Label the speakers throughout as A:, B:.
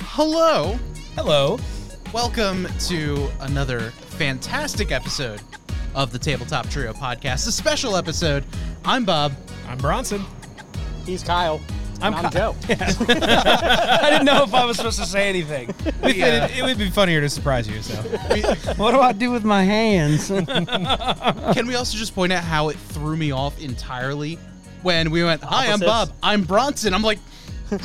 A: Hello.
B: Hello.
A: Welcome to another fantastic episode of the Tabletop Trio podcast, a special episode. I'm Bob.
B: I'm Bronson.
C: He's Kyle.
B: I'm
C: and
B: Ky-
C: I'm Joe.
B: I didn't know if I was supposed to say anything.
A: We, uh,
B: It would be funnier to surprise you, so.
C: What do I do with my hands?
A: can we also just point out how it threw me off entirely when we went, Hi, I'm
C: Opposites. Oh,
A: Bob. I'm Bronson. I'm like,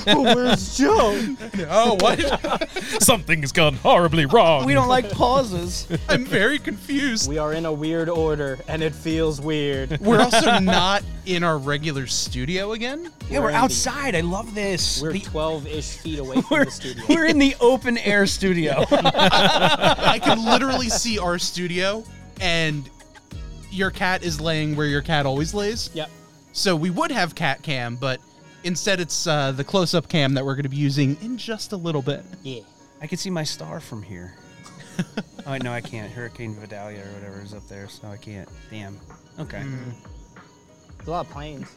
C: Where's Joe?
A: Oh, what?
B: Something's gone horribly wrong.
D: We don't like pauses.
A: I'm very confused.
C: We are in a weird order, and it feels weird.
A: We're also not in our regular studio again.
D: Yeah, we're outside. I love this.
C: We're
D: The-
C: 12 ish feet away from
D: we're,
C: the studio.
D: we're in the open air studio.
A: I can literally see our studio, and your cat is laying where your cat always lays.
C: Yep.
A: So we would have cat cam, but instead it's uh, the close up cam that we're going to be using in just a little bit.
C: Yeah.
D: I can see my star from here. oh no, I can't. Hurricane Vidalia or whatever is up there, so I can't. Damn. Okay.
C: Mm. There's a lot of planes.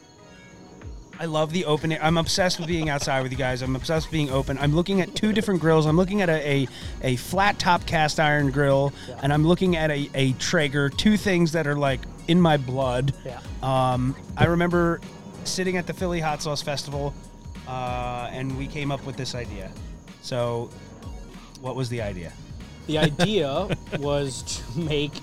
D: I love the open air. I'm obsessed with being outside with you guys. I'm obsessed with being open. I'm looking at two different grills. I'm looking at a, a, a flat top cast iron grill,
C: Yeah.
D: and I'm looking at a, a Traeger. Two things that are like in my blood.
C: Yeah.
D: Um, I remember sitting at the Philly Hot Sauce Festival, uh, and we came up with this idea. So, what was the idea?
C: The idea was to make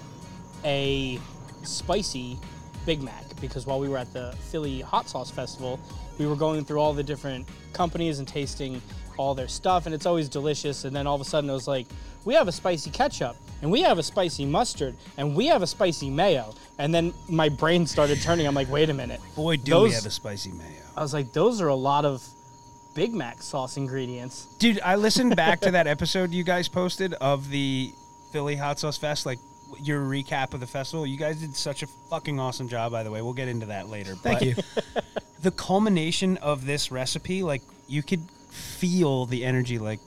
C: a spicy Big Mac because while we were at the Philly Hot Sauce Festival, we were going through all the different companies and tasting all their stuff, and it's always delicious. And then all of a sudden, it was like, we have a spicy ketchup, and we have a spicy mustard, and we have a spicy mayo. And then my brain started turning. I'm like, wait a minute.
D: Boy, do
C: Those-
D: we have a spicy mayo.
C: I was like, those are a lot of Big Mac sauce ingredients.
D: Dude, I listened back to that episode you guys posted of the Philly Hot Sauce Fest, like your recap of the festival. You guys did such a fucking awesome job, by the way. We'll get into that later.
B: Thank
D: but
B: you.
D: The culmination of this recipe, like you could feel the energy, like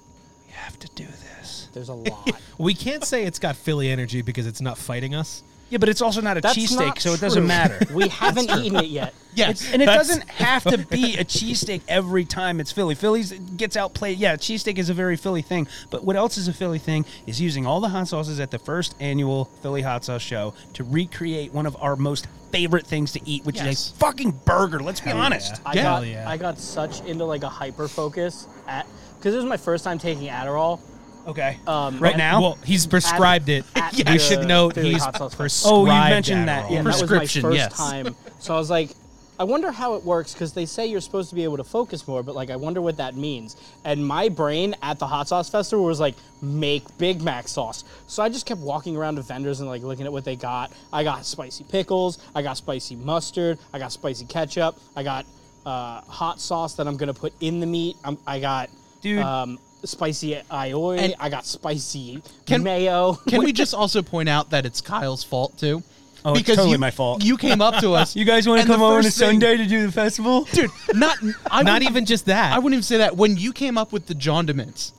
D: we have to do this.
C: There's a lot.
B: We can't say it's got Philly energy because it's not fighting us.
D: Yeah, but it's also not a
C: That's
D: cheesesteak,
C: not
D: so it doesn't
C: true.
D: matter.
C: We haven't eaten it yet.
A: Yes.
D: And it
B: That's-
D: doesn't have to be a cheesesteak every time it's Philly. Philly's gets outplayed. Yeah, cheesesteak is a very Philly thing. But what else is a Philly thing is using all the hot sauces at the first annual Philly Hot Sauce Show to recreate one of our most favorite things to eat, which
A: Yes.
D: is a fucking burger. Let's be honest.
C: I
A: Yeah.
C: got
B: Hell yeah.
C: I got such into like a hyper focus at because this was my first time taking Adderall.
D: Okay.
C: Um,
D: right
C: and-
D: now?
B: Well, he's prescribed it.
C: at
B: You
C: the
B: should note
C: Philly
B: he's
C: hot sauce festival.
B: prescribed
D: Oh, you mentioned that.
B: Adderall.
C: Yeah,
D: Yeah,
C: and that was my
A: Prescription,
C: first
A: yes.
C: time. So I was like, I wonder how it works because they say you're supposed to be able to focus more, but like I wonder what that means. And my brain at the hot sauce festival was like, make Big Mac sauce. So I just kept walking around to vendors and like looking at what they got. I got spicy pickles. I got spicy mustard. I got spicy ketchup. I got uh, hot sauce that I'm gonna put in the meat. i I got
D: Dude.
C: Um, spicy aioli.
A: And-
C: I got spicy
A: Can-
C: mayo.
A: Can we just also point out that it's Kyle's fault too?
D: Oh, it's totally
A: you,
D: my fault.
A: You came up to us.
D: you guys want to
A: and the
D: come over on a
A: first thing-
D: Sunday to do the festival?
A: dude? Not I
B: Not
A: wouldn't-
B: even just that.
A: I wouldn't even say that. When you came up with the jondiments,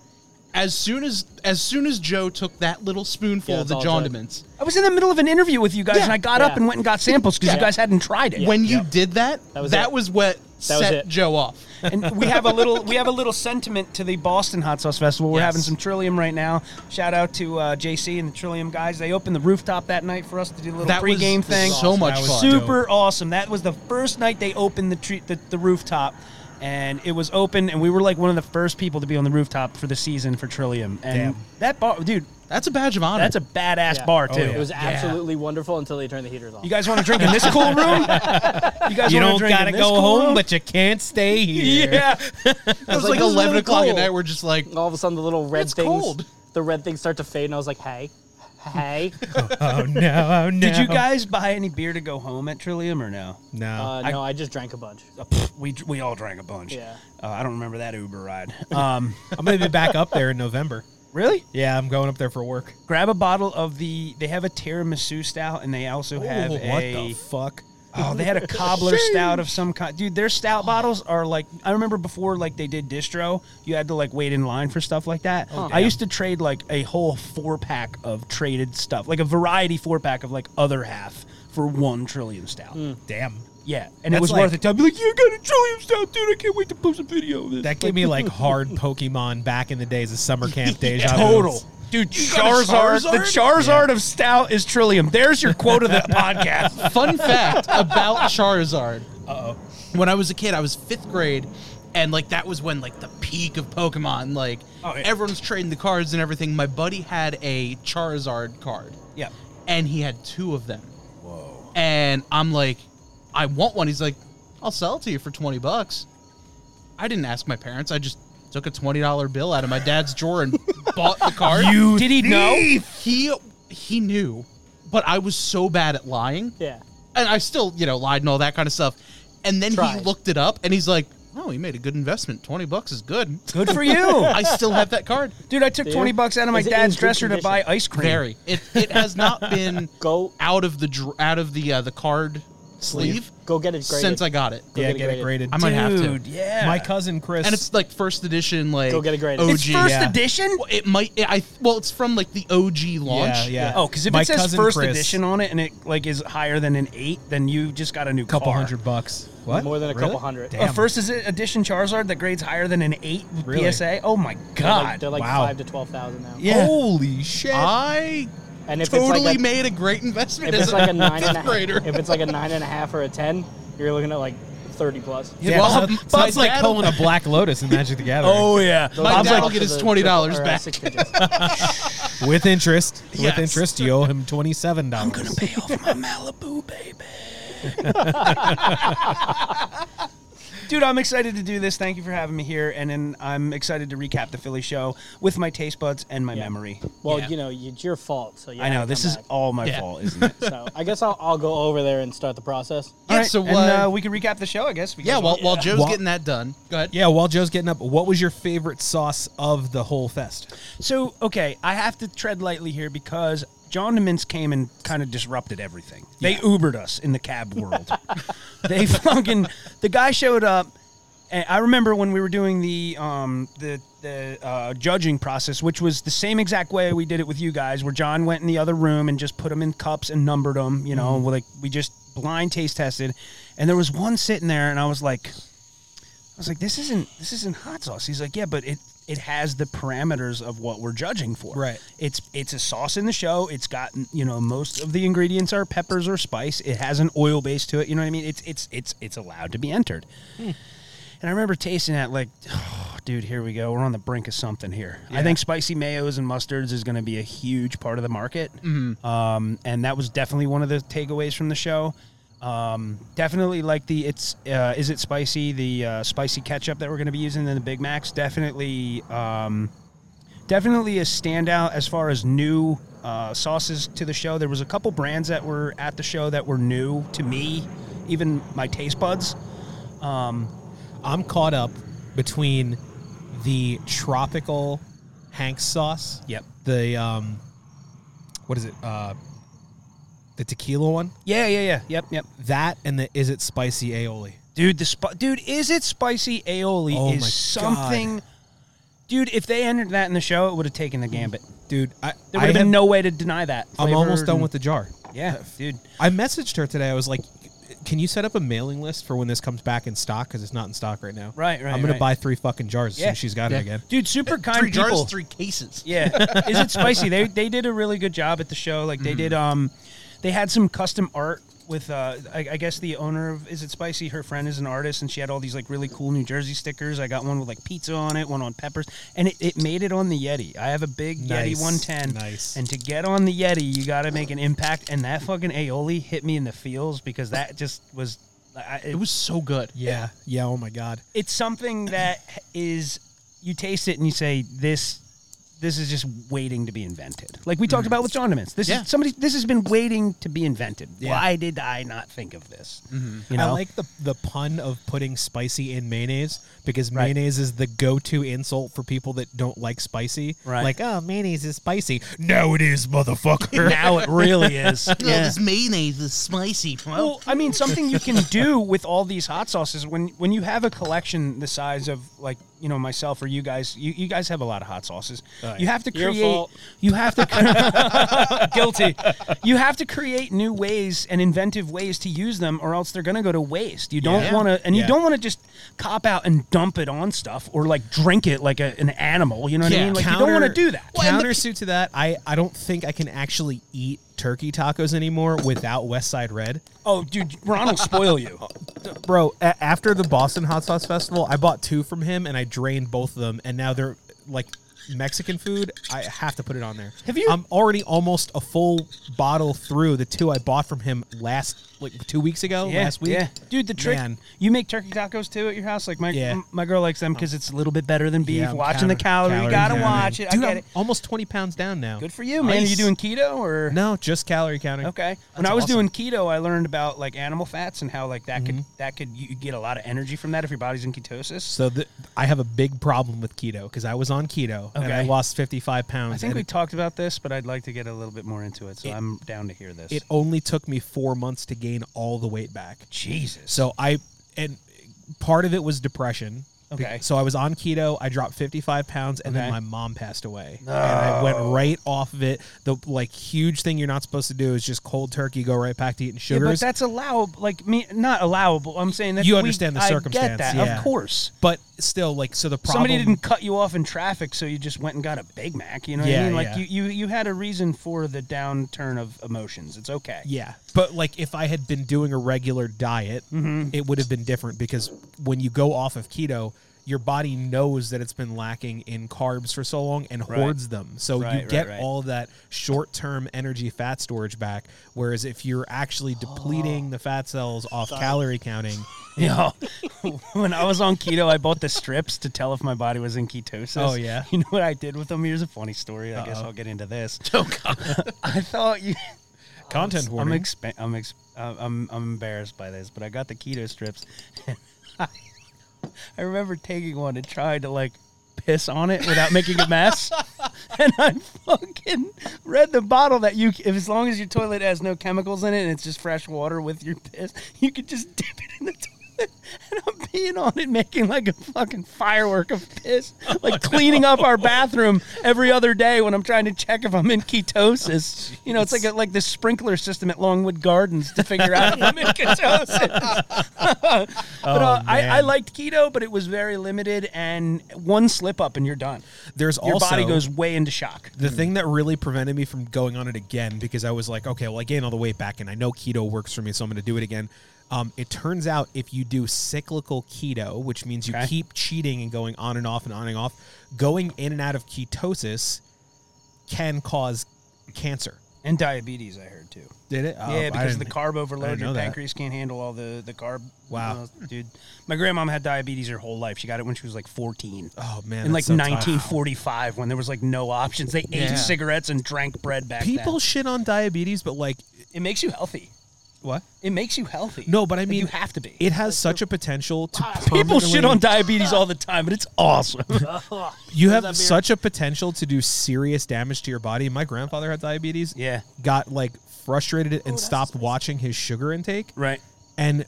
A: as soon as as soon as Joe took that little spoonful
C: Yeah,
A: of the
C: it's all Joe.
A: jondiments,
D: I was in the middle of an interview with you guys,
A: Yeah.
D: and I got
C: Yeah.
D: up and went and got samples because you guys hadn't tried it.
A: when you did that, that
C: That
A: was,
C: was it.
A: what
C: That was
A: set
C: it.
A: Joe off.
D: and we have a little we have a little sentiment to the Boston Hot Sauce Festival. We're
A: Yes.
D: having some Trillium right now. Shout out to uh, JC and the Trillium guys. They opened the rooftop that night for us to do a little
A: That was
D: pregame thing.
A: so much
B: That was
A: fun.
D: Super awesome. That was the first night they opened the, tre- the the rooftop, and it was open, and we were like one of the first people to be on the rooftop for the season for Trillium. And
B: Damn.
D: that bar, dude,
A: That's a badge of honor.
D: that's a badass
C: Yeah.
D: bar
B: Oh,
D: too.
B: yeah.
C: It was
B: Yeah.
C: absolutely wonderful until they turned the heaters off.
D: You guys want to drink in this cool room? You guys
B: You
D: wanna
B: don't
D: drink in
B: gotta
D: this
B: go
D: cool
B: home,
D: room?
B: but you can't stay here.
D: yeah.
A: it was
C: like,
A: like,
C: this is
A: eleven
C: really
A: o'clock at
C: cool.
A: night. We're just like,
C: all of a sudden the little red
A: It's
C: things
A: cold.
C: the red things start to fade and i was like hey hey
B: Oh no! Oh no!
D: Did you guys buy any beer to go home at Trillium or no?
B: No.
C: uh, no i just drank a bunch
D: Uh, pff, we we all drank a bunch.
C: Yeah.
D: Uh, I don't remember that Uber ride. Um,
B: I'm gonna be back up there in November.
D: really?
B: Yeah, I'm going up there for work.
D: Grab a bottle of the. They have a tiramisu style, and they also have
B: Ooh,
D: a.
B: what the fuck?
D: Oh, they had a cobbler stout of some kind. Dude, their stout bottles are like I remember before like they did distro, you had to like wait in line for stuff like that. I used to trade like a whole four pack of traded stuff, like a variety four pack of like other half for one trillion stout.
E: Damn.
D: Yeah, and it
E: That's
D: was
E: like-
D: worth it. I'd be like, "You got a trillion stout, dude! I can't wait to post a video of this."
E: That gave me like hard Pokemon back in the days of summer camp deja vu.
D: total. Dude,
A: got a
D: Charizard, the Charizard of stout is Trillium. There's your quote of the podcast.
A: Fun fact about Charizard. Uh oh. When I was a kid, I was fifth grade, and like that was when like the peak of Pokemon. Like
D: Oh, yeah.
A: everyone's trading the cards and everything. My buddy had a Charizard card,
D: Yeah.
A: and he had two of them. Whoa. And I'm like, I want one. He's like, I'll sell it to you for twenty bucks. I didn't ask my parents. I just took a twenty dollar bill out of my dad's drawer and bought the card.
D: Did he know?
A: he he knew, but I was so bad at lying
C: Yeah.
A: and I still, you know, lied and all that kind of stuff. And then he
C: Tried.
A: looked it up and he's like, "Oh, he made a good investment. Twenty bucks is good.
D: Good for you.
A: I still have that card.
D: Dude, I took
C: Dude,
D: 20 bucks out of my
C: is it in
D: dad's
C: good
D: dresser to
C: condition?
D: buy ice cream.
A: Very. It it has not been
C: Go
A: out of the dr- out of the uh, the card sleeve
C: go get it graded.
A: since I got it.
C: Go
E: yeah, get it graded.
A: I might have to.
D: Dude, yeah.
E: My cousin Chris.
A: And it's like first edition, like
C: Go get it graded.
A: OG.
D: it's first
E: yeah.
D: edition?
A: Well, it might. I well, it's from like the OG launch.
E: yeah, yeah.
D: Oh, because if
E: My
D: it says
E: cousin
D: first
E: Chris,
D: edition on it and it like is higher than an eight, then you just got a new
E: couple
D: car.
E: hundred bucks. What?
C: More than a couple
E: Really?
C: hundred.
E: Damn.
D: A first is it edition Charizard that grades higher than an eight with
E: Really?
D: PSA? Oh my
C: They're like,
D: god!
C: they're like
E: Wow.
C: five to twelve thousand now.
D: Yeah.
E: Holy shit.
A: I
C: And if
A: totally
C: it's like a,
A: made a great investment
C: if it's
A: as
C: like a
A: a
C: nine and a
A: fifth
C: half,
A: grader.
C: if it's like a nine and a half or a ten, you're looking at like thirty plus.
E: Yeah,
A: Well,
E: Bob-
A: my
E: Bob's like
A: dad-
E: pulling a Black Lotus in Magic the Gathering.
D: oh yeah.
C: Those
A: My
C: are
A: dad
C: down
A: will
C: to
A: get his
C: the
A: $20
C: triple- or, uh,
A: back.
C: six digits.
E: With interest.
A: Yes.
E: With interest, you owe him $27. I'm going
D: Pay off my Malibu, baby. Dude, I'm excited to do this. Thank you for having me here, and then I'm excited to recap the Philly show with my taste buds and my memory.
C: Well,
A: Yeah.
C: you know, it's your fault. So you
D: I
C: had
D: know
C: to
D: this
C: come
D: is
C: back.
D: all my
A: Yeah.
D: fault, isn't it?
C: So I guess I'll, I'll go over there and start the process.
A: Yeah,
D: All right,
A: so
D: and,
A: what-
D: uh, we can recap the show, I guess. because
A: yeah, while, while Joe's
E: Well-
A: getting that done, go ahead.
E: Yeah, while Joe's getting up, what was your favorite sauce of the whole fest?
D: So, okay, I have to tread lightly here because John Demins came and kind of disrupted everything. They Ubered us in the cab world. they fucking the guy showed up. And I remember when we were doing the um, the the uh, judging process, which was the same exact way we did it with you guys, where John went in the other room and just put them in cups and numbered them. You know, like we just blind taste tested, and there was one sitting there, and I was like, I was like, "This isn't this isn't hot sauce." He's like, "Yeah, but it it has the parameters of what we're judging for.
E: Right.
D: It's it's a sauce in the show. It's got you know most of the ingredients are peppers or spice. It has an oil base to it. You know what I mean? It's it's it's it's allowed to be entered." And I remember tasting that like, oh, dude, here we go. We're on the brink of something here. I think spicy mayos and mustards is going to be a huge part of the market. Um, and that was definitely one of the takeaways from the show. Um, definitely like the it's uh, is it spicy the uh, spicy ketchup that we're going to be using in the Big Macs. Definitely, um, definitely a standout as far as new uh, sauces to the show. There was a couple brands that were at the show that were new to me, even my taste buds.
E: I'm caught up between the tropical Hank's sauce.
D: Yep.
E: The um, what is it? Uh, the tequila one.
D: Yeah, yeah, yeah. Yep, yep.
E: That and the is it spicy aioli?
D: Dude, the spi- dude, is it spicy aioli
E: Oh my
D: is something. Dude, if they entered that in the show, it would have taken the gambit.
E: Dude,
D: There
E: I, I
D: would have
E: have-
D: been no way to deny that.
E: I'm
D: Flavored
E: almost done
D: and-
E: with the jar.
D: Yeah, dude.
E: I messaged her today. I was like, "Can you set up a mailing list for when this comes back in stock? Because it's not in stock right now.
D: Right, right,
E: I'm gonna
D: right.
E: buy three fucking jars as soon
D: Yeah.
E: as she's got
A: Yeah.
E: it again.
D: Dude, super kind
A: three
D: people.
A: jars, three cases.
D: Yeah. Is it spicy? They they did a really good job at the show. Like they did um they had some custom art with uh I, I guess the owner of Is It Spicy, her friend is an artist and she had all these like really cool New Jersey stickers. I got one with like pizza on it, one on peppers, and it, it made it on the Yeti. I have a big
E: Nice.
D: Yeti one ten.
E: Nice.
D: And to get on the Yeti you gotta make an impact and that fucking aioli hit me in the feels because that just was I,
A: It was so good.
E: Yeah, yeah. Oh my god.
D: it's something that is you taste it and you say this this is just waiting to be invented. Like we talked about with condiments. This
A: Yeah.
D: is somebody. This has been waiting to be invented. Why did I not think of this? You know,
E: I like the the pun of putting spicy in mayonnaise because
D: Right.
E: mayonnaise is the go to insult for people that don't like spicy.
D: Right.
E: Like, oh, mayonnaise is spicy. No, it is, motherfucker.
D: now it really is. Yeah.
A: mayonnaise is spicy.
D: Well, I mean, something you can do with all these hot sauces when when you have a collection the size of like you know myself or you guys, you, you guys have a lot of hot sauces. You have to
C: Your
D: create.
C: fault.
D: You have to guilty. You have to create new ways and inventive ways to use them, or else they're going to go to waste. You don't
E: Yeah.
D: want to, and
E: Yeah.
D: you don't want to just cop out and dump it on stuff or like drink it like a, an animal. You know what
A: Yeah.
D: I mean? Like you don't want to do that.
A: Well, and the-
E: Countersuit to that, I, I don't think I can actually eat turkey tacos anymore without West Side Red.
D: Oh, dude, Ron will spoil you.
E: Bro, a- after the Boston Hot Sauce Festival, I bought two from him and I drained both of them, and now they're like Mexican food. I have to put it on there.
D: Have you-
E: I'm already almost a full bottle through the two I bought from him last, like two weeks ago, last week.
D: Oh, Dude, the trick
E: Man.
D: you make turkey tacos too at your house. Like my
E: Yeah.
D: m- my girl likes them because it's a little bit better than beef.
E: Yeah, I'm
D: Watching the
E: counter-
D: calorie, you
E: calorie
D: gotta
E: counting.
D: watch it.
E: Dude,
D: I get
E: I'm
D: it.
E: almost 20 pounds down now.
D: Good for you, man. Are you
E: Nice.
D: doing keto or
E: No, just calorie counting.
D: Okay. when
E: That's
D: I was
E: awesome. Mm-hmm.
D: doing keto, I learned about like animal fats and how like that could that could you get a lot of energy from that if your body's in ketosis.
E: So the, I have a big problem with keto because I was on keto and I
D: Okay.
E: lost 55 pounds.
D: I think
E: and
D: we talked about this, but I'd like to get a little bit more into it. So I'm down to hear this.
E: it only took me four months to gain all the weight back.
D: Jesus.
E: So I and part of it was depression. Be-
D: Okay.
E: So I was on keto. I dropped 55 pounds, and then
D: Okay.
E: my mom passed away, and I went right off of it. The like huge thing you're not supposed to do is just cold turkey, go right back to eating
D: Yeah, but
E: sugars.
D: that's allowable. Like me, not allowable. I'm saying that
E: You
D: we-
E: understand the
D: I
E: circumstance,
D: Get that,
E: yeah.
D: of course.
E: but still, like, so the problem.
D: Somebody didn't cut you off in traffic, so you just went and got a Big Mac. You know what
E: Yeah,
D: I mean? Like
E: yeah.
D: you, you, you had a reason for the downturn of emotions. It's okay.
E: Yeah, but like if I had been doing a regular diet,
D: Mm-hmm.
E: it would have been different because when you go off of keto, your body knows that it's been lacking in carbs for so long and hoards them. So
D: Right,
E: you
D: right,
E: get
D: right.
E: all that short-term energy fat storage back whereas if you're actually depleting the fat cells off calorie counting,
D: Yo, when I was on keto, I bought the strips to tell if my body was in ketosis.
E: Oh, yeah?
D: You know what I did with them? Here's a funny story. I guess I'll get into this. I thought you.
E: Oh, content warning.
D: I'm, exp- I'm, ex- uh, I'm, I'm embarrassed by this, but I got the keto strips. I, I remember taking one and trying to like piss on it without making a mess. and I fucking read the bottle that you, if, as long as your toilet has no chemicals in it and it's just fresh water with your piss, you could just dip it in the toilet. And I'm peeing on it, making like a fucking firework of piss, like cleaning up our bathroom every other day when I'm trying to check if I'm in ketosis. you know, it's like a, like the sprinkler system at Longwood Gardens to figure out if I'm in ketosis. but uh, I, I
E: man.
D: liked keto, but it was very limited, and one slip up and you're done.
E: There's
D: Your body
E: also-
D: goes way into shock.
E: the thing that really prevented me from going on it again because I was like, okay, well, I gained all the weight back, and I know keto works for me, so I'm going to do it again. Um, it turns out if you do cyclical keto, which means you
D: Okay.
E: keep cheating and going on and off and on and off, going in and out of ketosis can cause cancer.
D: And diabetes, I heard too.
E: Did it? Oh, I
D: yeah, because of the
E: didn't-
D: carb
E: I
D: overload,
E: didn't know
D: your
E: that.
D: pancreas can't handle all the the carb.
E: Wow.
D: Uh, dude, my grandmom had diabetes her whole life. She got it when she was like 14.
E: Oh man,
D: in
E: that's
D: like
E: so tough.
D: 1945, when there was like no options, they
A: Yeah.
D: ate cigarettes and drank bread back
E: People
D: then.
E: shit on diabetes, but like,
D: It makes you healthy.
E: what?
D: It makes you healthy.
E: No, but I
D: Like,
E: mean,
D: you have to be.
E: It has such a potential to
D: People shit
E: permanently-
D: on diabetes all the time, but it's awesome.
E: You
C: that
E: have
C: beer?
E: such a potential to do serious damage to your body. My grandfather had diabetes.
D: Yeah.
E: Got like frustrated
C: Oh,
E: and stopped watching his sugar intake.
D: right.
E: And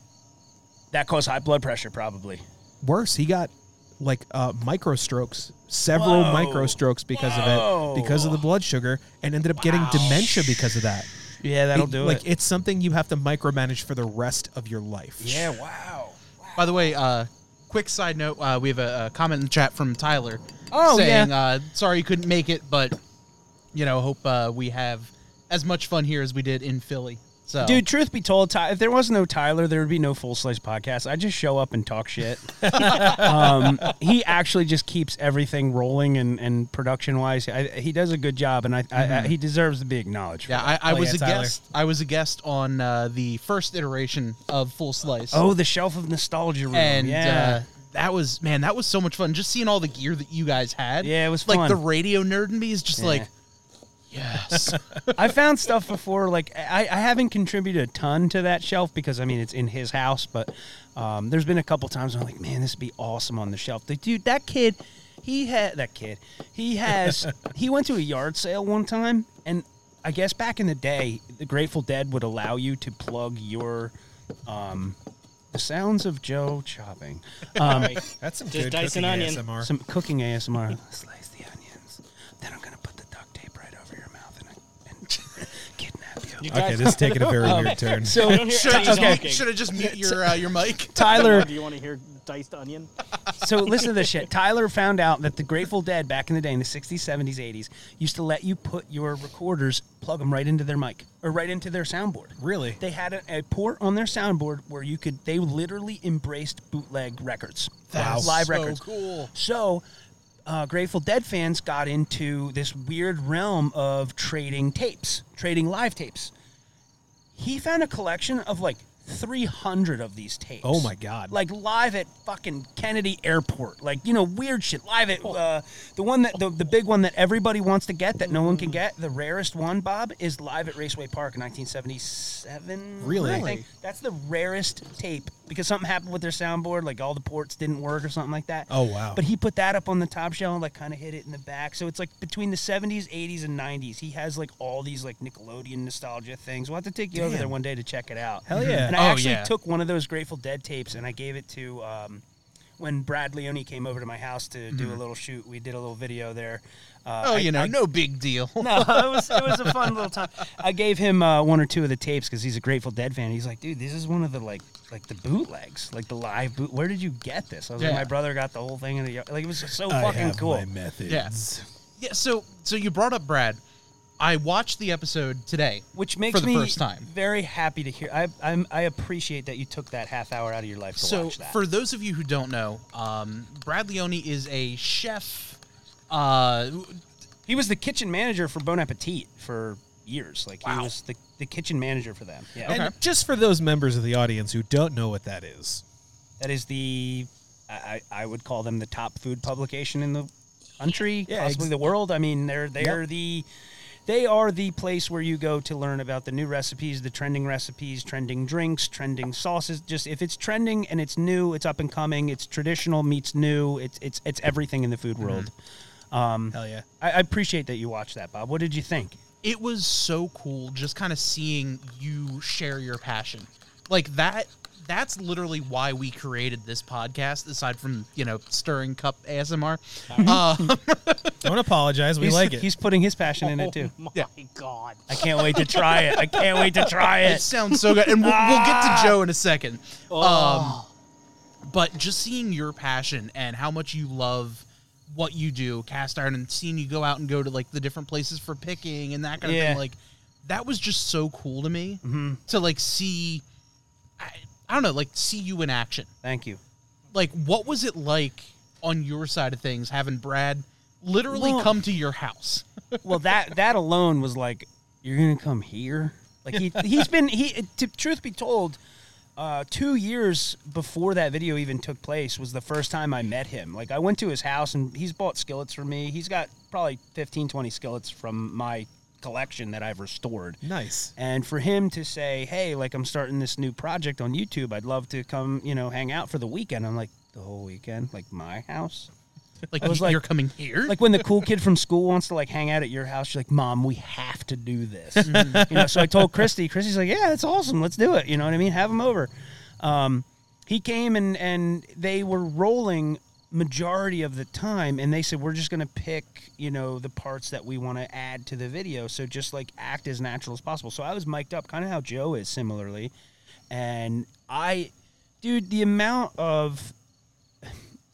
D: That caused high blood pressure, probably.
E: worse, he got like uh, micro strokes, several
D: Whoa.
E: micro strokes because
D: Whoa.
E: of it, because of the blood sugar, and ended up getting dementia because of that.
D: Yeah, that'll
E: It-
D: do
E: like
D: it.
E: it's something you have to micromanage for the rest of your life.
D: yeah, wow.
A: By the way, uh, quick side note: uh, we have a, a comment in the chat from Tyler
D: Oh,
A: saying,
D: yeah.
A: uh, "Sorry you couldn't make it, but you know, hope uh, we have as much fun here as we did in Philly." So,
D: Dude, truth be told, Ty- if there was no Tyler, there would be no Full Slice podcast. I just show up and talk shit. um, he actually just keeps everything rolling and, and production wise, I, he does a good job, and I, I, I, he deserves to be acknowledged. for
A: Mm-hmm. yeah,
D: it.
A: I, I
E: Oh,
A: was
E: yeah,
A: a
E: Tyler.
A: guest. I was a guest on uh, the first iteration of Full Slice.
D: Oh, the shelf Oh, of nostalgia room.
A: and uh,
D: yeah.
A: that was man, that was so much fun. Just seeing all the gear that you guys had.
D: Yeah, it was
A: like
D: fun.
A: the radio nerd in me is just like, yes,
D: I found stuff before. Like I, I haven't contributed a ton to that shelf because I mean it's in his house. But um, there's been a couple times I'm like, man, this would be awesome on the shelf. Like, dude, that kid, he had that kid. He has. he went to a yard sale one time, and I guess back in the day, the Grateful Dead would allow you to plug your. Um, the sounds of Joe chopping. Um,
E: That's some
C: Just
E: good
C: dice
E: cooking
C: an onion.
E: ASMR.
D: some cooking ASMR. Slice the onions. Then I'm gonna put the duct tape right over your mouth and, and kidnap you.
C: You
E: okay,
C: guys,
E: this is taking a very
C: Oh,
E: weird turn.
D: So
C: I don't hear
A: should I
C: any
A: just,
C: talking.
A: should I just mute your uh, your mic?
D: Tyler,
C: Do you want to hear diced onion?
D: so listen to this shit. Tyler found out that the Grateful Dead back in the day in the 60s, 70s, 80s used to let you put your recorders, plug them right into their mic or right into their soundboard.
E: Really?
D: They had a, a port on their soundboard where you could, they literally embraced bootleg records.
A: That's
D: Live
A: so
D: records.
A: cool.
D: So, uh, Grateful Dead fans got into this weird realm of trading tapes, trading live tapes. He found a collection of like 300 of these tapes.
E: Oh my God.
D: Like live at fucking Kennedy Airport. Like, you know, weird shit. Live at uh, the one that, the, the big one that everybody wants to get that no one can get, the rarest one, Bob, is live at Raceway Park in 1977.
E: Really?
D: I think. That's the rarest tape because something happened with their soundboard, like all the ports didn't work or something like that.
E: Oh, wow.
D: But he put that up on the top shelf and like kind of hid it in the back. So it's like between the 70s, 80s, and 90s. He has like all these like Nickelodeon nostalgia things. We'll have to take you over there one day to check it out. Hell
E: yeah.
D: And I
A: Oh,
D: actually
A: yeah.
D: took one of those Grateful Dead tapes and I gave it to um, when Brad Leone came over to my house to do a little shoot. We did a little video there. Uh,
A: Oh,
D: I-
A: you know, no big deal.
D: no, it was it was a fun little time. I gave him uh, one or two of the tapes because he's a Grateful Dead fan. He's like, dude, this is one of the like like the bootlegs, like the live boot. Where did you get this? I was
A: Yeah.
D: like, my brother got the whole thing in the yard. Like it was so
E: I
D: fucking
E: have
D: cool.
E: my methods.
A: Yeah. Yeah. So so you brought up Brad. I watched the episode today,
D: Which makes
A: for the
D: me
A: first time.
D: very happy to hear. I I'm, I appreciate that you took that half hour out of your life to
A: So
D: watch that.
A: for those of you who don't know, um, Brad Leone is a chef. Uh,
D: he was the kitchen manager for Bon Appetit for years. Like he was the, the kitchen manager for them. Yeah,
A: Okay.
E: And just for those members of the audience who don't know what that is,
D: that is the I, I I would call them the top food publication in the country,
E: Yeah,
D: possibly
E: ex-
D: the world. I mean, they're they're the they are the place where you go to learn about the new recipes, the trending recipes, trending drinks, trending sauces. Just if it's trending and it's new, it's up and coming, it's traditional meets new. It's it's it's everything in the food
E: Mm-hmm.
D: world.
E: hell yeah.
D: I, I appreciate that you watched that, Bob. What did you think?
A: it was so cool just kind of seeing you share your passion like that that's literally why we created this podcast aside from you know stirring cup asmr uh,
E: Don't apologize. We
D: He's-
E: like it.
D: He's putting his passion in it too.
C: Oh my
A: Yeah.
C: god.
D: I can't wait to try it. I can't wait to try
A: it
D: it. Oh.
A: sounds so good and we'll, we'll get to joe in a second um, but just seeing your passion and how much you love what you do cast iron and seeing you go out and go to like the different places for picking and that kind of
D: Yeah. Mm-hmm.
A: thing like that was just so cool to me to like see I, I don't know like see you in action
D: Thank you.
A: like what was it like on your side of things having Brad literally
D: Well-
A: come to your house?
D: well that that alone was like you're gonna come here like he, he's been he to truth be told uh, two years before that video even took place was the first time i met him like i went to his house and he's bought skillets for me he's got probably 15 20 skillets from my collection that i've restored
E: nice.
D: and for him to say hey like i'm starting this new project on youtube i'd love to come you know hang out for the weekend i'm like the whole weekend like my house
A: Like,
D: I was
A: you-
D: like-
A: you're coming here?
D: like when the cool kid from school wants to like hang out at your house, you're like, "Mom, we have to do this." you know, so I told Christy. Christy's like, "Yeah, that's awesome. Let's do it." You know what I mean? Have him over. Um, he came and and they were rolling majority of the time, and they said, "We're just gonna pick you know the parts that we want to add to the video." So just like act as natural as possible. So I was mic'd up, kind of how Joe is similarly, and I, dude, the amount of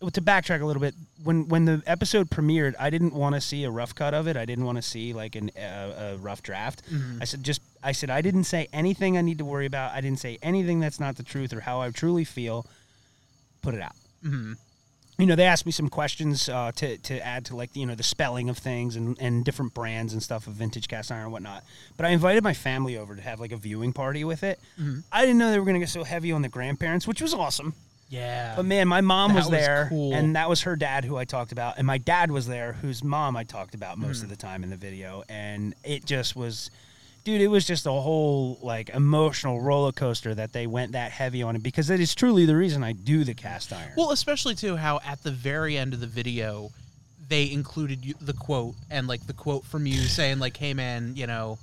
D: well, to backtrack a little bit, when when the episode premiered, I didn't want to see a rough cut of it. I didn't want to see like an uh, a rough draft. I said just I said I didn't say anything I need to worry about. I didn't say anything that's not the truth or how I truly feel. Put it out. Mm-hmm. You know, they asked me some questions uh, to to add to like you know the spelling of things and and different brands and stuff of vintage cast iron and whatnot. But I invited my family over to have like a viewing party with it. I didn't know they were going to get so heavy on the grandparents, which was awesome.
A: Yeah.
D: But man, my mom
A: That
D: was
A: was
D: there,
A: cool.
D: and that was her dad who I talked about, and my dad was there, whose mom I talked about most
A: Hmm.
D: of the time in the video, and it just was, dude, it was just a whole like emotional roller coaster that they went that heavy on it because that is truly the reason I do the cast iron.
A: Well, especially too how at the very end of the video, they included you, the quote and like the quote from you saying like, "Hey man, you know,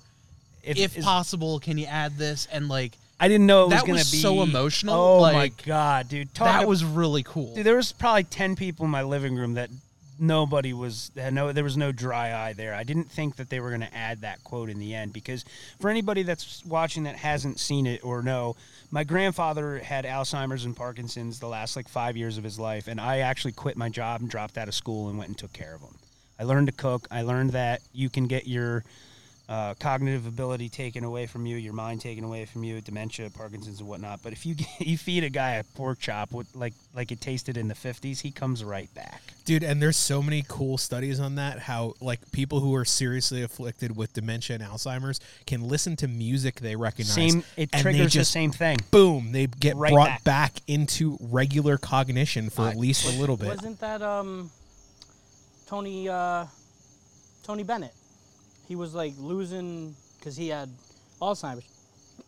D: It-
A: if
D: it's-
A: possible, can you add this?" And like
D: I didn't know it was
A: that
D: gonna
A: was
D: be
A: so emotional,
D: Oh
A: like,
D: my god, dude, Talk
A: that
D: ab-
A: was really cool.
D: Dude, there was probably ten people in my living room that nobody was had no there was no dry eye there. I didn't think that they were going to add that quote in the end because for anybody that's watching that hasn't seen it or know, my grandfather had Alzheimer's and Parkinson's the last like 5 years of his life and I actually quit my job and dropped out of school and went and took care of him. I learned to cook. I learned that you can get your uh, cognitive ability taken away from you, your mind taken away from you, dementia, Parkinson's, and whatnot. But if you you feed a guy a pork chop with like like it tasted in the fifties, he comes right back.
E: Dude, and there's so many cool studies on that how like people who are seriously afflicted with dementia and Alzheimer's can listen to music they recognize.
D: Same, it
E: and they
D: triggers the
E: just-
D: same thing.
E: Boom, they get
D: Right
E: brought
D: back.
E: back. into regular cognition for at least a little bit.
C: Wasn't that um, Tony uh, Tony Bennett? He was like losing because he had Alzheimer's.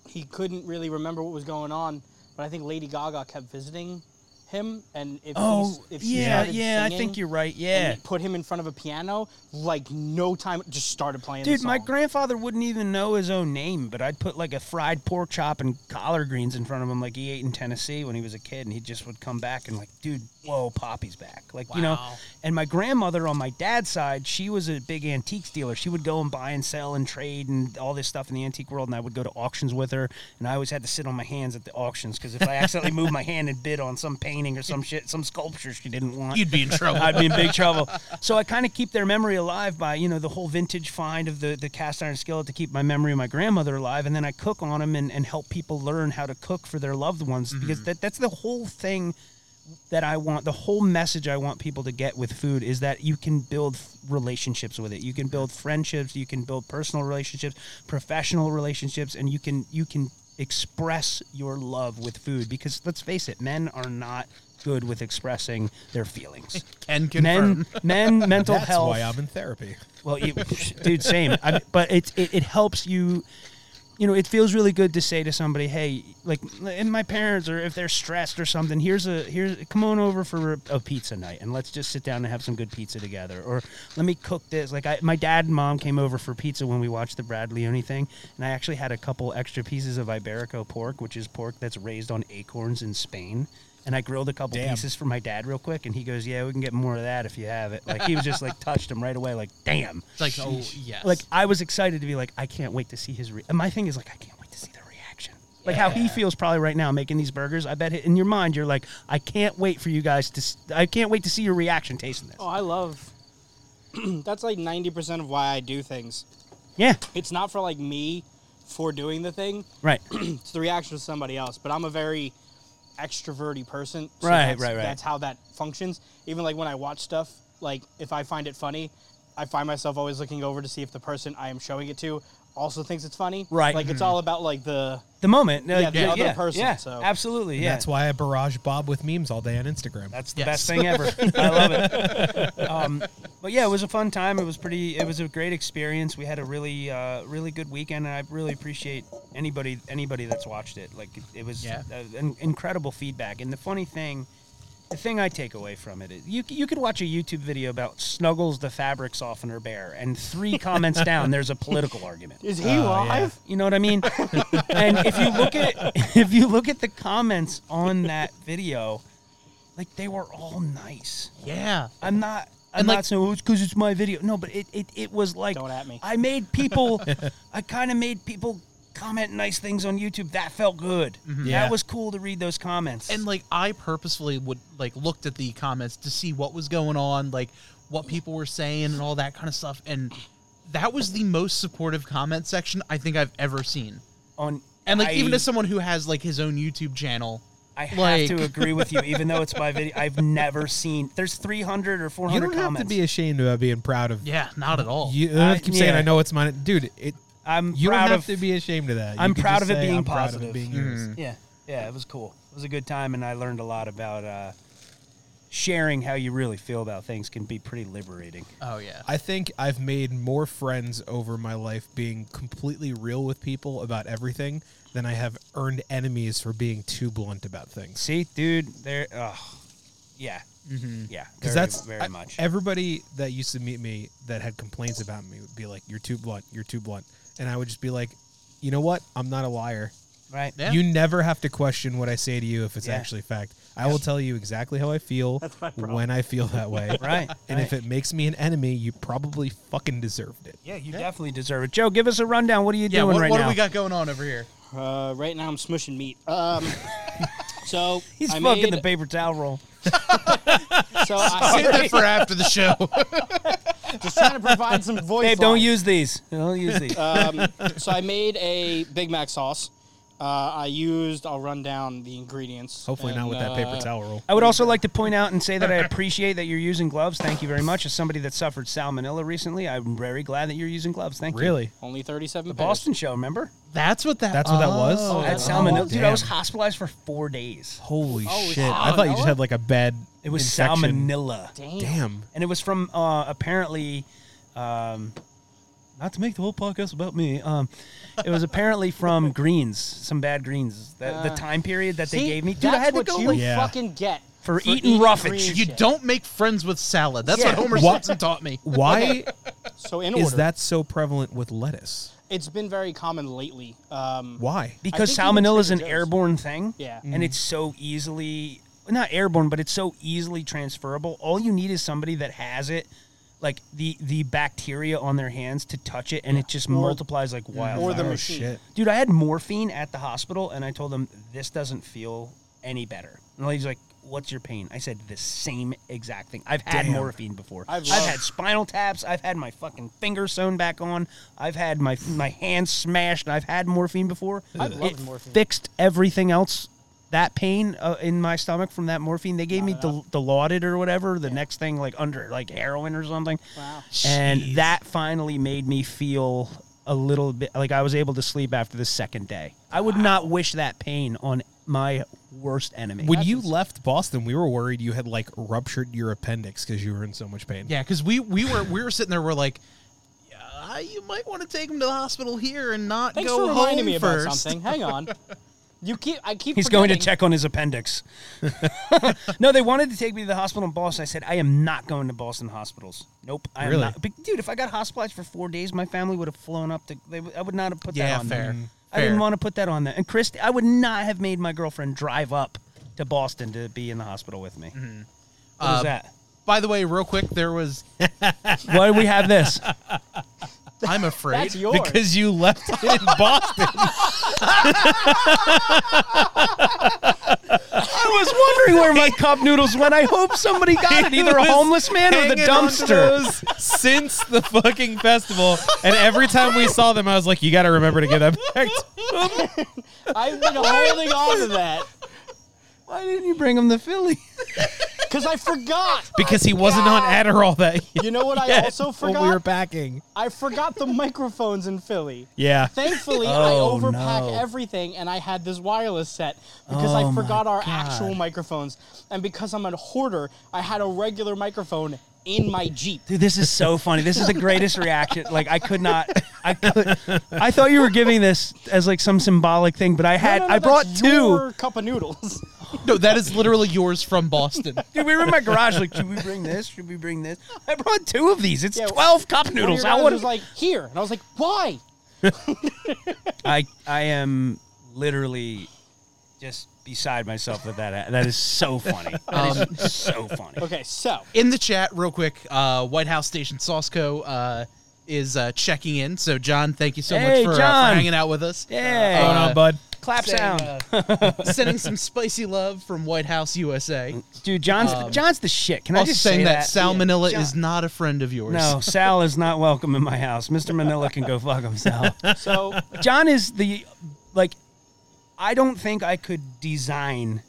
C: He couldn't really remember what was going on, but I think Lady Gaga kept visiting him, and if
D: Oh,
C: he's, if she
D: yeah,
C: started
D: yeah. I
C: singing
D: think you're right.
C: and
D: Yeah,
C: he put him in front of a piano, like no time, just started playing. the
D: dude, my
C: song.
D: grandfather wouldn't even know his own name, but I'd put like a fried pork chop and collard greens in front of him, like he ate in Tennessee when he was a kid, and he just would come back and like, dude, whoa, Poppy's back, like you know.
A: Wow.
D: And my grandmother on my dad's side, she was a big antiques dealer. She would go and buy and sell and trade and all this stuff in the antique world. And I would go to auctions with her. And I always had to sit on my hands at the auctions because if I accidentally moved my hand and bid on some painting or some shit, some sculpture she didn't want,
A: You'd be in trouble.
D: I'd be in big trouble. So I kind of keep their memory alive by, you know, the whole vintage find of the, the cast iron skillet to keep my memory of my grandmother alive. And then I cook on them and, and help people learn how to cook for their loved ones because that, that's the whole thing that I want, the whole message I want people to get with food is that you can build f- relationships with it. You can build friendships, you can build personal relationships, professional relationships, and you can, you can express your love with food because let's face it, men are not good with expressing their feelings
A: Can confirm.
D: men, men, mental
E: That's
D: health.
E: why I'm in therapy.
D: well, you, dude, same. I, but it, it it helps you. You know, it feels really good to say to somebody, "Hey, like, and my parents, or if they're stressed or something, here's a here's come on over for a, a pizza night, and let's just sit down and have some good pizza together, or let me cook this." Like, I, my dad and mom came over for pizza when we watched the Brad Leone thing, and I actually had a couple extra pieces of Iberico pork, which is pork that's raised on acorns in Spain. And I grilled a couple
E: Damn.
D: pieces for my dad real quick, and he goes, "Yeah, we can get more of that if you have it." Like he was just like touched him right away, like, "Damn!"
A: It's like, oh yes.
D: Like I was excited to be like, I can't wait to see his. Re-. And my thing is like, I can't wait to see the reaction. Like how he feels probably right now making these burgers. I bet in your mind you're like, I can't wait for you guys to. s- I can't wait to see your reaction tasting this.
C: Oh, I love. that's like ninety percent of why I do things.
D: Yeah,
C: It's not for like me for doing the thing.
D: right.
C: It's the reaction of somebody else. But I'm a very extroverty person. so
D: Right,
C: that's,
D: right, right.
C: That's how that functions. Even like when I watch stuff, like if I find it funny, I find myself always looking over to see if the person I am showing it to also thinks it's funny.
D: Right.
C: Like it's all about like the
D: The moment.
C: Yeah, the
D: yeah,
C: other
D: yeah,
C: person,
D: yeah,
C: so.
D: absolutely.
E: And
D: Yeah,
E: That's why I barrage Bob with memes all day on Instagram.
D: That's the
A: Yes.
D: best thing ever. I love it. Um, but yeah, it was a fun time. It was pretty. It was a great experience. We had a really, uh, really good weekend, and I really appreciate anybody anybody that's watched it. Like it, it was
A: Yeah.
D: uh, in- incredible feedback. And the funny thing, the thing I take away from it is you you could watch a YouTube video about Snuggles the fabric softener bear, and three comments down, there's a political argument.
C: is he live?
D: You know what I mean? and if you look at if you look at the comments on that video, like they were all nice.
A: yeah.
D: I'm not. I'm
A: And, like-
D: not saying oh, it's because it's my video. No, but it, it, it was like
C: Don't at me.
D: I made people. I kind of made people comment nice things on YouTube. That felt good.
C: Mm-hmm.
E: Yeah.
D: That was cool to read those comments.
A: And like I purposefully would like looked at the comments to see what was going on, like what people were saying and all that kind of stuff. And that was the most supportive comment section I think I've ever seen.
D: on
A: And like
D: I-
A: even as someone who has like his own YouTube channel,
D: I have
A: like-
D: to agree with you, even though it's my video. I've never seen. There's 300 or 400
E: you don't
D: comments.
E: have to be ashamed about being proud of.
A: yeah, not at all.
E: You, I
D: I-
E: keep saying
D: yeah.
E: I know it's mine, dude. It.
D: I'm
E: You
D: proud
E: don't have
D: of
E: to be ashamed of that. You
D: I'm
E: can
D: proud
E: just
D: of it
E: say,
D: being
E: "I'm proud of
D: positive." Mm-hmm.
E: it being yours."
D: Yeah. Yeah, it was cool. It was a good time, and I learned a lot about uh, sharing how you really feel about things can be pretty liberating.
A: Oh yeah.
E: I think I've made more friends over my life being completely real with people about everything than I have earned enemies for being too blunt about things.
D: See, dude, there. Oh, yeah,
A: Mm-hmm.
D: yeah,
E: Because
D: very,
E: that's
D: very
E: I-
D: much.
E: everybody that used to meet me that had complaints about me would be like, "You're too blunt. You're too blunt," and I would just be like, "You know what? I'm not a liar.
D: right.
A: Yeah.
E: You never have to question what I say to you if it's
D: Yeah.
E: actually fact. I will tell you exactly how I feel when I feel that way.
D: Right,
E: And if it makes me an enemy, you probably fucking deserved it.
D: Yeah, you definitely deserve it. Joe, give us a rundown. What are you
A: Yeah.
D: doing
A: What,
D: right
A: what
D: now?
A: do we got going on over here?
C: Uh, right now I'm smushing meat. Um, so
D: He's
C: I
D: fucking
C: made,
D: the paper towel roll.
C: So I
A: Save that for after the show.
C: just trying to provide some voice.
D: Babe, don't
C: lines.
D: use these. Don't use these.
C: um, so I made a Big Mac sauce. Uh, I used. I'll run down the ingredients.
E: Hopefully
C: and,
E: not with that paper
C: uh,
E: towel roll.
D: I would also like to point out and say that I appreciate that you're using gloves. Thank you very much. As somebody that suffered salmonella recently, I'm very glad that you're using gloves. Thank you.
E: Really?
C: Only thirty-seven.
D: The
C: pairs.
D: Boston show, remember?
A: That's what that.
E: That's what that was?
A: Oh,
D: At
E: that's-
D: salmonella.
E: oh,
D: Dude, I was
E: damn.
D: hospitalized for four days.
E: Holy
C: Oh,
E: shit! I thought you just
C: salmonella?
E: had like a bad.
D: It was
E: infection.
D: salmonella.
C: Damn.
E: Damn.
D: And it was from uh, apparently, um, not to make the whole podcast about me, um, it was apparently from greens, some bad greens. The, the time period that they
C: See,
D: gave me. Dude,
C: that's
D: I had to
C: what
D: go
C: you
D: like,
E: Yeah.
C: fucking get
D: For eating roughage.
C: green
A: You
C: shit.
A: don't make friends with salad. That's what
D: Yeah.
A: Homer
E: What?
A: Simpson taught me.
E: Why
C: So in order,
E: is that so prevalent with lettuce?
C: it's been very common lately. Um,
E: Why?
D: because
C: I think you can
D: salmonella is
C: trigger
D: an
C: those.
D: airborne thing.
C: Yeah.
E: Mm.
D: and it's so easily not airborne, but it's so easily transferable. All you need is somebody that has it, like the the bacteria on their hands to touch it, and it just multiplies like wildfire.
C: or the
E: Oh,
C: machine.
E: shit.
D: Dude, I had morphine at the hospital, and I told them this doesn't feel any better. And the lady's like, "What's your pain?" I said the same exact thing. I've had
E: Damn.
D: morphine before.
C: I've
D: I've,
C: loved-
D: had spinal taps. I've had my fucking finger sewn back on. I've had my my hands smashed. and I've had morphine before.
C: I've
D: it
C: loved morphine.
D: fixed everything else. That pain uh, in my stomach from that morphine, they gave me the, the lauded or whatever. The next thing, like under like heroin or something
C: Wow.
D: and that finally made me feel a little bit like I was able to sleep after the second day. I would not wish that pain on my worst enemy.
E: When you left Boston, we were worried you had like ruptured your appendix because you were in so much pain.
A: Yeah, because we we were we were sitting there. We're like, yeah, you might want to take him to the hospital here and not
C: Thanks
A: go
C: for reminding
A: home
C: me about
A: first.
C: something. Hang on. You keep. I keep.
D: He's going to
C: forgetting.
D: check on his appendix. no, they wanted to take me to the hospital in Boston. I said, I am not going to Boston hospitals. Nope, I am
E: Really?
D: not. But dude, if I got hospitalized for four days, my family would have flown up to. They, would- I would not have put
A: Yeah,
D: that on
A: fair,
D: them. I didn't
A: fair.
D: want to put that on there. And Chris, I would not have made my girlfriend drive up to Boston to be in the hospital with me. What was
A: Uh,
D: that?
A: By the way, real quick, there was.
D: Why do we have this?
A: I'm afraid.
C: That's yours.
E: Because you left it in Boston.
D: I was wondering where my cup noodles went. I hope somebody got it, either a
E: was
D: homeless man or the
E: hanging onto
D: dumpster.
E: those since the fucking festival. And every time we saw them, I was like, you got to remember to get that back.
C: I've been holding on to that
D: Why didn't you bring him to Philly?
C: because I forgot.
E: Because he wasn't on Adderall that
C: You know what? I
E: yet
C: also
E: when
C: forgot.
E: we were packing.
C: I forgot the microphones in Philly.
E: Yeah.
C: Thankfully,
D: Oh,
C: I overpack
D: no.
C: everything, and I had this wireless set because
D: Oh,
C: I
D: my
C: forgot our
D: God.
C: actual microphones. And because I'm a hoarder, I had a regular microphone in my Jeep.
D: Dude, this is so funny. This is the greatest reaction. Like I could not. I could. I thought you were giving this as like some symbolic thing, but I had.
C: No, no, no,
D: I brought
C: that's
D: two.
C: your cup of noodles.
A: No, that is literally yours from Boston.
D: Dude, we were in my garage. Like, should we bring this? Should we bring this? I brought two of these. It's
C: Yeah,
D: twelve cup
C: One of
D: noodles.
C: your
D: I
C: guys
D: would
C: was like, "Here," and I was like, "Why?"
D: I I am literally just beside myself with that. That is so funny. Um, That is so funny.
C: Okay, so
A: in the chat, real quick, uh, White House Station Sosco uh, is uh, checking in. So, John, thank you so
D: Hey,
A: much for, Uh,
D: John.
A: for hanging out with us.
D: Yeah.
E: Going on, bud.
D: Clap sound.
A: uh, Sending some spicy love from White House USA.
D: Dude, John's
C: um,
D: the, John's the shit. Can I
A: also
D: just say
A: saying that,
D: that?
A: salmonella is not a friend of yours.
D: no, Sal is not welcome in my house. Mr. Manila can go fuck himself.
C: so
D: John is the like I don't think I could design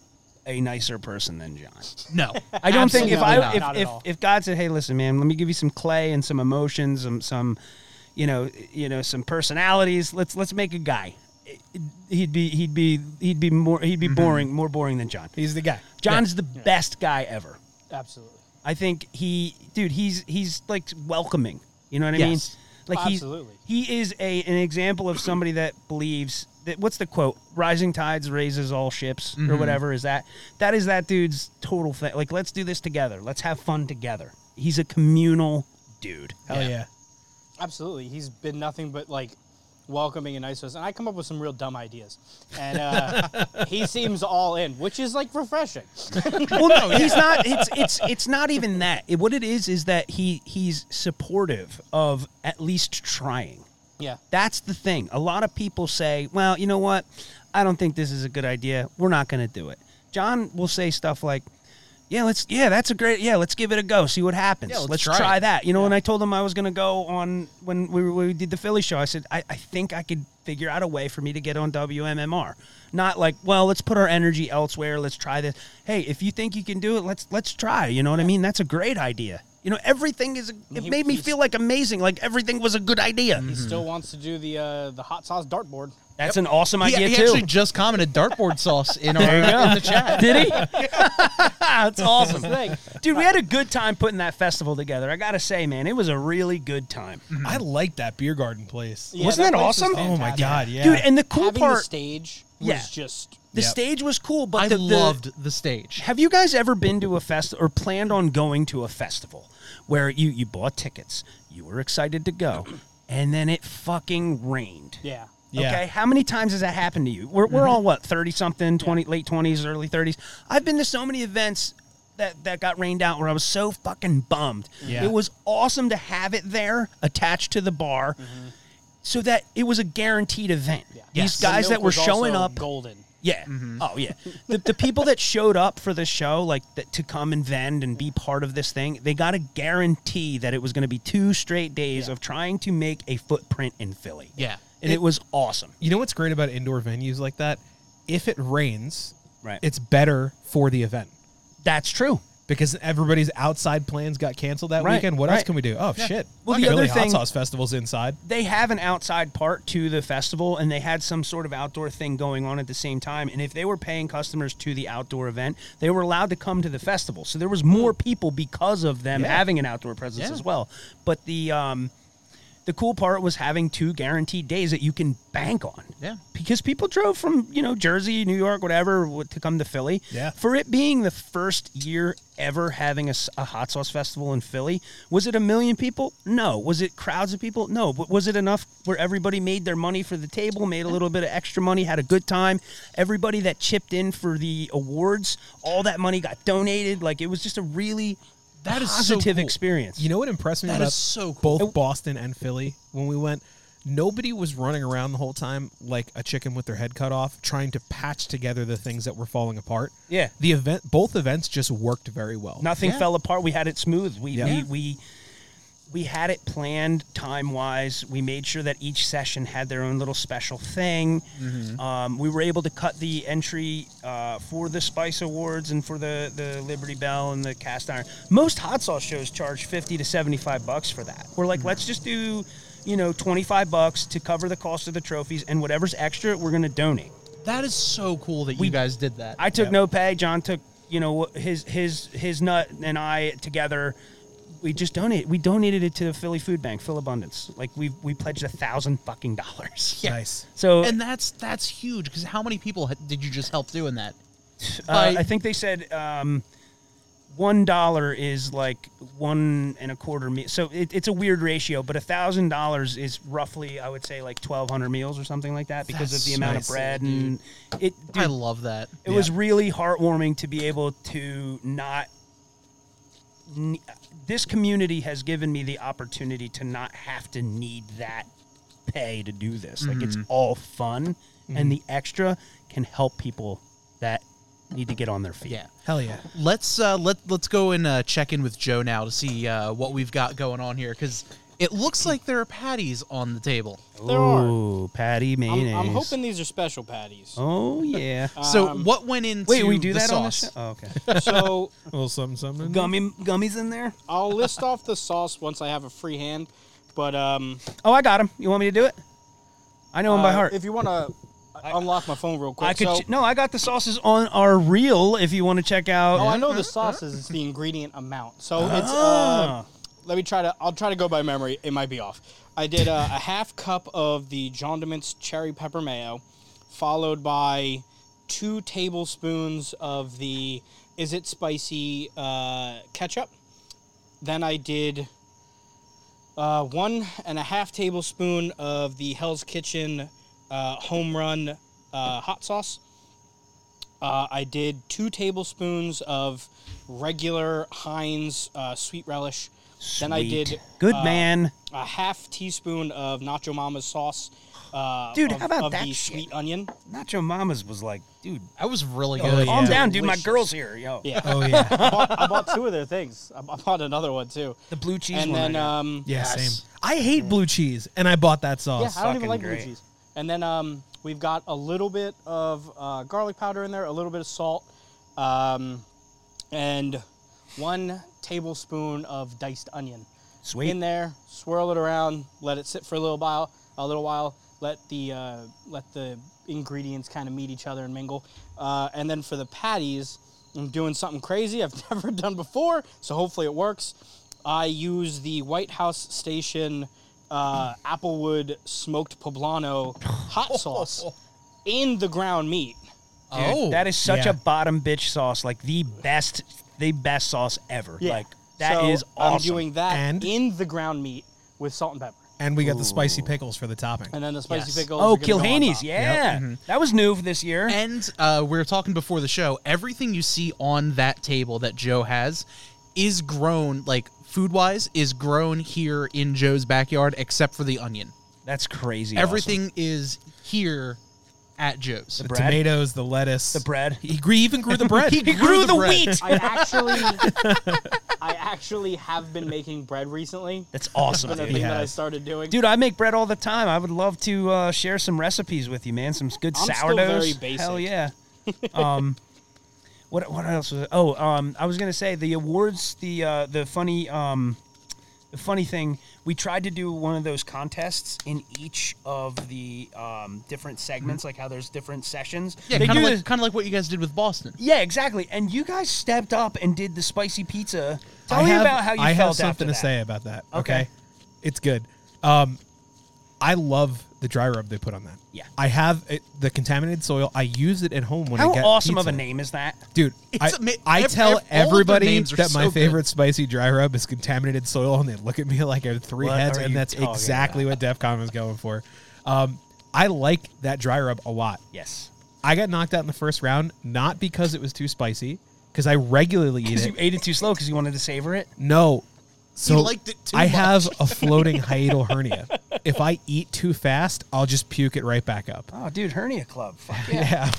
D: a nicer person than John.
A: no.
D: I don't think if
C: Absolutely not.
D: I if,
C: Not at
D: if,
C: all.
D: if God said, "Hey, listen, man, let me give you some clay and some emotions, some some you know you know some personalities. Let's let's make a guy." he'd be he'd be he'd be more he'd
C: Mm-hmm.
D: be boring more boring than John.
E: He's the guy.
D: John's the best guy ever.
C: Absolutely.
D: I think he, dude, he's he's like welcoming. You know what I
A: Yes.
D: mean? Like he's
C: Absolutely.
D: he is a an example of somebody that believes that. What's the quote? Rising tides raises all ships, or whatever is that? That is that dude's total thing. Like, let's do this together. Let's have fun together. He's a communal dude.
E: Hell yeah.
C: Absolutely. He's been nothing but like welcoming and nice to us. And I come up with some real dumb ideas. And uh, he seems all in, which is like refreshing.
D: well, no, he's not. It's it's it's not even that. It, what it is is that he he's supportive of at least trying.
C: yeah.
D: That's the thing. A lot of people say, well, you know what? I don't think this is a good idea. We're not going to do it. John will say stuff like, yeah, let's, yeah, that's a great, yeah, let's give it a go, see what happens.
A: Yeah, let's
D: try,
A: try it."
D: that. You know, when I told him I was going to go on, when we, we did the Philly show, I said, I, I think I could figure out a way for me to get on WMMR. Not like, well, let's put our energy elsewhere. Let's try this. Hey, if you think you can do it, let's, let's try. You know what I mean? That's a great idea. You know, everything is, it
C: He-
D: made me
C: he's-
D: feel like amazing. Like everything was a good idea.
C: He still wants to do the uh, the hot sauce dartboard.
D: That's an awesome
A: He,
D: idea
A: he
D: too.
A: actually just commented dartboard sauce in our in the chat.
D: Did he? That's awesome.
C: Like,
D: Dude, we had a good time putting that festival together. I gotta say, man, it was a really good time.
A: Mm,
E: I like that beer garden place.
C: yeah,
D: Wasn't that
C: place was
D: awesome?
E: Oh my
C: fantastic.
E: god, yeah.
D: Dude, and the cool
C: Having
D: part
C: the
D: the,
C: stage was
D: Yeah.
C: just
E: Yep.
D: stage was cool, but
A: I
D: the, the-
A: loved the stage.
D: have you guys ever been to a festival or planned on going to a festival where you, you bought tickets, you were excited to go, and then it fucking rained?
C: yeah. Mm-hmm.
E: Yeah.
D: Okay. How many times has that happened to you? We're, we're all what, 30 something, 20, late 20s, early 30s. I've been to so many events that, that got rained out where I was so fucking bummed.
E: Yeah.
D: It was awesome to have it there attached to the bar so that it was a guaranteed event.
C: Mm-hmm. Yeah.
D: These guys
C: The
D: that
C: milk
D: were
C: was
D: showing
C: also
D: up.
C: golden.
D: Yeah. Oh, yeah. the, the people that showed up for the show, like that, to come and vend and be part of this thing, they got a guarantee that it was going to be two straight days of trying to make a footprint in Philly.
A: Yeah.
D: And it was awesome.
E: you know what's great about indoor venues like that? If it rains,
D: Right.
E: it's better for the event
D: That's true.
E: because everybody's outside plans got canceled that
D: Right,
E: weekend. What else
D: right.
E: can we do? Oh shit!
D: Well, the
E: Philly
D: other
E: hot
D: thing-
E: sauce festivals inside.
D: They have an outside part to the festival and they had some sort of outdoor thing going on at the same time. And if they were paying customers to the outdoor event, they were allowed to come to the festival. So there was more people because of them having an outdoor presence
A: Hmm. Yeah.
D: as well. But the um the cool part was having two guaranteed days that you can bank on.
A: Yeah.
D: Because people drove from, you know, Jersey, New York, whatever, w- to come to Philly.
E: Yeah.
D: For it being the first year ever having a, s- a hot sauce festival in Philly, was it a million people? No. Was it crowds of people? No. But was it enough where everybody made their money for the table, made a little bit of extra money, had a good time? Everybody that chipped in for the awards, all that money got donated. Like it was just a really
A: That is so
D: positive
A: cool.
D: experience.
E: You know what impressed me
A: That
E: about
A: is so cool.
E: both Boston and Philly when we went? Nobody was running around the whole time like a chicken with their head cut off, trying to patch together the things that were falling apart.
D: Yeah.
E: the event, both events, just worked very well.
D: Nothing
A: Yeah.
D: fell apart. We had it smooth. We
E: Yeah.
D: we, we we had it planned time wise. We made sure that each session had their own little special thing.
E: Mm-hmm.
D: Um, we were able to cut the entry uh, for the Spice Awards and for the the Liberty Bell and the Cast Iron. Most hot sauce shows charge fifty to seventy five bucks for that. We're
E: Mm.
D: like, let's just do. You know, twenty-five bucks to cover the cost of the trophies, and whatever's extra, we're going to donate.
A: That is so cool that you guys did that.
D: I took no pay. John took you know his his his nut and I together. We just donated. We donated it to the Philly Food Bank, Phil Abundance. Like we we pledged a thousand fucking dollars.
A: Yeah.
E: Nice.
D: So
A: and that's that's huge because how many people ha- did you just help doing that?
D: uh,
A: by-
D: I think they said um, one dollar is like one and a quarter meal. So it, it's a weird ratio, but a thousand dollars is roughly, I would say, like twelve hundred meals or something like that because
E: That's
D: of the amount
E: nice.
D: of bread and it. dude,
A: I love that.
D: It was really heartwarming to be able to not. n- This community has given me the opportunity to not have to need that pay to do this. Like it's all fun, and the extra can help people that need to get on their feet.
A: Yeah.
E: Hell yeah.
A: Let's uh, let let's go and uh, check in with Joe now to see uh, what we've got going on here because it looks like there are patties on the table.
C: There are.
D: Ooh, patty
C: I'm,
D: mayonnaise.
C: I'm hoping these are special patties.
D: Oh yeah.
A: So
C: Um,
A: what went into
D: Wait, we do
A: the
D: that on the
A: sauce?
D: show? Oh, okay.
C: So
E: A little something, something.
D: Gummy gummies in there.
C: I'll list off the sauce once I have a free hand. But um,
D: Oh, I got them. You want me to do it? I know them by
C: uh,
D: heart.
C: if you want to unlock my phone real quick.
D: I could
C: so,
D: ch- no, I got the sauces on our reel. If you want to check out,
C: Oh, I know the sauces. It's the ingredient amount. So it's. Uh, let me try to. I'll try to go by memory. It might be off. I did uh, a half cup of the John Dement's cherry pepper mayo, followed by two tablespoons of the is it spicy uh, ketchup. Then I did uh, one and a half tablespoon of the Hell's Kitchen uh, home run uh, hot sauce. Uh, I did two tablespoons of regular Heinz uh, sweet relish. Then I did
D: Good
C: uh,
D: man.
C: a half teaspoon of Nacho Mama's sauce. Uh,
D: Dude,
C: of,
D: how about
C: of
D: that
C: the
D: shit?
C: sweet onion?
D: Nacho Mama's was like, dude,
A: That was really good.
E: Oh, yeah.
D: calm down, dude. My
C: Delicious.
D: girl's here, yo.
C: Yeah,
E: Oh yeah.
C: I, bought, I bought two of their things. I, I bought another one too.
D: The blue cheese
C: and
D: one.
C: then,
D: I got.
C: um,
E: Yeah,
C: yes.
E: same. I hate blue cheese, and I bought that
C: Yeah,
E: sauce.
C: I don't even
D: fucking
C: like blue
D: great.
C: cheese. And then um, we've got a little bit of uh, garlic powder in there, a little bit of salt, um, and one tablespoon of diced onion
D: Sweet.
C: in there. Swirl it around, let it sit for a little while. A little while, let the uh, let the ingredients kind of meet each other and mingle. Uh, and then for the patties, I'm doing something crazy I've never done before, so hopefully it works. I use the White House Station uh, Applewood smoked poblano hot sauce in the ground meat.
D: Dude,
C: uh,
A: Oh,
D: that is such
E: yeah.
D: a bottom bitch sauce. Like the best, the best sauce ever. Like that
C: So
D: is awesome.
C: I'm doing that
E: And?
C: in the ground meat with salt and pepper.
E: and we got the spicy pickles for the topping.
C: And then the spicy
D: Yes.
C: pickles.
D: Oh,
C: are gonna go on
D: Kilhaney's,
C: top.
D: yeah, that was new for this year.
A: And uh, we were talking before the show. Everything you see on that table that Joe has is grown, like food wise, is grown here in Joe's backyard, except for the onion.
D: That's crazy.
A: Everything is here at Joe's.
E: the
D: bread.
E: tomatoes, the lettuce,
D: awesome. the bread.
E: He gre- even grew the bread.
A: He
D: He grew the,
A: bread.
D: wheat.
C: I actually, I actually have been making bread recently.
D: That's awesome,
C: That's the
D: dude.
C: thing that I
E: has.
C: started doing.
D: Dude, I make bread all the time. I would love to uh, share some recipes with you, man. Some good
C: I'm still
D: sourdoughs.
C: very basic.
D: Hell yeah. um, what what else was? It? Oh, um, I was gonna say the awards. The uh, the funny um, the funny thing. We tried to do one of those contests in each of the um, different segments,
E: Mm-hmm.
D: like how there's different sessions.
A: Yeah,
D: They
A: kind of
D: do
A: like
D: this-
A: kind of like what you guys did with Boston.
D: yeah, exactly. And you guys stepped up and did the spicy pizza. Tell
E: I
D: me
E: have,
D: about how you
E: I
D: felt
E: have something
D: after
E: to
D: that.
E: say about that.
D: Okay.
E: Okay. it's good. Um, I love the dry rub they put on that.
D: Yeah.
E: I have it, the contaminated soil. I use it at home when
D: How
E: I get
D: awesome of
E: pizza.
D: a name is that?
E: dude! I,
A: It's ama-
E: I
A: ev- ev- all
E: tell
A: of their
E: everybody
A: names are
E: that my
A: so good.
E: favorite spicy dry rub is contaminated soil, and they look at me like I have three
D: What
E: heads,
D: are
E: and
D: you
E: that's
D: talking
E: exactly what DEF CON was going for. Um, I like that dry rub a lot.
D: Yes.
E: I got knocked out in the first round, not because it was too spicy, because I regularly eat
D: Because you
E: it.
D: ate it too slow because you wanted to savor it.
E: No. So
A: liked it too
E: I
A: much.
E: have a floating hiatal hernia. If I eat too fast, I'll just puke it right back up.
D: Oh, dude, hernia club. Fuck yeah.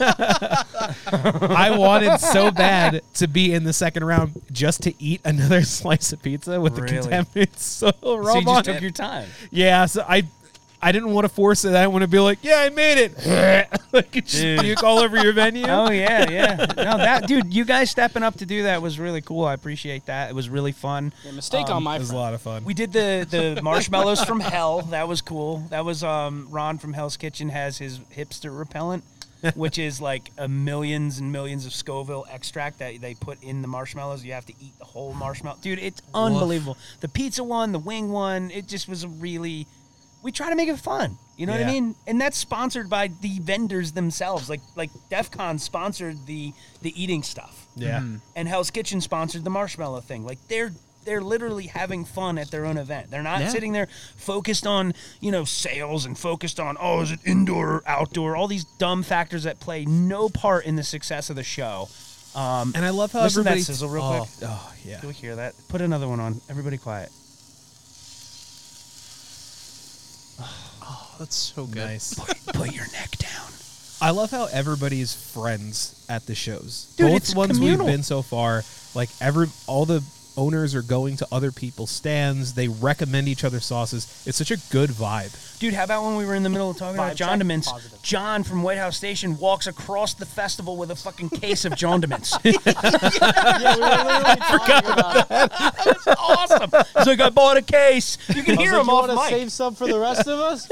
E: Yeah. I wanted so bad to be in the second round just to eat another slice of pizza with
D: Really?
E: the contaminated soil
D: So
E: rub
D: you
E: on
D: just
E: it.
D: took your time.
E: Yeah, so I I didn't want to force it. I want to be like, yeah, I made it. like just
D: Dude.
E: puke all over your venue.
D: Oh yeah, yeah. No, that dude, you guys stepping up to do that was really cool. I appreciate that. It was really fun.
C: Yeah, mistake
D: um,
C: on my
E: Um, It was a
C: front.
E: lot of fun.
D: We did the the marshmallows from hell. That was cool. That was um Ron from Hell's Kitchen has his hipster repellent, which is like a millions and millions of Scoville extract that they put in the marshmallows. You have to eat the whole marshmallow. Dude, it's unbelievable. The pizza one, the wing one, it just was a really we try to make it fun. You know what I
E: Yeah.
D: mean? And that's sponsored by the vendors themselves. Like like DEF CON sponsored the the eating stuff
E: yeah.
D: and Hell's Kitchen sponsored the marshmallow thing. Like they're they're literally having fun at their own event. They're not
A: Yeah.
D: sitting there focused on, you know, sales and focused on oh, is it indoor or outdoor? All these dumb factors that play no part in the success of the show. Um,
E: And I love how
D: Listen to that
E: everybody
D: sizzle real
E: oh,
D: quick.
E: Oh yeah.
D: do we hear that? Put another one on. Everybody quiet.
A: Oh, that's so good.
E: Nice.
D: Put your neck down.
E: I love how everybody's friends at the shows.
D: Dude,
E: Both
D: it's
E: ones
D: communal.
E: we've been so far, like every all the Owners are going to other people's stands. They recommend each other sauces. It's such a good vibe.
D: Dude, how about when we were in the middle of talking about
C: Vibe check,
D: John Demons?
C: positive.
D: John from White House Station walks across the festival with a fucking case of John Demons.
C: yeah, we were literally talking about it.
D: awesome. He's like, I bought a case. You can
C: I was
D: hear
C: like,
D: him
C: you
D: off
C: want to
D: mic.
C: save some for the rest of us?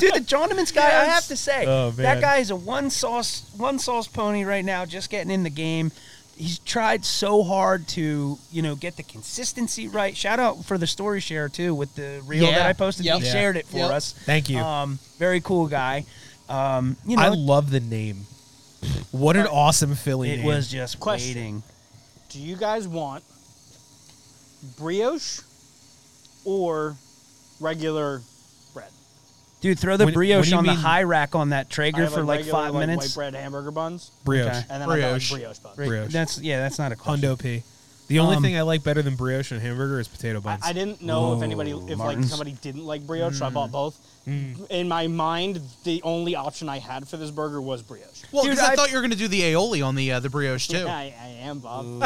D: Dude, the John Demons guy, I have to say,
E: Oh, man.
D: that guy is a one sauce one sauce pony right now, just getting in the game. He's tried so hard to, you know, get the consistency right. Shout out for the story share too with the reel
A: Yeah.
D: that I posted.
A: Yep.
D: He
A: Yeah.
D: shared it for
A: Yep.
D: us.
E: Thank you.
D: Um, very cool guy. Um, you know,
E: I love the name. What an awesome Philly
D: it
E: name.
D: was just
C: Question.
D: waiting.
C: Do you guys want brioche or regular bread?
D: Dude, throw the
E: What- what
D: brioche
E: do you
D: on
E: mean-
D: the high rack on that
C: I
D: Traeger
C: have,
D: for like,
C: regular,
D: five
C: like,
D: minutes.
C: White bread hamburger buns,
E: brioche.
D: Okay.
C: and then I got like
A: Brioche.
C: brioche buns.
D: Right.
E: brioche.
D: That's yeah, that's not a question.
E: Hundo P. The only
D: Um,
E: thing I like better than brioche and hamburger is potato
C: I,
E: buns.
C: I didn't know if anybody,
D: Ooh,
C: if like
D: Martins.
C: somebody didn't like brioche, so I bought both. In my mind, the only option I had for this burger was brioche.
A: Well,
D: Dude,
A: because I,
D: I-
A: thought you were going to do the aioli on the uh, the brioche too.
C: I, I am Bob.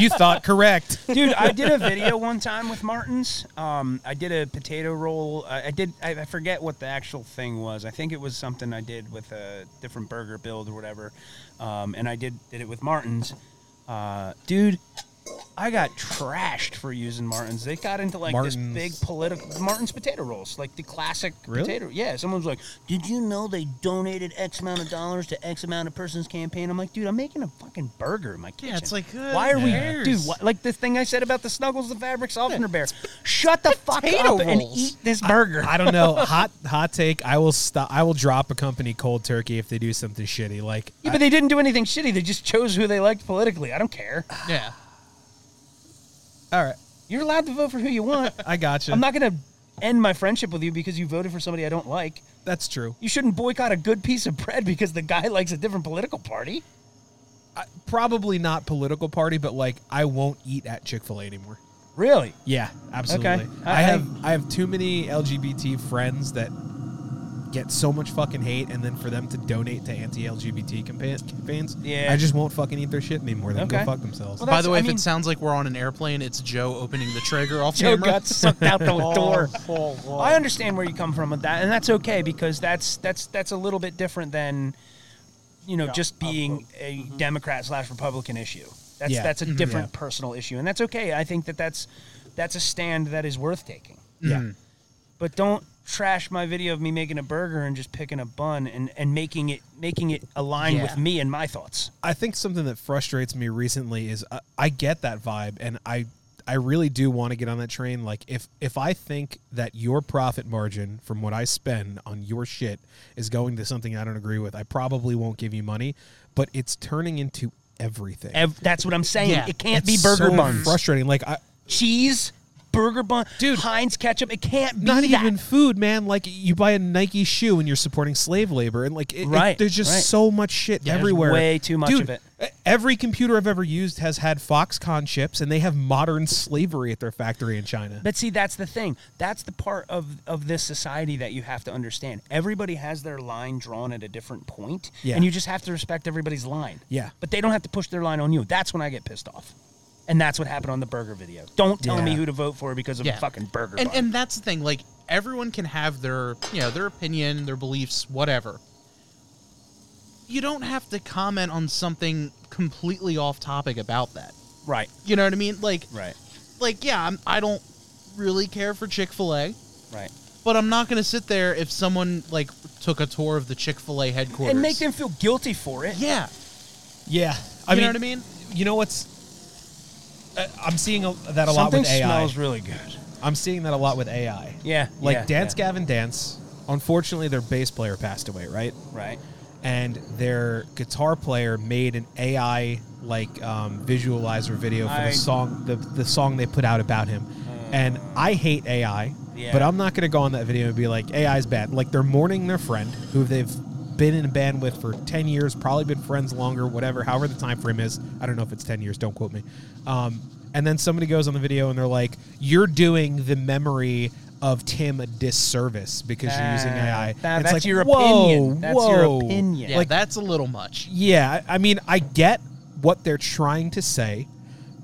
E: you thought correct.
D: Dude, I did a video one time with Martins. Um, I did a potato roll. I, I did. I, I forget what the actual thing was. I think it was something I did with a different burger build or whatever. Um, and I did did it with Martins. Uh, dude, I got trashed for using Martins. They got into like
E: Martin's.
D: this big political Martins potato rolls, like the classic
E: Really?
D: potato. Yeah, someone's like, "Did you know they donated X amount of dollars to X amount of person's campaign?" I'm like, "Dude, I'm making a fucking burger in my kitchen."
A: it's like, who
D: why are we,
A: cares?
D: dude? Why, like the thing I said about the Snuggles, the fabric softener bear. Shut the fuck
A: potato
D: up and
A: rolls.
D: eat this burger.
E: I don't know. Hot hot take. I will stop. I will drop a company cold turkey if they do something shitty. Like
D: yeah, but they didn't do anything shitty. They just chose who they liked politically. I don't care.
A: Yeah.
E: all right,
D: You're allowed to vote for who you want.
E: I got you.
D: I'm not gonna end my friendship with you because you voted for somebody I don't like.
E: That's true.
D: You shouldn't boycott a good piece of bread because the guy likes a different political party.
E: I, probably not political party, but like I won't eat at Chick Fil A anymore.
D: Really?
E: Yeah, absolutely.
D: Okay.
E: I,
D: I-
E: have I have too many LGBT friends that get so much fucking hate, and then for them to donate to anti-LGBT campa- campaigns,
D: Yeah.
E: I just won't fucking eat their shit anymore. They can
D: Okay.
E: go fuck themselves.
D: Well,
A: By
D: that's-
A: the way,
D: I
A: if
D: mean-
A: it sounds like we're on an airplane, it's Joe opening the trigger off
D: Joe
A: camera.
D: got sucked out the door.
C: Oh, oh,
D: I understand where you come from with that, and that's okay because that's that's that's a little bit different than you know
C: Yeah,
D: just being a Democrat slash Republican issue. That's
E: Mm-hmm. Yeah.
D: that's a
E: Mhm.
D: different personal issue, and that's okay. I think that that's that's a stand that is worth taking.
E: yeah,
D: But don't trash my video of me making a burger and just picking a bun and and making it making it align
A: Yeah.
D: with me and my thoughts.
E: I think something that frustrates me recently is I, I get that vibe, and I I really do want to get on that train. Like if if I think that your profit margin from what I spend on your shit is going to something I don't agree with, I probably won't give you money. But it's turning into everything.
D: Ev- that's what I'm saying.
A: Yeah.
D: It can't be
E: It's
D: burger
E: so
D: buns,
E: Frustrating. Like I,
D: cheese, burger bun,
E: Dude.
D: Heinz ketchup. It can't be
E: not
D: that.
E: even food, man. Like you buy a Nike shoe and you're supporting slave labor, and like it, it-
D: Right,
E: there's just
D: right.
E: so much shit
A: Yeah, there's
E: everywhere.
D: way too much
E: Dude,
D: of it.
E: e- Every computer I've ever used has had Foxconn chips, and they have modern slavery at their factory in China.
D: But see, that's the thing. That's the part of of this society that you have to understand. Everybody has their line drawn at a different point,
E: Yeah.
D: and you just have to respect everybody's line.
E: Yeah.
D: But they don't have to push their line on you. That's when I get pissed off. And that's what happened on the burger video. Don't tell me
E: Yeah.
D: who to vote for because of
A: Yeah.
D: a fucking burger.
A: and
D: bun.
A: and that's the thing like everyone can have their you know their opinion their beliefs whatever you don't have to comment on something completely off topic about that
D: right,
A: you know what i mean like
D: right,
A: like yeah I'm, i don't really care for chick-fil-a
D: right.
A: but i'm not gonna sit there if someone like took a tour of the chick-fil-a headquarters
D: And make them feel guilty for it.
A: yeah
E: yeah, I
A: You know
E: mean,
A: what I mean?
E: You know what's? uh, I'm seeing a, that a lot
D: Something
E: with AI.
D: smells really good.
E: I'm seeing that a lot with AI.
D: Yeah,
E: like
D: yeah,
E: Dance
D: yeah.
E: Gavin Dance. Unfortunately, their bass player passed away. Right.
D: Right.
E: and their guitar player made an AI like um, visualizer video for
D: I- Uh.
E: the song the, the song they put out about him. and I hate AI,
D: Yeah.
E: but I'm not gonna go on that video and be like AI's bad. Like they're mourning their friend who they've been in a band with for 10 years, probably been friends longer, whatever, however the time frame is. I don't know if it's 10 years, don't quote me. Um, and then somebody goes on the video and they're like, "You're doing the memory." Of Tim a disservice because you're using
D: Ah,
E: AI.
D: that-
E: it's
D: that's
E: like,
D: your
E: whoa,
D: opinion. That's your
E: whoa.
D: opinion.
A: yeah
E: Like
A: that's a little much
E: yeah, I I mean, I get what they're trying to say,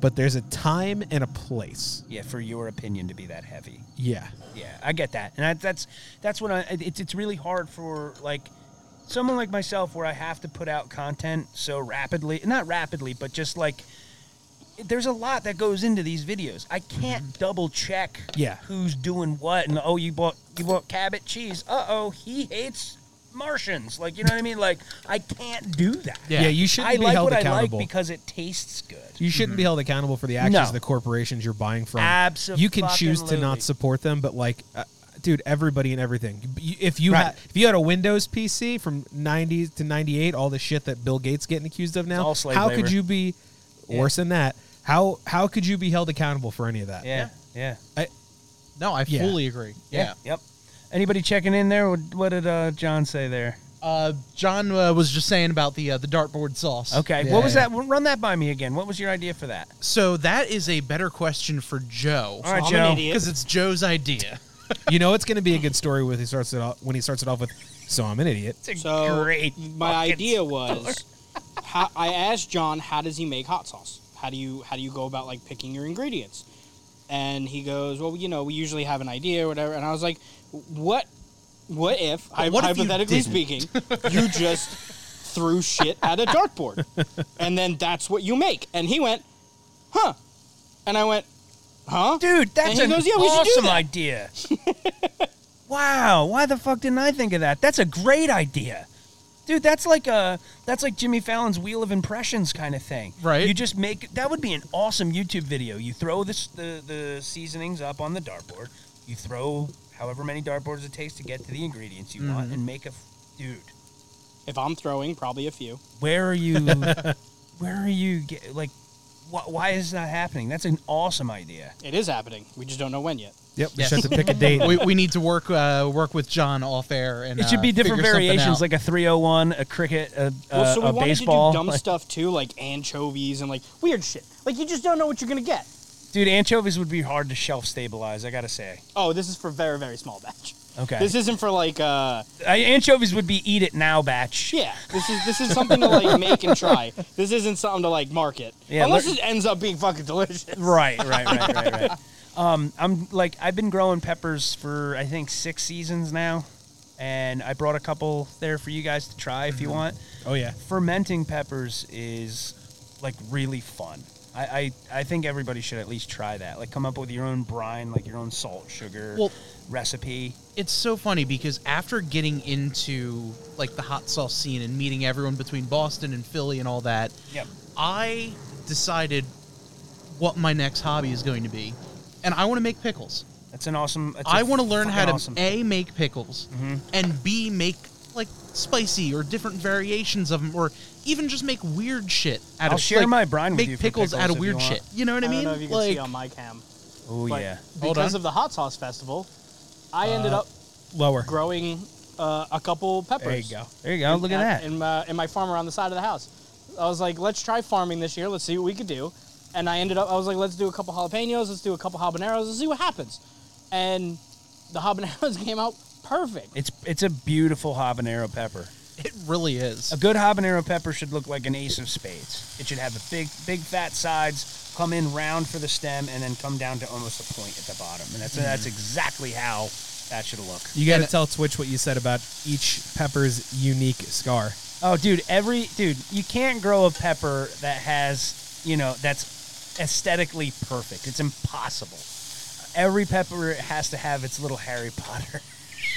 E: but there's a time and a place.
D: Yeah, for your opinion to be that heavy.
E: Yeah.
D: Yeah, I get that, and I, that's that's what I. It's it's really hard for like someone like myself where I have to put out content so rapidly, not rapidly, but just like there's a lot that goes into these videos. I can't double check
E: Mm-hmm. Yeah.
D: who's doing what and oh you bought you bought Cabot cheese. Uh oh, he hates Martians. Like you know what I mean? Like I can't do that.
A: Yeah.
E: Yeah, you shouldn't
D: I
E: be
D: like
E: held
D: what I like
E: accountable.
D: because it tastes good.
E: you shouldn't be held accountable for the actions
D: Mm-hmm. No.
E: of the corporations you're buying from.
D: Abso-
E: You can choose to
D: fucking-lutely.
E: not support them, but like, uh, dude, everybody and everything. You- If you
D: Right.
E: had, if you had a Windows PC from '90s to '98, all the shit that Bill Gates getting accused of now,
D: all slave
E: how
D: labor.
E: could you be worse than that? How how could you be held accountable for any of that?
D: Yeah, yeah.
A: No, I
E: Yeah.
A: fully agree. Yeah.
D: Yep. Anybody checking in there? What, what did uh, John say there?
A: Uh, John uh, was just saying about the uh, the dartboard sauce.
D: Okay.
E: Yeah.
D: What was that? Run that by me again. What was your idea for that?
A: So that is a better question for Joe.
D: All right,
C: I'm
D: Joe.
C: an idiot.
A: Because it's Joe's idea.
E: you know it's going to be a good story when he starts it off when he starts it off with. So I'm an idiot.
C: So
D: Great
C: my
D: fucking
C: idea was, how, I asked John, how does he make hot sauce? How do you how do you go about like picking your ingredients? And he goes, well, you know, we usually have an idea or whatever. And I was like, what? What if, hy-
A: what if you
C: hypothetically
A: didn't?
C: speaking, you just threw shit at a dartboard, and then that's what you make? And he went, huh? And I went, huh?
D: Dude, that's
C: And he
D: an
C: goes, "Yeah, we should do
D: awesome
C: that."
D: idea. wow, why the fuck didn't I think of that? That's a great idea. Dude, that's like a that's like Jimmy Fallon's Wheel of Impressions kind of thing.
A: Right.
D: You just make that would be an awesome YouTube video. You throw this the the seasonings up on the dartboard. You throw however many dartboards it takes to get to the ingredients you
C: Mm-hmm.
D: want and make a f- dude.
C: If I'm throwing, probably a few.
D: Where are you Where are you get, like wh- why is that happening? That's an awesome idea.
C: It is happening. We just don't know when yet.
E: Yep. We
A: Yes.
E: just have to pick a date.
A: we, we need to work uh, work with John off air. and
D: It should be
A: uh,
D: different
A: figure something
D: variations,
A: out.
D: like a 301, a cricket, a,
C: Well, so
D: uh, a-
C: we
D: a
C: wanted
D: baseball.
C: to do dumb
D: Like-
C: stuff too, like anchovies and like weird shit. Like you just don't know what you're gonna get.
D: Dude, anchovies would be hard to shelf stabilize. I gotta say,
C: Oh, this is for very very small batch.
D: Okay.
C: This isn't for like uh
D: I, anchovies would be eat it now batch.
C: yeah. This is this is something to like make and try. This isn't something to like market.
D: Yeah,
C: Unless
D: look-
C: it ends up being fucking delicious.
D: Right, right, right, right, right. Um, I'm like I've been growing peppers for I think six seasons now, and I brought a couple there for you guys to try if
C: Mm-hmm.
D: you want.
E: oh yeah.
D: Fermenting peppers is like really fun. I, I, I think everybody should at least try that. Like come up with your own brine, like your own salt, sugar
A: Well-
D: recipe.
A: it's so funny because after getting into like the hot sauce scene and meeting everyone between Boston and Philly and all that,
D: Yep.
A: I decided what my next hobby is going to be, and I want to make pickles.
D: That's an awesome. That's a
A: I want to learn
D: fucking
A: how to
D: awesome. Mm-hmm.
A: a make pickles and b make like spicy or different variations of them, or even just make weird shit out
D: I'll
A: of.
D: share
A: like,
D: my brine with
A: make
D: you for
A: pickles,
D: pickles
A: out of
D: if you
A: weird
D: want.
A: shit. You know what I
C: I
A: mean?
C: don't know if you can
A: like,
C: see on my cam.
D: Oh
C: but
D: yeah. Uh,
A: Hold
C: Because
A: on.
C: of the hot sauce festival, I ended up
E: Lower.
C: growing uh, a couple peppers.
D: There you go. There you go. Look at that.
C: In my, in uh, my farm around the side of the house. I was like, let's try farming this year. Let's see what we could do. And I ended up, I was like, let's do a couple jalapenos. Let's do a couple habaneros. Let's see what happens. And the habaneros came out perfect.
D: It's it's a beautiful habanero pepper.
A: it really is.
D: A good habanero pepper should look like an ace of spades. It should have a big big fat sides, come in round for the stem, and then come down to almost a point at the bottom. And that's that's exactly how that should look.
E: You got to tell Twitch what you said about each pepper's unique scar.
D: Oh, dude, every dude, you can't grow a pepper that has, you know, that's aesthetically perfect. It's impossible. Every pepper has to have its little Harry Potter.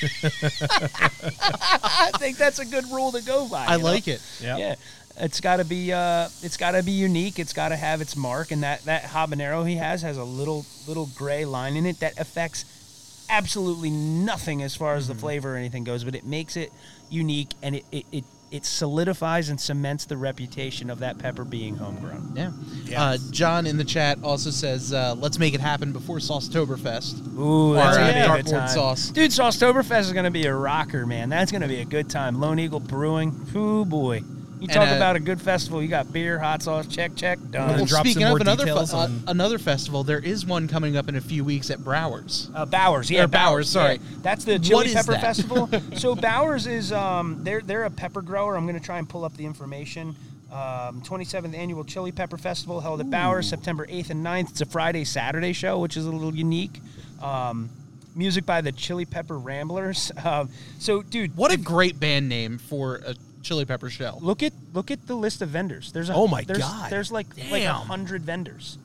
D: I think that's a good rule to go by.
A: I
D: you know?
A: like it.
D: Yeah. It's got to be uh it's got to be unique. It's got to have its mark and that that habanero he has has a little little gray line in it that affects absolutely nothing as far as the flavor or anything goes, but it makes it unique and it it, it it solidifies and cements the reputation of that pepper being homegrown.
A: Yeah. Uh, John in the chat also says, uh, let's make it happen before Saucetoberfest.
D: Ooh, that's
A: Or,
D: gonna
A: uh,
D: be a
A: dartboard
D: good time.
A: sauce.
D: Dude, Saucetoberfest is gonna be a rocker, man. That's gonna be a good time. Lone Eagle Brewing. Ooh boy. You talk
A: uh,
D: about a good festival. You got beer, hot sauce, check, check, done.
E: Well, drop some
A: speaking
E: more
A: of another
E: details
A: fe-
E: on-
A: uh, another festival, there is one coming up in a few weeks at Browers.
D: Uh, Bowers, yeah,
A: Or Bowers, sorry.
D: yeah. that's the
A: What
D: Chili
A: is
D: Pepper
A: that?
D: Festival. so Bowers is um, they're they're a pepper grower. I'm gonna try and pull up the information. um, 27th Annual Chili Pepper Festival held at Bauer September 8th and 9th. It's a Friday Saturday show, which is a little unique. Um, music by the Chili Pepper Ramblers. Um, so, dude,
A: What a great band name for a Chili Pepper show.
D: look at look at the list of vendors. There's a,
E: Oh my
D: there's,
E: God.
D: There's like like a
A: Damn.
D: hundred vendors,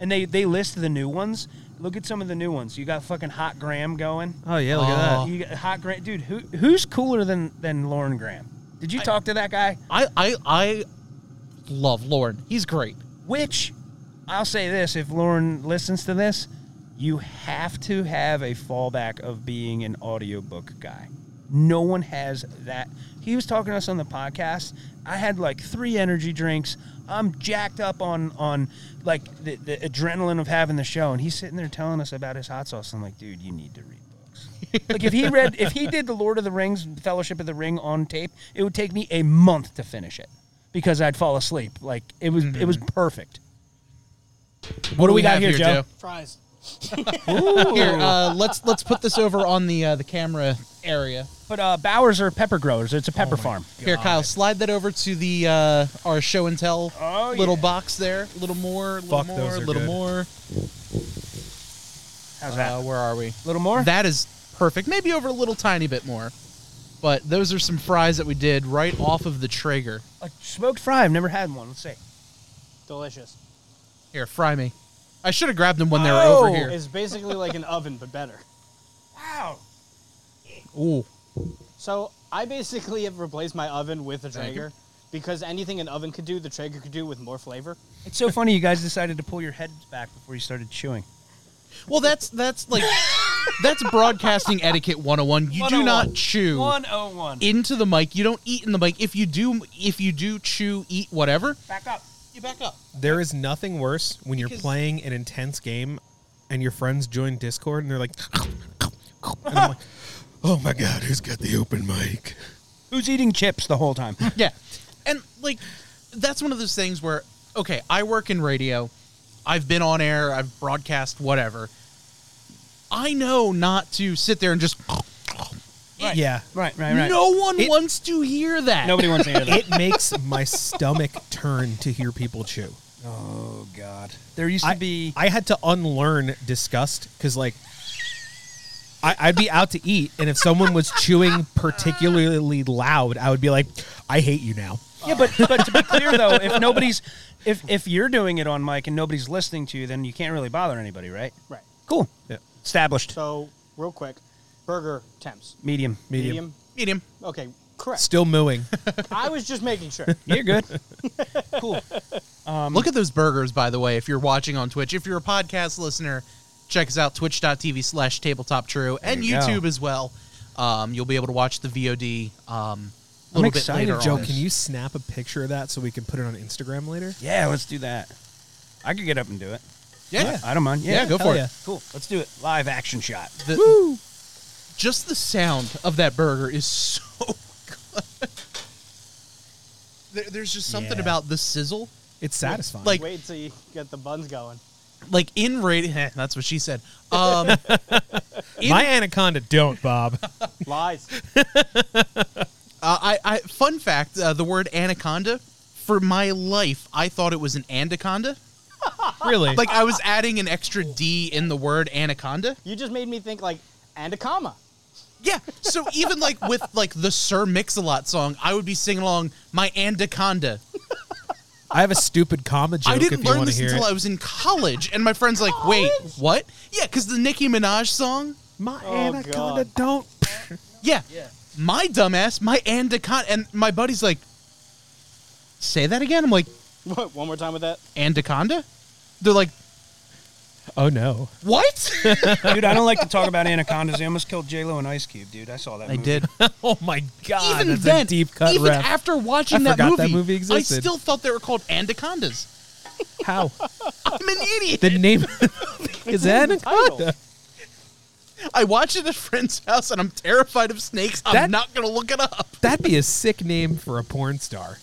D: and they they list the new ones. Look at some of the new ones. You got fucking Hot Graham going.
E: Oh yeah, look at that.
D: You got Hot Graham, dude. Who who's cooler than than Lauren Graham? Did you talk to that guy?
A: I I I love Lauren. He's great.
D: Which, I'll say this: if Lauren listens to this, you have to have a fallback of being an audiobook guy. No one has that. He was talking to us on the podcast. I had like three energy drinks. I'm jacked up on on like the, the adrenaline of having the show, and he's sitting there telling us about his hot sauce. I'm like, dude, you need to read books. like if he read, if he did the Lord of the Rings, Fellowship of the Ring on tape, it would take me a month to finish it because I'd fall asleep. Like it was, it was perfect.
A: What, do
D: we got here, Joe?
C: Fries.
A: Here, uh, let's let's put this over on the uh, the camera area.
D: But uh, Bowers are pepper growers. It's a pepper farm.
A: Here, Kyle, slide that over to the uh, our show and tell
D: Oh,
A: little
D: yeah.
A: box there. A little more, a little
E: Fuck,
A: more,
E: those
A: a
E: are
A: little
E: good.
A: more.
D: How's that?
A: Uh, where are we?
D: little more.
A: That is perfect. Maybe over a little tiny bit more. But those are some fries that we did right off of the Traeger.
D: a smoked fry. I've never had one. Let's see.
C: Delicious.
A: Here, fry me. I should have grabbed them when they were
D: Oh,
A: over here.
C: It's basically like an oven, but better.
D: Wow.
A: Ooh.
C: So I basically have replaced my oven with a
A: Thank you.
C: Traeger because anything an oven could do, the Traeger could do with more flavor.
D: It's so funny you guys decided to pull your heads back before you started chewing.
A: Well, that's that's like that's broadcasting etiquette 101. You do not chew
D: 101.
A: into the mic. You don't eat in the mic. If you do if you do chew, eat whatever,
D: Back up.
A: you back up.
E: There is nothing worse when you're playing an intense game and your friends join Discord and they're like, and I'm like, "Oh my god, who's got the open mic?"
D: Who's eating chips the whole time?
A: Yeah. And like that's one of those things where okay, I work in radio. I've been on air, I've broadcast whatever. I know not to sit there and just
E: Yeah,
D: right, right, right.
A: no one
E: It-
A: wants to hear that.
D: Nobody wants to hear that.
E: it makes my stomach turn to hear people chew.
D: oh God. There used to
E: I,
D: be.
E: I had to unlearn disgust because like I, I'd be out to eat and if someone was chewing particularly loud, I would be like, I hate you now.
D: yeah, but but to be clear though, if nobody's if if you're doing it on mic and nobody's listening to you, then you can't really bother anybody, right?
C: Right.
D: Cool. Established.
C: So real quick, burger temps.
D: Medium.
E: Medium.
A: medium.
C: Okay, correct.
E: Still mooing.
C: I was just making sure.
D: You're good. cool.
A: Look at those burgers, by the way, if you're watching on Twitch. If you're a podcast listener, check us out, twitch.tv slash tabletop true and
D: you go.
A: YouTube as well. Um, you'll be able to watch the VOD um, a
D: I'm
A: little bit
D: excited,
A: later
E: Joe,
A: on.
E: can you snap a picture of that so we can put it on Instagram later?
D: Yeah, let's do that. I could get up and do it.
A: Yeah.
D: I don't mind. Yeah,
A: Yeah, go for it.
E: yeah.
D: Cool. Let's do it. Live action shot.
A: The- Just the sound of that burger is so good. There, there's just something
E: Yeah.
A: about the sizzle.
E: It's satisfying.
A: Like-
C: Wait till you get the buns going.
A: Like in radio, that's what she said. Um,
E: my anaconda don't, Bob.
C: Lies.
A: Uh, I, I fun fact: uh, the word anaconda. For my life, I thought it was an anaconda.
E: really?
A: Like I was adding an extra D in the word anaconda.
C: You just made me think like, and a comma.
A: Yeah. So even like with like the Sir Mix-a-Lot song, I would be singing along my anaconda.
E: I have a stupid comma joke
A: I
E: if
A: didn't
E: you
A: learn
E: want to
A: this
E: hear
A: until I
E: it.
A: was in college, and my friends like, wait, what? Yeah, because the Nicki Minaj song.
E: my
C: Oh,
E: anaconda
C: God.
E: don't.
A: Yeah. My dumbass, my anaconda, and my buddy's like, say that again. I'm like,
C: What, one more time with that.
A: anaconda. They're like,
E: Oh no.
A: what?
E: Ah,
D: dude, I don't like to talk about anacondas. They almost killed J Lo and Ice Cube, dude. I saw that.
A: I
D: movie.
A: did.
E: Oh my god.
A: even
E: that's
A: then,
E: a deep cut
A: even
E: ref.
A: after watching
E: I
A: that,
E: forgot
A: movie,
E: that movie
A: I
E: existed.
A: still thought they were called anacondas.
E: How?
A: I'm an idiot.
E: The name of the thing is anaconda.
C: Title.
A: I watched it at a friend's house, and I'm terrified of snakes. I'm
E: That-
A: not gonna look it up.
E: That'd be a sick name for a porn star.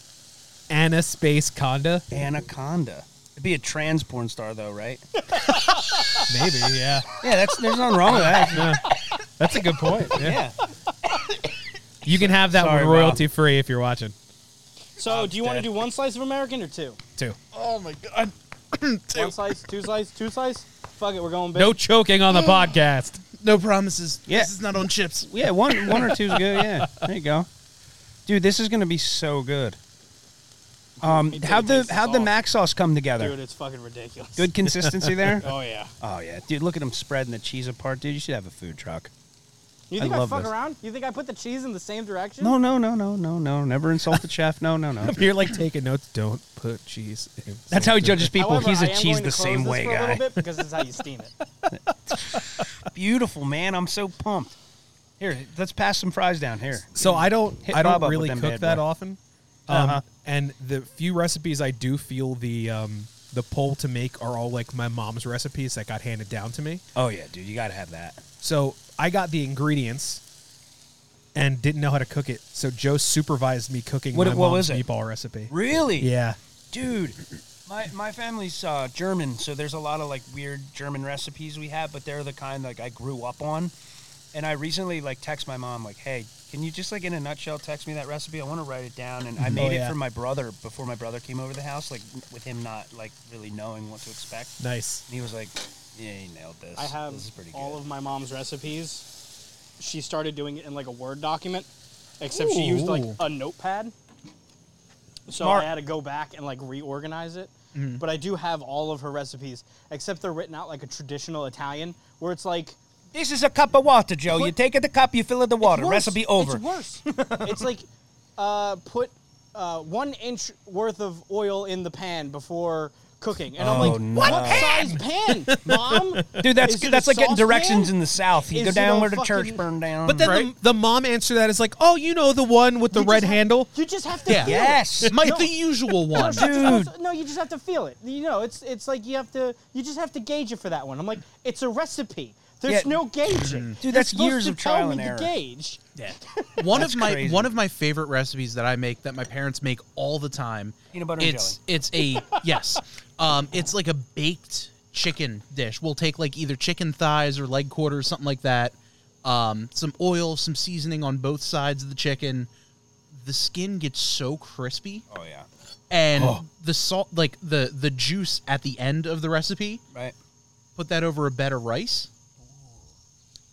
E: Anna Space Conda?
D: Anaconda. It'd be a trans porn star though, right?
E: Maybe, yeah.
D: Yeah, that's there's nothing wrong with that.
E: No, that's a good point. Yeah.
D: Yeah.
E: You can have that
D: Sorry,
E: one
D: Bob.
E: royalty free if you're watching.
C: So, do you want to do one slice of American or two?
E: too.
A: Oh my god.
C: One slice, two slice, two slice. Fuck it, we're going big.
E: No choking on the podcast.
A: No promises.
D: Yeah.
A: This is not on chips.
D: Yeah, one one or two's good. Yeah, there you go, dude. This is gonna be so good. Um,
C: It
D: how'd the
C: tastes
D: how'd the
C: awful.
D: mac sauce come
C: dude,
D: together?
C: it's fucking ridiculous.
D: Good consistency there.
C: Oh yeah.
D: Oh yeah, dude. Look at them spreading the cheese apart, dude. You should have a food truck.
C: You think
D: I
C: I,
D: love
C: fuck
D: this.
C: around? You think I put the cheese in the same direction?
D: No, no, no, no, no, no. Never insult the chef. No, no, no.
E: You're like taking notes. Don't put cheese. in
D: That's how he
E: something.
D: judges people.
C: However,
D: He's
C: I
D: a
C: am
D: cheese
C: going to close
D: the same
C: this
D: way
C: for a little
D: guy.
C: bit because this is how you steam it.
D: Beautiful man. I'm so pumped. Here, let's pass some fries down here.
E: So I don't.
D: Hit Bob
E: I don't
D: up with
E: really
D: them Uh-huh.
E: cook
D: bad
E: that
D: boy.
E: often. Um, And the few recipes I do feel the um, the pull to make are all like my mom's recipes that got handed down to me.
D: Oh yeah, dude. You gotta have that.
E: So I got the ingredients and didn't know how to cook it. So Joe supervised me cooking
D: What-
E: my
D: what was
E: mom's
D: it?
E: meatball recipe.
D: Really?
E: Yeah.
D: dude my, my family's uh, german so there's a lot of like weird german recipes we have but they're the kind like i grew up on and i recently like text my mom like hey can you just like in a nutshell text me that recipe i want to write it down and i made
E: Oh, yeah.
D: it for my brother before my brother came over the house like with him not like really knowing what to expect
E: Nice.
D: and he was like yeah you nailed this
C: I have
D: this is pretty
C: all
D: good
C: of my mom's recipes. She started doing it in like a Word document, except she used like
E: Ooh.
C: a notepad. So
D: Smart. Mm-hmm.
C: I had to go back and like reorganize it. But I do have all of her recipes, except they're written out like a traditional Italian, where it's like
D: this is a cup of water joe you
C: What?
D: take it the cup you fill it the water
C: Worse.
D: recipe over
C: It's worse. it's like uh, put uh, one inch worth of oil in the pan before cooking, and I'm
D: Oh,
C: like,
D: no.
C: what size pan, mom?
D: dude that's
C: Is it a
D: that's like
C: saucepan?
D: getting directions in the south you
C: Is
D: go
C: it
D: down
C: a
D: where the church
C: fucking-
D: burned down
E: But then
A: Right?
E: the, the mom answered that is like, oh, you know, the one with the
C: You just
E: red
C: have-
E: handle.
C: You just have to.
E: Yeah.
C: Feel
D: yes
A: It might the usual one.
C: It. It's also- No, you just have to feel it. You know, it's it's like you have to. You just have to gauge it for that one. I'm like, it's a recipe. There's
D: Yeah.
C: no
E: Mm.
C: gauging.
D: Dude, that's
C: You're supposed
D: years
C: to
D: of
C: tell
D: trial
C: me
D: and
C: to
D: error.
C: Gauge.
A: one of my
D: crazy.
A: one of my favorite recipes that I make that my parents make all the time.
D: Peanut butter and
A: it's, It's a yes. Um, it's like a baked chicken dish. We'll take like either chicken thighs or leg quarters, something like that. Um, some oil, some seasoning on both sides of the chicken. The skin gets so crispy,
D: Oh yeah,
A: and the salt, like the the juice at the end of the recipe,
D: right.
A: put that over a bed of rice.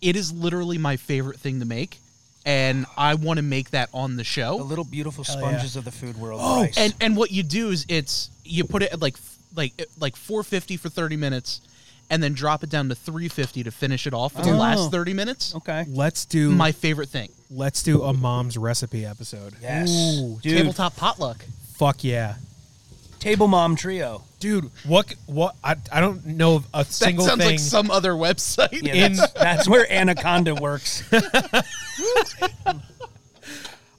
A: It is literally my favorite thing to make, and I want to make that on the show.
D: The little beautiful sponges of the food world. Oh,
A: And and what you do is it's you put it at like like like 450 for 30 minutes, and then drop it down to 350 to finish it off for the
D: Oh.
A: last 30 minutes.
D: okay.
E: Let's do
A: My favorite thing,
E: let's do a mom's recipe episode.
D: Yes,
E: Ooh,
D: dude. Table,
A: tabletop potluck.
E: fuck yeah.
D: mom trio.
E: Dude, what what I, I don't know of a single
A: that sounds
E: thing.
A: like some other website.
D: Yeah,
E: In-
D: that's, that's where Anaconda works.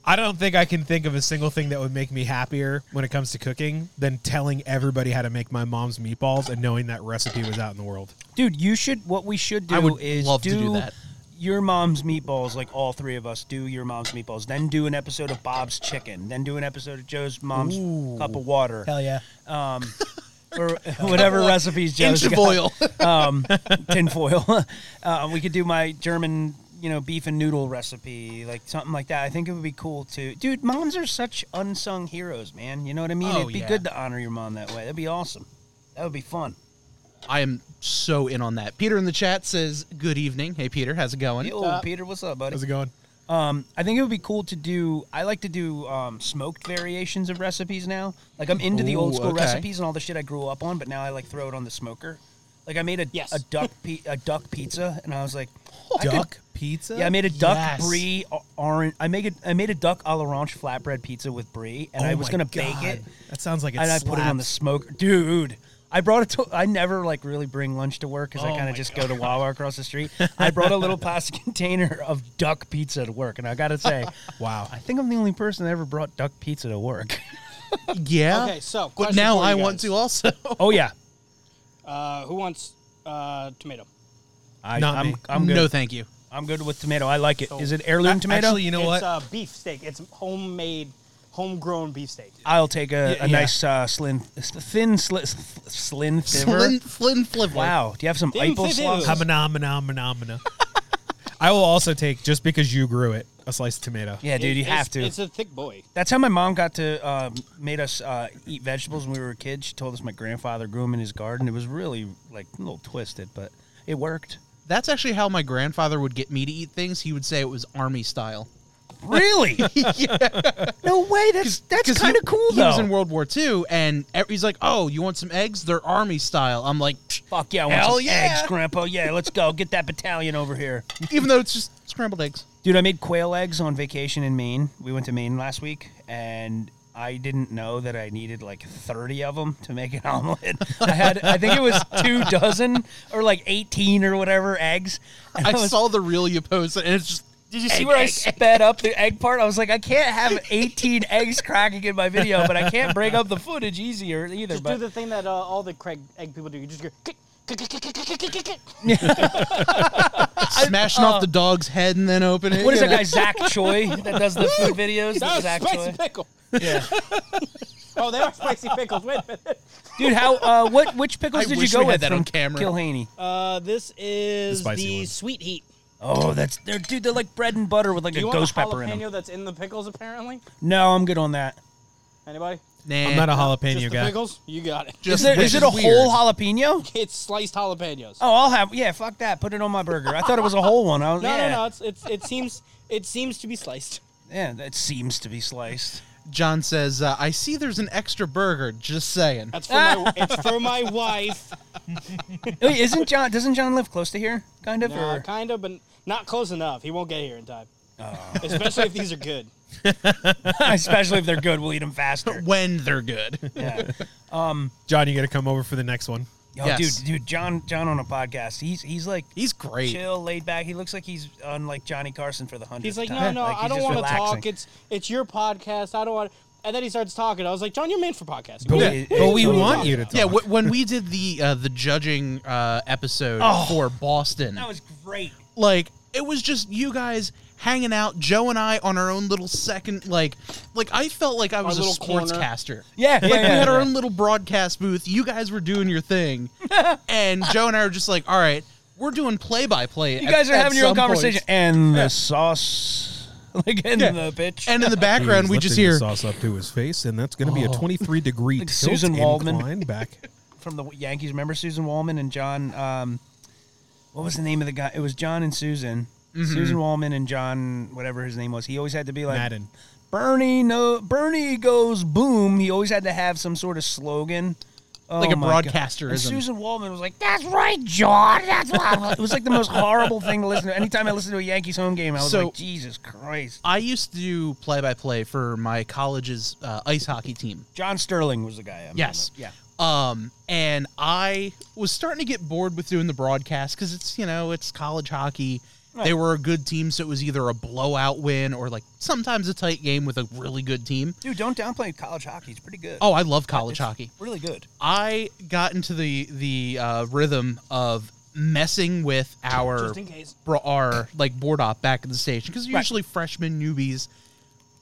E: I don't think I can think of a single thing that would make me happier when it comes to cooking than telling everybody how to make my mom's meatballs and knowing that recipe was out in the world.
D: Dude, you should. What we should do
A: I would
D: is
A: love to
D: do,
A: do that.
D: Your mom's meatballs, like all three of us, do your mom's meatballs. Then do an episode of Bob's Chicken. Then do an episode of Joe's mom's cup of water, Um,
E: yeah.
D: or whatever recipes Joe's
A: Inch of
D: got.
A: oil.
D: um, tinfoil. uh, we could do my German, you know, beef and noodle recipe, like something like that. I think it would be cool to, dude. Moms are such unsung heroes, man. You know what I mean?
A: Oh,
D: It'd be
A: yeah.
D: good to honor your mom that way. That'd be awesome. That would be fun.
A: I am so in on that. Peter in the chat says, "Good evening." Hey, Peter, how's it going?
D: Yo,
E: Uh,
C: up?
D: Peter, what's up, buddy?
E: How's it going?
D: Um, I think it would be cool to do. I like to do um, smoked variations of recipes now. Like I'm into the old
A: Ooh,
D: school
A: okay.
D: recipes and all the shit I grew up on, but now I like throw it on the smoker. Like I made a
C: Yes.
D: a duck pi- a duck pizza, and I was like, I could-
E: Duck pizza?
D: Yeah, I made a duck
E: Yes.
D: brie o- orange. I make it. I made a duck a l'orange flatbread pizza with brie, and
E: Oh
D: I was
E: my
D: gonna
E: God.
D: bake it,
E: That sounds like it's
D: and I put it on the smoker. Dude, I brought it to. I never like really bring lunch to work because I
E: Oh
D: kind
E: my
D: of just go to Wawa across the street. I brought a little plastic container of duck pizza to work, and I gotta say,
E: Wow.
D: I think I'm the only person that ever brought duck pizza to work.
A: Yeah.
C: Okay, so
A: but
C: question
A: now
C: for you
A: I want
C: guys.
A: to also.
D: oh yeah,
C: Uh, who wants uh, tomato?
D: I,
E: Not
D: I'm,
E: me.
D: I'm good.
A: No, thank you.
D: I'm good with tomato. I like it. Is it heirloom tomato?
E: Actually, you know
C: it's
E: what?
C: uh, beef steak. It's homemade, homegrown beef steak.
D: I'll take a,
E: Yeah,
D: a
E: yeah.
D: nice uh, slim, thin, sli, slim, thiver.
A: Flynn, Flynn Flivler.
D: Wow, do you have some
C: Thin
D: Eiffel
C: Flivver.
D: slots?
E: Hamana, mana, mana, mana. I will also take just because you grew it. a sliced tomato.
D: Yeah, dude, you
C: It's-
D: have to.
C: It's a thick boy.
D: That's how my mom got to uh, made us uh, eat vegetables when we were kids. She told us my grandfather grew them in his garden. It was really like a little twisted, but it worked.
A: That's actually how my grandfather would get me to eat things. He would say it was army style.
D: Really? No way. That's that's
A: 'Cause
D: kind of
A: he-
D: cool
A: He
D: though.
A: was in World War II, and e- he's like, "Oh, you want some eggs? They're army style." I'm like, "Psh."
D: Fuck yeah! I want
A: Hell
D: some
A: yeah.
D: eggs, Grandpa. Yeah, let's go get that battalion over here,
A: even though it's just scrambled eggs.
D: dude. I made quail eggs on vacation in Maine. We went to Maine last week, and I didn't know that I needed like thirty of them to make an omelet. I had, I think it was two dozen or like eighteen or whatever eggs. And
A: I
D: was-
A: saw the reel you posted, and it's just
D: Did you see where I sped up the egg part? I was like, I can't have 18 eggs cracking in my video, but I can't bring up the footage easier either.
C: Just
D: But
C: do the thing that uh, all the Craig egg people do. You just go. "Kick, kick, kick, kick, kick, kick, kick, kick, kick."
A: smashing off the dog's head and then opening. it.
D: uh, what is that
A: Yeah.
D: guy Zach Choi that does the food videos?
C: That was
D: Zach
C: spicy
D: Choi.
C: pickle.
D: Yeah.
C: Oh, they are spicy pickles. Wait a minute.
D: Dude, how? Uh, what? Which pickles
A: I
D: did you
A: wish
D: go
A: we had
D: with
A: that
D: from
A: on camera.
D: Kilhaney?
C: Uh, this is
E: The
C: the,
E: spicy one.
C: sweet heat.
D: Oh, that's they're dude. They're like bread and butter with like
C: Do
D: a
C: you
D: ghost
C: want a
D: pepper in
C: jalapeno
D: them.
C: that's in the pickles? Apparently,
D: No, I'm good on that.
C: anybody?
A: Nah.
E: I'm not a
C: just
E: jalapeno
C: the
E: guy.
C: pickles? You got it.
A: Just
D: Is, there, is
A: which
D: it a
A: weird.
D: whole jalapeno?
C: It's sliced jalapenos.
D: Oh, I'll have. Yeah, fuck that. Put it on my burger. I thought it was a whole one. I was,
C: no,
D: yeah,
C: no, no. It's, it's it seems it seems to be sliced.
D: yeah. That seems to be sliced.
A: John says, uh, "I see there's an extra burger." Just saying.
C: That's for my it's for my wife.
D: Wait, Oh, isn't John? Doesn't John live close to here? Kind of.
C: Nah,
D: or?
C: kind of, but not close enough. He won't get here in time.
D: Oh.
C: Especially if these are good.
D: Especially if they're good, we'll eat them faster.
A: When they're good.
D: Yeah.
E: John, you got to come over for the next one.
D: Yo,
A: Yes.
D: dude, dude, John, John on a podcast. He's he's like
A: He's great.
D: chill, laid back. He looks like he's on like Johnny Carson for the hundredth.
C: He's like, no,
D: time.
C: no,
D: Like, he's
C: I don't
D: just
C: want to
D: relaxing.
C: talk. It's it's your podcast. I don't want. And then he starts talking. I was like, John, you're made for podcasting.
E: But
C: What are
E: we,
C: you-
D: it-
E: but we
D: it's
C: totally
E: want
C: fine.
E: you to talk.
A: Yeah, w- when we did the uh, the judging uh, episode
D: Oh.
A: for Boston,
D: That was great.
A: like it was just you guys hanging out, Joe and I on our own little second, like, like I felt like I was a
C: little corner.
A: sportscaster.
D: Yeah, yeah,
A: like we
D: yeah,
A: had our
D: yeah.
A: own little broadcast booth. You guys were doing your thing, and Joe and I were just like, all right, we're doing play by play.
D: You guys are having your own conversation, and the sauce, like in
A: Yeah.
D: the bitch.
A: and in the
E: He
A: background
E: was
A: we just
E: lifting the
A: hear
E: sauce up to his face, and that's going to be a 23 degree tilt
D: Susan Waldman.
E: incline back.
D: from the Yankees. Remember Susan Wallman and John? Um, what was the name of the guy? It was John and Susan.
A: Mm-hmm.
D: Susan Wallman and John, whatever his name was. He always had to be like
E: Madden.
D: Bernie. No, Bernie goes boom. He always had to have some sort of slogan. Oh
A: Like a
D: my God.
A: broadcasterism.
D: And Susan Wallman was like, "That's right, John. That's right." it was like the most horrible thing to listen to. Anytime I listened to a Yankees home game, I was
A: So-
D: like, "Jesus Christ."
A: I used to do play by play for my college's uh, ice hockey team.
D: John Sterling was the guy. I'm
A: Yes.
D: Yeah.
A: Um, and I was starting to get bored with doing the broadcast because it's, you know, it's college hockey. They were a good team, so it was either a blowout win or like sometimes a tight game with a really good team.
D: Dude, don't downplay college hockey. It's pretty good.
A: Oh, I love college hockey.
D: really good.
A: I got into the the uh, rhythm of messing with our
C: Just in case.
A: bro- our like board op back at the station because
D: Right.
A: usually freshmen newbies.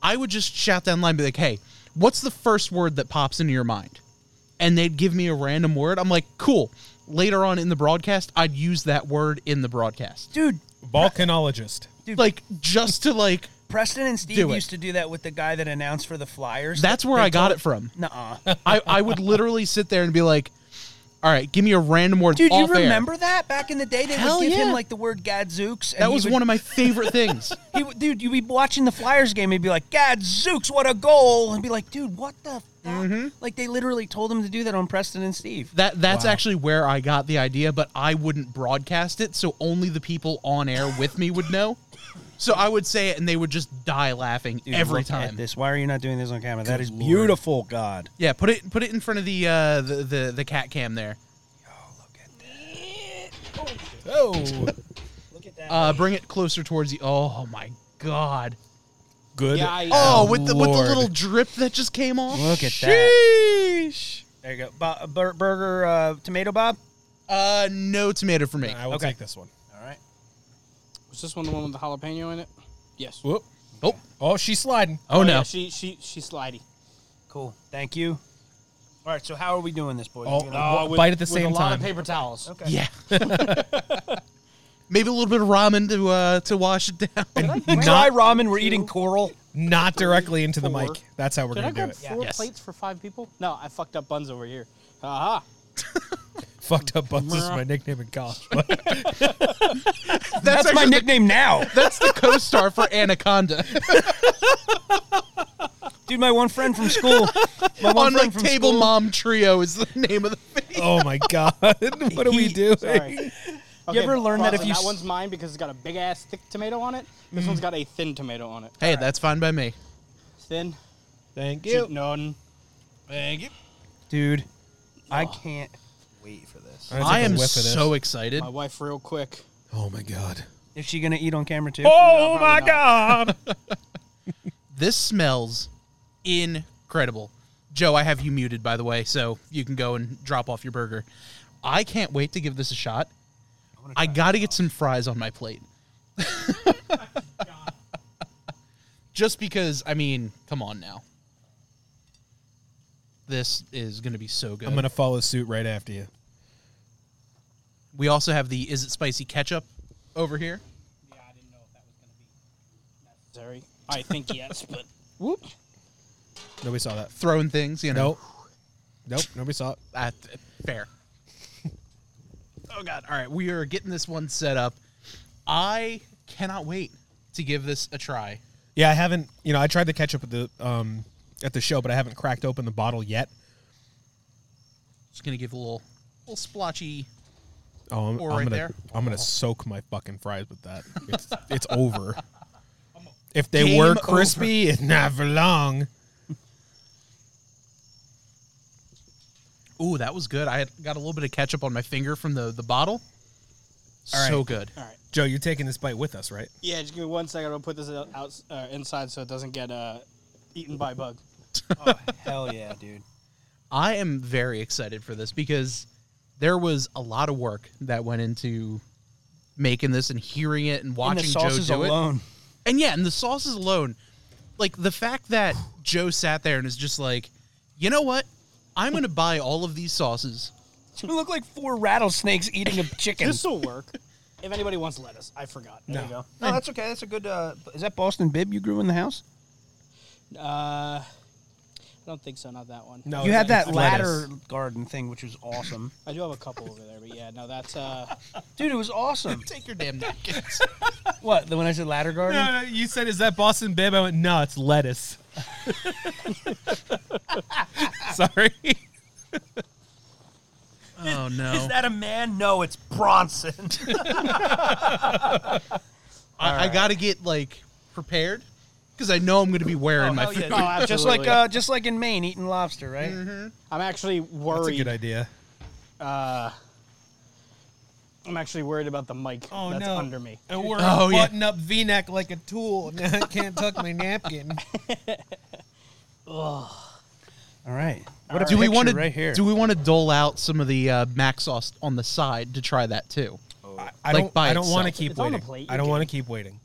A: I would just shout down the line, be like, "Hey, what's the first word that pops into your mind?" And they'd give me a random word. I'm like, "Cool." Later on in the broadcast, I'd use that word in the broadcast,
D: Dude,
E: Balkanologist.
A: like just to like.
D: Preston and Steve
A: Do it.
D: used to do that with the guy that announced for the Flyers.
A: That's where I got it from.
D: Nuh-uh.
A: I I would literally sit there and be like, "All right, give me a random word."
D: Dude, you
A: off air."
D: remember that back in the day? They
A: Hell
D: would give him
A: yeah.
D: like the word gadzooks. And
A: That was one of my favorite things.
D: He, would- dude, you'd be watching the Flyers game and be like, "Gadzooks, what a goal!" and be like, "Dude, what the?" Fuck? Like they literally told him to do that on Preston and Steve.
A: Mm-hmm. That that's actually where I got the idea, but I wouldn't broadcast it, so only the people on air with me would know. So I would say it, and they would just die laughing
D: Dude,
A: every
D: look at
A: time.
D: this. Why are you not doing this on camera? that is beautiful, God.
A: Yeah, put it put it in front of the uh, the, the the cat cam there.
E: Oh,
D: Look at that.
A: Uh, bring it closer towards you. Oh my god!
E: good.
C: Yeah, I-
A: Oh, with the with the
E: Lord.
A: little drip that just came off.
D: Look at that.
A: Sheesh.
D: There you go. Bo- bur- burger, uh, tomato, Bob.
A: Uh, no tomato for me.
E: I will
D: Okay.
E: take this one.
D: All right.
C: Was this one the one with the jalapeno in it? Yes.
E: Whoop.
A: Oh,
E: Oh, she's sliding.
A: oh
C: yeah,
A: no.
C: she she she's slidey.
D: Cool. Thank you. All right. So how are we doing this, boys?
E: Oh,
D: You
E: uh,
D: gonna-
E: bite at the
C: with
E: same
C: a lot of
E: time.
C: paper towels.
D: okay.
A: Yeah. maybe a little bit of ramen to uh, to wash it down.
B: Dry ramen. We're eating coral.
E: Not directly into the
C: four.
E: mic. That's how we're
C: Did I
E: going to do
C: grab
E: it.
C: four
A: Yes.
C: plates for five people? No, I fucked up buns over here. Aha.
E: Fucked up buns is my nickname in college. but-
D: That's, my
A: actually the-
D: nickname now.
A: That's the co-star for Anaconda
D: Dude, my one friend from school. My
A: on
D: one friend
A: like
D: from
A: Table
D: school-
A: Mom Trio is the name of the thing.
E: oh my god! What are we
D: He-
E: doing?
C: Sorry. Okay,
D: You ever learn that
C: pause.
D: if you
C: that
D: s-
C: one's mine because it's got a big ass thick tomato on it. This one's got a thin tomato on it.
A: Hey, that's fine by me.
C: Thin.
E: Thank
C: ju- None.
A: Thank you.
D: Dude, I can't.
B: Wait for this.
E: Alright, let's
A: I
E: take a
A: am
E: whiff of this.
A: so excited.
C: My wife, real quick.
E: Oh my god!
D: Is she going to eat on camera too?
E: Oh my
C: probably
E: god!
A: This smells incredible. Joe, I have you muted by the way, so you can go and drop off your burger. I can't wait to give this a shot. I got to get some fries on my plate. Just because, I mean, come on now. This is going to be so good.
E: I'm gonna follow suit right after you.
A: we also have the is it spicy ketchup over here.
C: Yeah, I didn't know if that was gonna be necessary. I think yes, but
A: Whoop.
E: Nobody saw that.
A: Throwing things, you know.
E: Nope. Nope. Nobody saw it.
A: Uh, th- fair. oh God! All right, we are getting this one set up. I cannot wait to give this a try.
E: Yeah, I haven't. You know, I tried to catch up at the um at the show, but I haven't cracked open the bottle yet.
A: Just gonna give a little, little splotchy.
E: Oh, I'm,
A: Or
E: I'm
A: right
E: gonna
A: there.
E: I'm gonna soak my fucking fries with that. It's, it's over. If they
A: Game
E: were
A: over.
E: crispy, it's not for long.
A: Ooh, that was good. I had, got a little bit of ketchup on my finger from the the bottle.
E: All
A: so
E: right.
A: good.
C: all right.
E: Joe, you're taking this bite with us, right?
C: Yeah, just give me one second. I'll put this out outs- uh, inside so it doesn't get uh, eaten by a bug.
D: Oh,
B: Hell yeah, dude.
A: I am very excited for this because there was a lot of work that went into making this and hearing it and
D: And the
A: watching
D: sauces
A: Joe do it.
D: alone.
A: And yeah, and the sauces alone, like the fact that Joe sat there and is just like, you know what? I'm gonna buy all of these sauces.
D: We look like four rattlesnakes eating a chicken.
C: This will work. if anybody wants lettuce, I forgot. There you
D: no, that's okay. That's a good. Uh, is that Boston bib you grew in the house?
C: go. Uh, I don't think so. Not that one.
E: No. Oh,
D: you had
E: it's-
D: that
E: it's
D: ladder garden thing, which was awesome,
C: I do have a couple over there, but yeah, no, that's uh,
D: dude. It was awesome.
A: Take your damn napkins.
D: what? The when I said ladder garden?
E: no, you said is that Boston bib? I went no, it's lettuce. Sorry.
A: oh no!
D: that a man? No, it's Bronson.
A: I, I gotta get like prepared because I know I'm gonna be
F: Oh,
A: wearing my.
D: Oh, hell yeah,
A: food.
C: no,
D: just
C: absolutely.
D: like uh, just like in Maine, eating lobster, right?
F: Mm-hmm.
C: I'm actually
E: That's a
C: worried.
E: good idea.
C: I'm actually worried about the mic
D: Oh,
C: that's under me.
E: And we're
A: Oh, yeah.
E: up V-neck like a tool. Now I can't tuck my napkin.
D: All right. What a
A: Do we want to?
D: right here?
A: Do we want to dole out some of the uh, mac sauce on the side to try that too?
E: I
A: Like
E: don't.
A: by
E: I don't want to
A: itself.
E: keep
C: It's on the
E: waiting.
C: plate,
E: I
C: you're
E: don't want to keep waiting.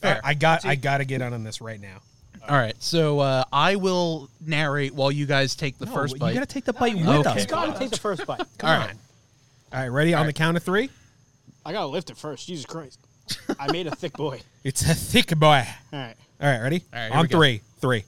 A: Fair.
E: I got. I got to get on on this right now.
A: All right, so uh, I will narrate while Oh, you guys take the first bite.
E: You gotta take the bite with
A: Okay.
E: us.
C: You gotta take the first bite.
A: All right,
E: All right, ready on the count of three.
C: I gotta lift it first. Jesus Christ. I made a thick boy.
E: It's a thick boy.
C: All right.
E: All right, ready?
A: All right, here
E: on
A: we go.
E: three, three.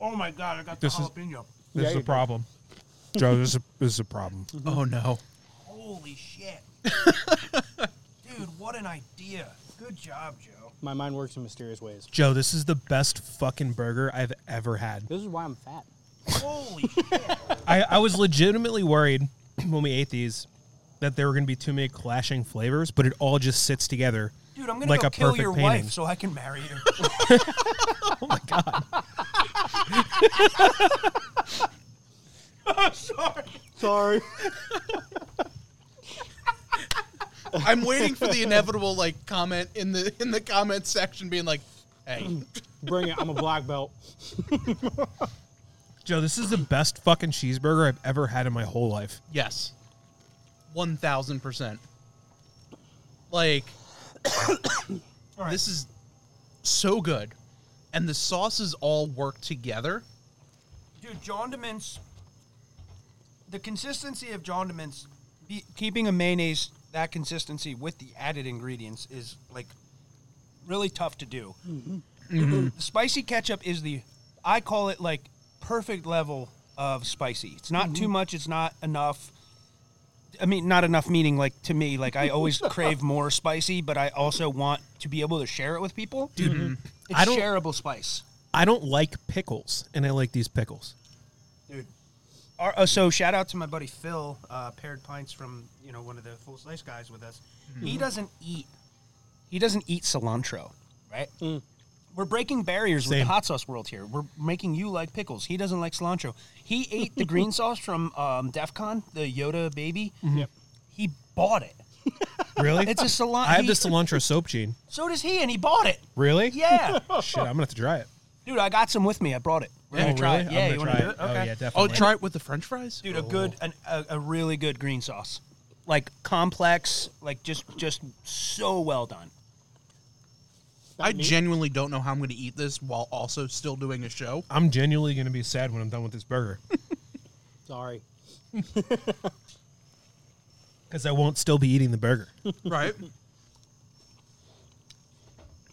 F: Oh my god, I got
E: This
F: the
E: is-
F: jalapeno.
E: This is a problem. Joe, this is a, this is a problem.
A: Oh no!
F: Holy shit. Dude, what an idea. Good job, Joe.
C: My mind works in mysterious ways.
E: Joe, this is the best fucking burger I've ever had.
C: This is why I'm fat.
F: Holy shit.
E: I, I was legitimately worried when we ate these that there were going to be too many clashing flavors, but it all just sits together
F: Dude, I'm gonna
E: like
F: go
E: a
F: kill
E: perfect
F: your
E: painting.
F: wife so I can marry you.
D: Oh
C: Sorry.
A: I'm waiting for the inevitable like comment in the in the comment section being like, "Hey,
C: Bring it. I'm a black belt.
E: Joe, this is the best fucking cheeseburger I've ever had in my whole life.
A: yes, one thousand percent." Like, this is so good, and the sauces all work together.
F: Dude, John Demint's
D: the consistency of condiments, be, keeping a mayonnaise that consistency with the added ingredients is like really tough to do.
E: Mm-hmm.
D: Spicy ketchup is the I call it like perfect level of spicy. It's not
E: Mm-hmm.
D: too much. It's not enough. I mean, not enough meaning like to me. Like I always crave more spicy, but I also want to be able to share it with people. Dude, it's
E: I don't-
D: shareable spice.
E: I don't like pickles, and I like these pickles.
D: dude. Our, uh, so shout out to my buddy Phil, uh, paired pints from you know one of the full slice guys with us.
E: Mm-hmm.
D: He doesn't eat. He doesn't eat cilantro, right? We're breaking barriers with
E: Same.
D: the hot sauce world here. We're making you like pickles. He doesn't like cilantro. He ate the green sauce from um, DEF CON, the Yoda baby. Yep. He bought it.
E: Really?
D: It's a cilantro.
E: Mm-hmm. I have the cilantro soap gene.
D: So does he, and he bought it.
E: Really? Oh,
D: Yeah,
E: Shit, I'm gonna have to try it.
D: dude, I got some with me. I brought it. We're gonna
E: oh,
D: try
E: really?
D: it. Yeah,
E: I'm
D: you
E: gonna
D: want
E: try
D: to do
E: it.
D: it? Okay.
E: Oh yeah,
A: Oh,
E: definitely.
A: try it with the French fries.
D: dude a good an, a, a really good green sauce like complex like just just so well done
A: I
C: me.
A: genuinely don't know how I'm going to eat this while also still doing a show.
E: I'm genuinely gonna be sad when I'm done with this burger
C: Sorry.
E: because I won't still be eating the burger.
A: Right?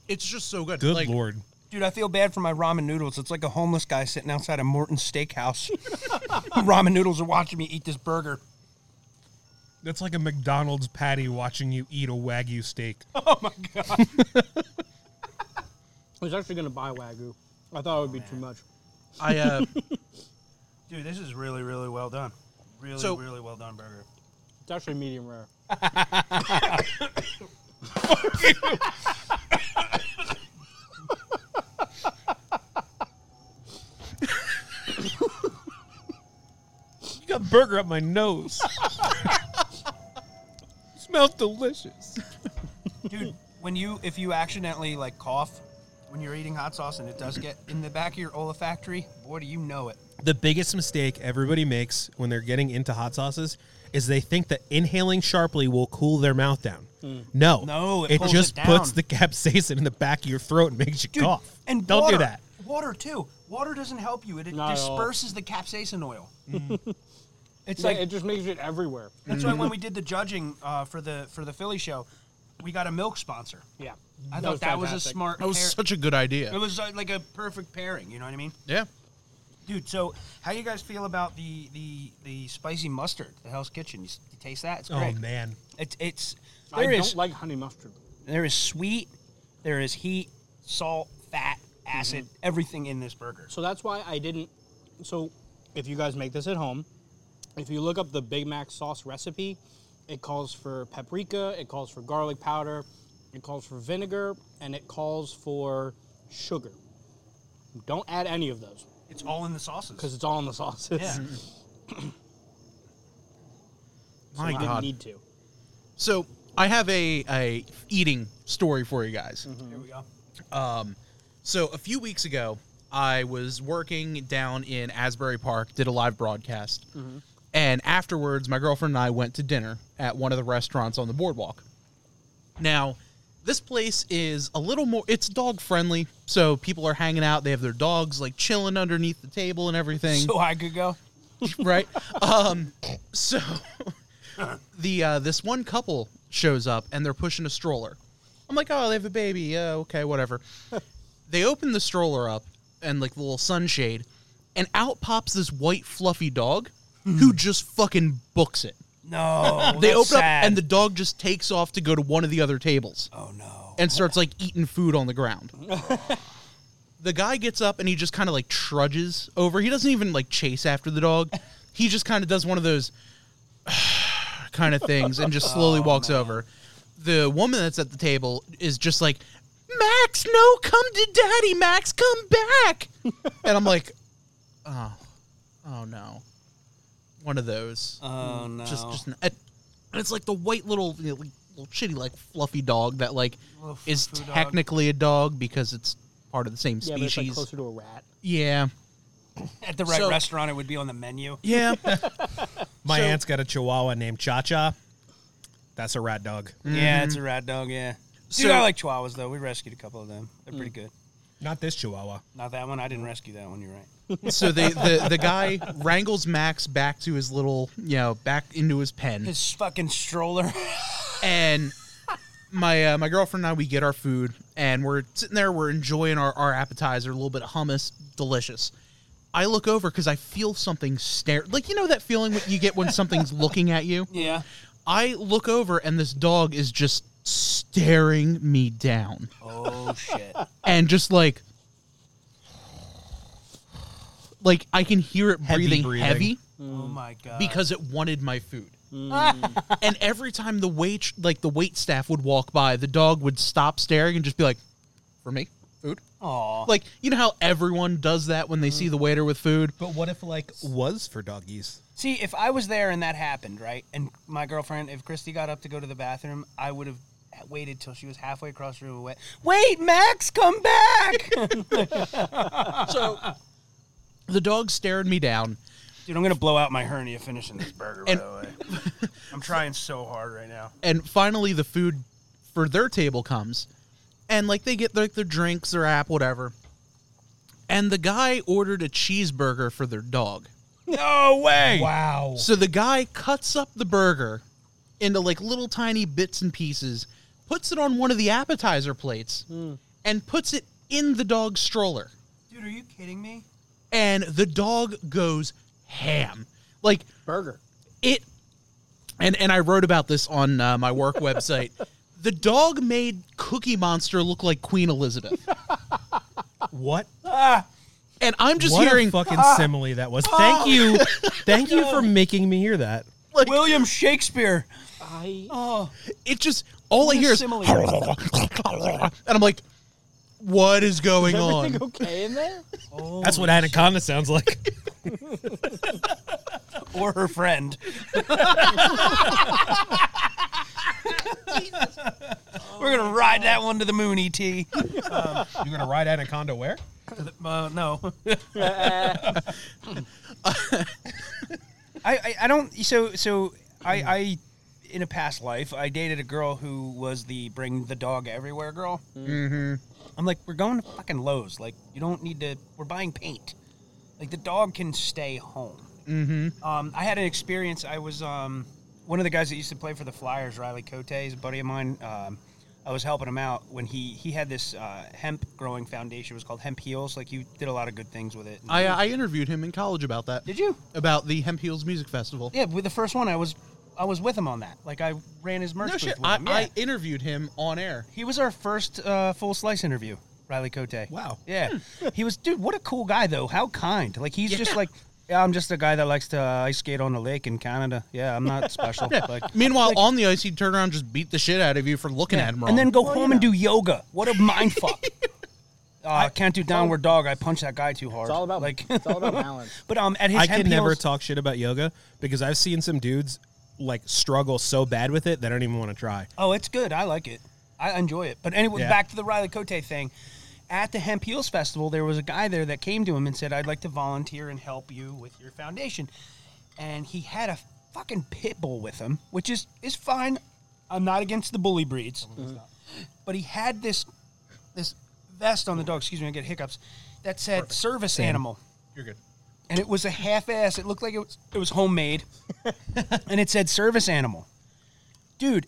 A: it's just so good.
E: Good
A: Like,
E: lord.
D: dude i feel bad for my ramen noodles it's like a homeless guy sitting outside a morton steakhouse ramen noodles are watching me eat this burger
E: That's like a McDonald's patty watching you eat a wagyu steak.
D: Oh.
C: I was actually gonna buy wagyu. I thought it would be too much.
A: I uh,
D: dude this is really really well done really
A: So-
D: really well done burger
C: It's actually medium rare.
E: You got burger up my nose. Smells delicious.
D: dude when you if you accidentally like cough when you're eating hot sauce and it does get in the back of your olfactory boy do you know it
E: The biggest mistake everybody makes when they're getting into hot sauces is they think that inhaling sharply will cool their mouth down. No.
D: Hmm. No, it pulls
E: just
D: it down.
E: puts the capsaicin in the back of your throat and makes you
D: Dude,
E: cough.
D: And
E: don't
D: water,
E: do that.
D: Water too. Water doesn't help you. It, it
C: Not at all.
D: disperses the capsaicin oil.
E: Mm.
D: it's
C: Yeah,
D: like
C: it just makes it everywhere.
D: that's why when we did the judging uh, for the for the Philly show, we got a milk sponsor.
C: Yeah.
D: I thought that was a
C: fantastic.
D: smart.
A: that was
D: pair-
A: such a good idea.
D: it was uh, like a perfect pairing. You know what I mean,
A: Yeah.
D: dude? So how you guys feel about the the the spicy mustard? The Hell's Kitchen. You, s- you taste that? It's
E: Oh
D: great.
E: man.
D: It's it's
C: I
D: there
C: don't
D: is-
C: like honey mustard.
D: there is sweet, there is heat, salt, fat, acid,
C: Mm-hmm.
D: everything in this burger.
C: So that's why I didn't. So if you guys make this at home, if you look up the Big Mac sauce recipe, it calls for paprika, it calls for garlic powder, it calls for vinegar, and it calls for sugar. Don't add any of those
D: It's all in the sauces.
C: because it's all in the sauces.
D: Yeah.
C: So
A: My
C: you didn't
A: God.
C: need to.
A: So I have a, a eating story for you guys.
D: Here we go.
A: So a few weeks ago, I was working down in Asbury Park, did a live broadcast, and afterwards, my girlfriend and I went to dinner at one of the restaurants on the boardwalk. Now, this place is a little more it's dog friendly, so people are hanging out, they have their dogs like chilling underneath the table and everything
D: So I could go.
A: right? Um, so the uh, this one couple shows up and they're pushing a stroller. I'm like, oh, they have a baby. Yeah, okay, whatever. they open the stroller up and like the little sunshade, and out pops this white fluffy dog who just fucking books it. They
D: No, Hmm. that's
A: open
D: sad.
A: up and the dog just takes off to go to one of the other tables
D: oh no,
A: and starts like eating food on the ground. the guy gets up and he just kind of like trudges over. He doesn't even like chase after the dog. He just kind of does one of those kind of things and just slowly walks over. The woman that's at the table is just like, Max, no, come to daddy, Max, come back. and I'm like, oh, oh no. One of those
D: oh no,
A: just just an- it- and it's like the white little you know, like, little shitty like fluffy dog that like
D: Little
A: is
D: foo-foo dog.
A: technically a dog because it's part of the same
C: Yeah, but it's like
A: species.
C: closer to a rat.
A: yeah.
D: at the right
A: so-
D: restaurant it would be on the menu.
A: Yeah.
E: My
A: So-
E: aunt's got a chihuahua named Cha Cha. That's a rat dog.
D: Yeah, it's a rat dog. Yeah, dude,
A: So-
D: I like Mm. Chihuahuas though. We rescued a couple of them. They're pretty good.
E: Not this chihuahua.
D: Not that one. I didn't rescue that one. You're right.
A: so they the, the guy wrangles Max back to his little, you know, back into his pen.
D: His fucking stroller.
A: and my uh, my girlfriend and I we get our food and we're sitting there we're enjoying our, our appetizer a little bit of hummus delicious I look over because I feel something stare like you know that feeling what you get when something's looking at you
D: yeah.
A: I look over and this dog is just staring me down
D: Oh shit.
A: and just like like I can hear it breathing,
E: breathing.
A: heavy
D: Oh my god.
A: because it wanted my food. and every time the wait like the wait staff would walk by, the dog would stop staring and just be like, "For me, food."
D: Aw.
A: Like you know how everyone does that when they see the waiter with food.
E: But what if like was for doggies?
D: See, if I was there and that happened, right? And my girlfriend, if Christy got up to go to the bathroom, I would have waited till she was halfway across the room and went, Wait, Max, come back!
A: So the dog stared me down.
D: Dude, I'm gonna blow out my hernia finishing this burger, by the way. I'm trying so hard right now.
A: and finally the food for their table comes and like they get like their drinks their app whatever and the guy ordered a cheeseburger for their dog
D: No way!
E: Wow.
A: so the guy cuts up the burger into like little tiny bits and pieces puts it on one of the appetizer plates and puts it in the dog's stroller
D: Dude, are you kidding me?
A: and the dog goes ham like
C: Burger.
A: it and and I wrote about this on uh, my work website. The dog made Cookie Monster look like Queen Elizabeth,
E: What?
A: and I'm just
E: what
A: hearing
E: a fucking simile that was. Thank you. Thank you for making me hear that.
A: like
D: William Shakespeare.
C: I
D: Oh,
A: it just all I hear is,
D: simile.
A: and I'm like, what is going on?
C: everything okay in there?
E: That's what anaconda sounds like.
D: or her friend. We're gonna ride that one to the moon, E ET.
E: You're gonna ride anaconda where?
D: Uh, no. I, I I don't. So so I I in a past life I dated a girl who was the bring the dog everywhere girl. Mm-hmm. I'm like, we're going to fucking Lowe's. Like, you don't need to. We're buying paint. Like the dog can stay home. Mm-hmm. Um, I had an experience. I was um one of the guys that used to play for the Flyers, Riley Cote, is a buddy of mine. Um, I was helping him out when he he had this uh, hemp growing foundation. It was called Hemp Heels. Like, you did a lot of good things with it.
A: I, uh, I interviewed him in college about that.
D: did you?
A: About the Hemp Heels Music Festival.
D: Yeah, with the first one, I was I was with him on that. Like I ran his merch
A: no
D: booth
A: shit.
D: with
A: I,
D: him. yeah.
A: I interviewed him on air.
D: he was our first uh, full slice interview, Riley Cote.
E: Wow.
D: Yeah, he was dude. What a cool guy though. How kind. Like he's just like. Yeah, I'm just a guy that likes to uh, ice skate on a lake in Canada. Yeah, I'm not special. Like,
A: Meanwhile, on the ice, he'd turn around and just beat the shit out of you for looking at him wrong.
D: and then go home and do yoga. What a mind fuck. Uh, I can't do downward dog. I punched that guy too hard.
C: It's all about
D: like.
C: like it's all about balance.
D: but um, at his
E: I can
D: hemp
E: never
D: heels-
E: talk shit about yoga because I've seen some dudes like struggle so bad with it that I don't even want to try.
D: Oh, it's good. I like it. I enjoy it. But anyway,
E: Yeah.
D: back to the Riley Cote thing. At the Hemp Heels Festival, there was a guy there that came to him and said, I'd like to volunteer and help you with your foundation. And he had a fucking pit bull with him, which is, is fine. I'm not against the bully breeds. But he had this this vest on the dog, excuse me, I get hiccups, that said service animal
A: You're good.
D: and it was a half ass. It looked like it was it was homemade, and it said service animal. Dude,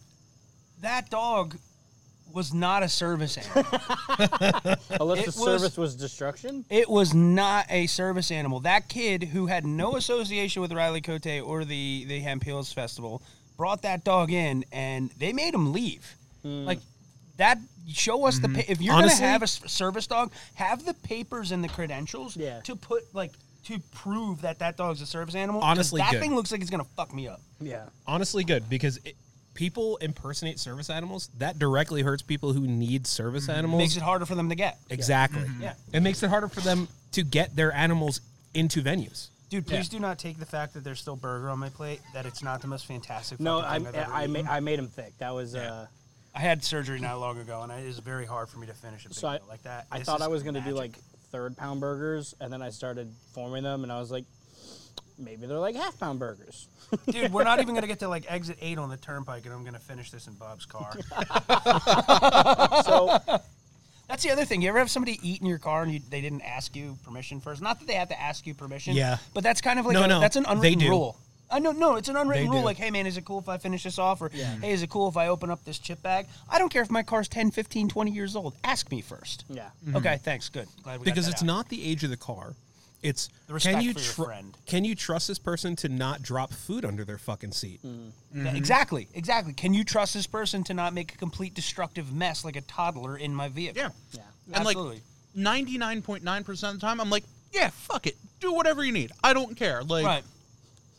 D: that dog was not a service animal.
C: Unless the
D: It was-
C: service was destruction.
D: it was not a service animal. That kid who had no association with Riley Cote or the the Hemp Hills Festival brought that dog in, and they made him leave.
C: Hmm.
D: Like that. Show us
C: Mm-hmm.
D: the pa- if you're
E: Honestly-
D: gonna have a s- service dog, have the papers and the credentials
C: Yeah.
D: to put like. To prove that that dog's a service animal, 'cause
E: Honestly
D: that
E: good.
D: thing looks like it's gonna fuck me up.
C: Yeah.
E: Honestly, good because it, people impersonate service animals. That directly hurts people who need service animals.
D: Mm-hmm. makes it harder for them to get.
E: exactly.
D: Yeah.
E: It makes it harder for them to get their animals into venues.
D: Dude, please do not take the fact that there's still burger on my plate that it's not the most fantastic.
C: No, I
D: fucking thing I've ever
C: I, I,
D: eaten.
C: ma- I made him thick. That was uh
D: I had surgery not long ago, and it is very hard for me to finish a big
C: so I
D: meal like that.
C: I
D: This
C: thought
D: is
C: I was gonna do
D: magic.
C: like third pound burgers, and then I started forming them, and I was like, maybe they're like half pound burgers.
D: dude, we're not even gonna get to like exit eight on the turnpike, and I'm gonna finish this in Bob's car.
C: So
D: That's the other thing. You ever have somebody eat in your car and you, they didn't ask you permission first? Not that they have to ask you permission.
E: Yeah.
D: But that's kind of like
E: No,
D: a-
E: no,
D: that's an
E: they
D: unwritten
E: do.
D: rule. I know, no, it's an unwritten
E: They
D: rule.
E: do.
D: Like, hey, man, is it cool if I finish this off? Or, hey, is it cool if I open up this chip bag? I don't care if my car's 10, 15, 20 years old. Ask me first.
C: Yeah.
D: Okay, thanks. Good. Glad we got
E: Mm-hmm. because
D: that
E: it's
D: out.
E: not the age of the car. It's
D: The respect
E: can you
D: for your
E: tru-
D: friend.
E: can you trust this person to not drop food under their fucking seat?
D: Mm. Yeah, Exactly, exactly. Can you trust this person to not make a complete destructive mess like a toddler in my vehicle?
A: Yeah.
C: Yeah.
A: And
D: Absolutely.
A: like 99.9% of the time, I'm like, yeah, fuck it. Do whatever you need. I don't care. Like,
D: Right.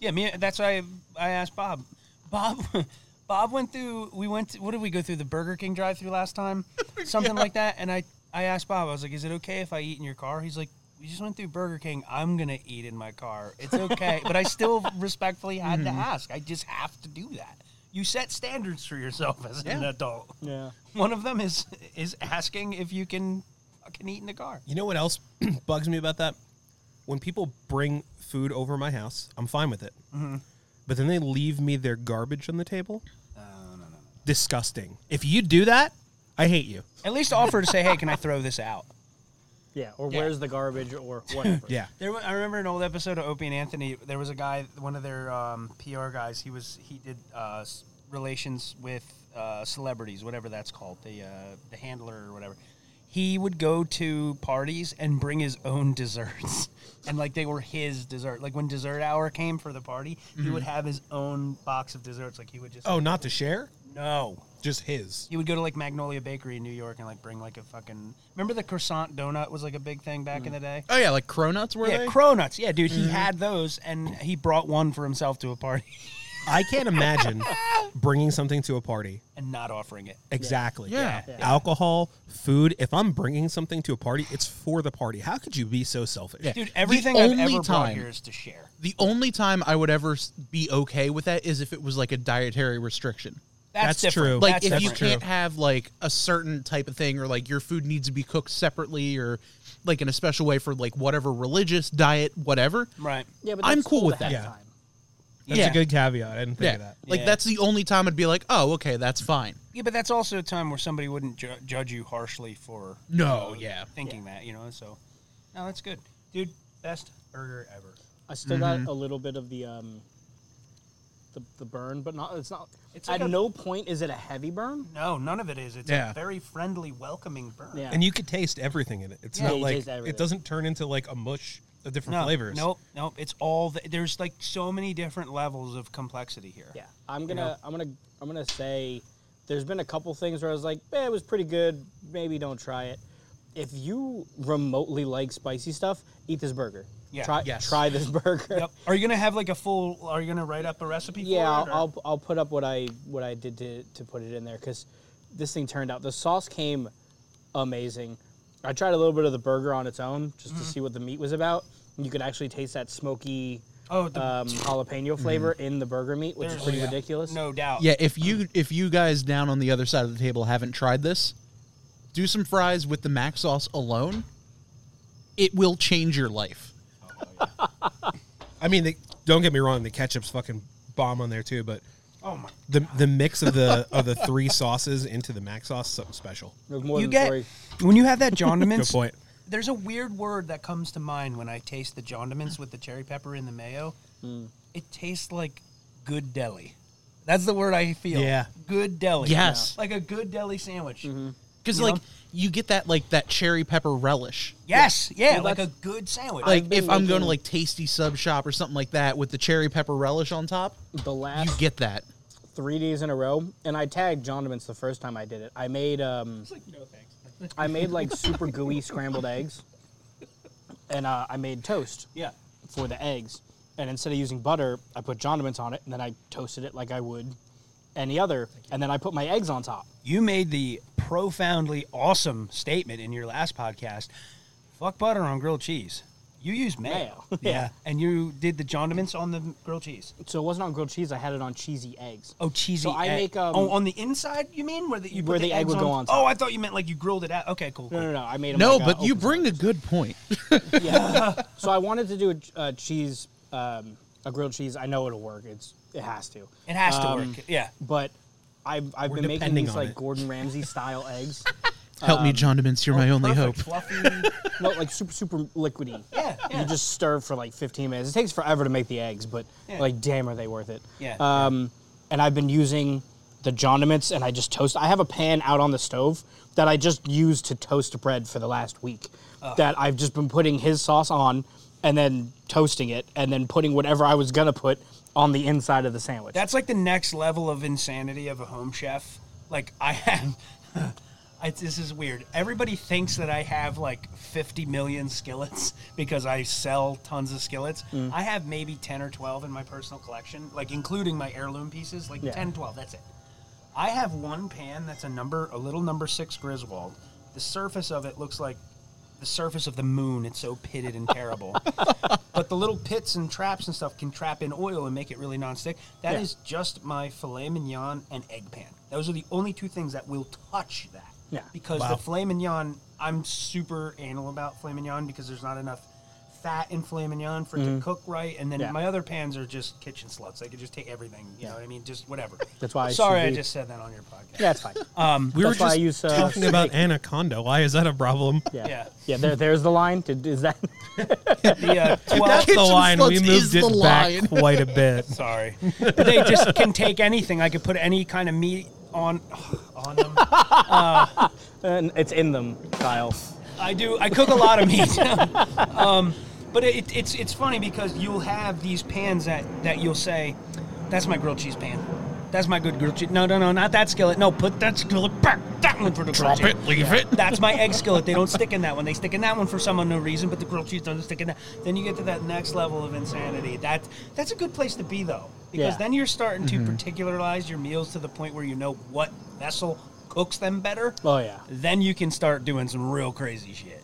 D: Yeah, me. That's why I, I asked Bob. Bob, Bob went through. We went. To, what did we go through? The Burger King drive-through last time, something like that. And I, I asked Bob. I was like, "Is it okay if I eat in your car?" He's like, "We just went through Burger King. I'm gonna eat in my car. It's okay." but I still respectfully had to ask. I just have to do that. You set standards for yourself as an
A: Yeah.
D: adult.
C: Yeah.
D: One of them is is asking if you can can eat in the car.
E: You know what else bugs me about that? When people bring food over my house, I'm fine with it. But then they leave me their garbage on the table. Disgusting. If you do that, I hate you.
D: At least offer to say, "Hey, can I throw this out?"
C: Yeah. Or where's the garbage or whatever.
E: Yeah.
D: There, wa- I remember an old episode of Opie and Anthony. There was a guy, one of their um, PR guys. He was he did uh, s- relations with uh, celebrities, whatever that's called, the uh, the handler or whatever. He would go to parties and bring his own desserts, and like they were his dessert. Like when dessert hour came for the party, he would have his own box of desserts. Like he would just
E: Oh, not to share?
D: no.
E: Just his.
D: He would go to like Magnolia Bakery in New York and like bring like a fucking. Remember the croissant donut was like a big thing back in the day.
A: Oh, yeah, like Cronuts were
D: Yeah,
A: they? Mm-hmm.
D: Cronuts. Yeah, dude, he had those, and he brought one for himself to a party
E: I can't imagine bringing something to a party.
D: and not offering it.
E: Exactly.
A: Yeah.
E: Alcohol, food. If I'm bringing something to a party, it's for the party. How could you be so selfish?
A: Yeah.
D: Dude,
A: The
D: everything I've
A: only
D: ever brought
A: time-
D: here is to share.
A: The only time I would ever s- be okay with that is if it was like a dietary restriction.
D: That's,
E: That's
D: different.
E: true.
A: Like
D: That's
A: if you
D: different.
A: can't have like a certain type of thing or like your food needs to be cooked separately or like in a special way for like whatever religious diet, whatever.
D: right.
C: Yeah, but
A: I'm
C: that's
A: cool
C: old
A: with that.
E: Yeah.
C: Time.
E: That's
A: yeah.
E: a good caveat. I didn't think
A: yeah.
E: of that.
A: Like
D: Yeah.
A: that's the only time I'd be like, oh, okay, that's fine.
D: Yeah, but that's also a time where somebody wouldn't ju- judge you harshly for
A: No,
D: you know,
A: yeah.
D: thinking that you know. So, no, that's good, dude. Best burger ever.
C: I still got a little bit of the um, the, the burn, but not. It's not.
D: It's
C: at
D: like a-
C: no point is it a heavy burn.
D: No, none of it is. It's
E: Yeah.
D: a very friendly, welcoming burger.
C: Yeah.
E: And you could taste everything in it. It's
C: Yeah,
E: not
C: you
E: like
C: taste everything.
E: it doesn't turn into like a mush of different
D: No,
E: flavors.
D: Nope, nope. It's all the, there's like so many different levels of complexity here.
C: Yeah, I'm gonna, I'm gonna, I'm gonna say, there's been a couple things where I was like, eh, it was pretty good. Maybe don't try it. If you remotely like spicy stuff, eat this burger.
D: Yeah,
C: Try,
A: yes.
C: try this burger.
D: Yep. Are you gonna have like a full? Are you gonna write up a recipe? for
C: Yeah, I'll,
D: it, or-
C: I'll, I'll put up what I what I did to, to put it in there because this thing turned out. The sauce came amazing. I tried a little bit of the burger on its own just
D: Mm-hmm.
C: to see what the meat was about. You could actually taste that smoky
D: Oh, the- Mm-hmm.
C: um, jalapeno flavor in the burger meat, which is
D: There's-
C: pretty
D: yeah.
C: ridiculous.
D: No doubt.
A: Yeah, if you if you guys down on the other side of the table haven't tried this, do some fries with the mac sauce alone. It will change your life.
E: I mean, they, don't get me wrong. The ketchup's fucking bomb on there too, but
D: Oh my.
E: the the mix of the of the three sauces into the mac sauce something special.
C: There's more
D: you
C: than
D: get
C: three.
D: when you have that
E: Good
D: Jondiments.
E: point.
D: There's a weird word that comes to mind when I taste the Jondiments with the cherry pepper and the mayo.
C: Hmm.
D: It tastes like good deli. That's the word I feel.
E: Yeah.
D: Good deli.
A: Yes.
D: Like a good deli sandwich.
C: Mm-hmm.
A: Because
D: You
A: like
D: know?
A: you get that like that cherry pepper relish.
D: Yes. Yeah.
C: Well,
D: like a
C: that's-
D: good sandwich.
A: Like
C: been
A: if I'm going to
C: making-
A: like Tasty Sub Shop or something like that with the cherry pepper relish on top,
C: The
A: you
C: last
A: get that.
D: Oh
C: three days in a row, and I tagged Jondiments the first time I did it. I made um,
D: It's like, no thanks.
C: I made like super gooey scrambled eggs, and uh, I made toast.
D: Yeah.
C: for the eggs. And instead of using butter, I put condiments on it, and then I toasted it like I would any other. And then I put my eggs on top.
D: You made the profoundly awesome statement in your last podcast. Fuck butter on grilled cheese. You use mayo.
C: Mayo.
D: yeah. And you did the Jondiments on the grilled cheese.
C: So it wasn't on grilled cheese. I had it on cheesy eggs.
D: Oh, cheesy.
C: So I
D: egg.
C: make, um,
D: oh, on the inside. You mean where the you put
C: Where the egg
D: eggs
C: would go on top.
D: Oh, I thought you meant like you grilled it out. Okay, cool. cool.
C: No, no, no. I made 'em
A: No,
C: like, uh,
A: but you
C: open
A: bring a good point.
C: Yeah. so I wanted to do a, a cheese, um, a grilled cheese. I know it'll work. It's it has to.
D: It has
C: Um,
D: to work. Yeah.
C: But I've I've
E: We're
C: been making
E: depending
C: these
E: on
C: like
E: it.
C: Gordon Ramsay style eggs.
A: Help
D: Um,
A: me, John Dements. You're
D: oh,
A: my only hope.
F: Perfect, Fluffy.
C: Well, like super, super liquidy.
F: Yeah, yeah.
C: You just stir for like 15 minutes. It takes forever to make the eggs, but
F: Yeah.
C: like, damn, are they worth it?
F: Yeah,
D: Uh,
C: Um, and I've been using the Jondiments and I just toast. I have a pan out on the stove that I just used to toast bread for the last week. That I've just been putting his sauce on and then toasting it and then putting whatever I was gonna put on the inside of the sandwich.
F: That's like the next level of insanity of a home chef. Like I have, I, this is weird. Everybody thinks that I have like 50 million skillets because I sell tons of skillets. I have maybe 10 or 12 in my personal collection, like including my heirloom pieces, like
C: Yeah.
F: 10, 12. That's it. I have one pan that's a number, a little number six Griswold. The surface of it looks like the surface of the moon. It's so pitted and terrible. but the little pits and traps and stuff can trap in oil and make it really nonstick. That is
C: Yeah.
F: just my filet mignon and egg pan. Those are the only two things that will touch that.
C: Yeah.
F: Because the filet mignon, I'm super anal about filet mignon because there's not enough fat in filet mignon for it to cook right. And then
C: Mm-hmm. Yeah.
F: my other pans are just kitchen sluts. They could just take everything. You know what I mean? Just whatever.
C: That's why I
F: Sorry,
C: should
F: I
C: be-
F: just said that on your podcast.
C: yeah, it's fine.
E: Um, We
C: That's
E: were
C: why
E: just
C: I use, uh,
E: talking about
C: steak.
E: anaconda. Why is that a problem?
C: yeah.
F: yeah.
C: Yeah, there, there's the line. Did, is that
F: The, uh, 12
E: That's the line. We
A: sluts is
E: moved it
A: the
E: back
A: line.
E: quite a bit.
F: Sorry. But they just can take anything. I could put any kind of meat on on them.
C: uh, it's in them, Kyle?
F: I do. I cook a lot of meat. um, but it, it's it's funny because you'll have these pans that that you'll say, "That's my grilled cheese pan. That's my good grilled cheese." No, no, no, not that skillet. No, put that skillet back. That one for the grilled cheese.
E: leave it.
F: That's my egg skillet. They don't stick in that one. They stick in that one for some unknown reason, but the grilled cheese doesn't stick in that. Then you get to that next level of insanity. That that's a good place to be though, because
C: Yeah.
F: then you're starting to
E: Mm-hmm.
F: particularize your meals to the point where you know what vessel cooks them better.
C: Oh yeah.
F: Then you can start doing some real crazy shit.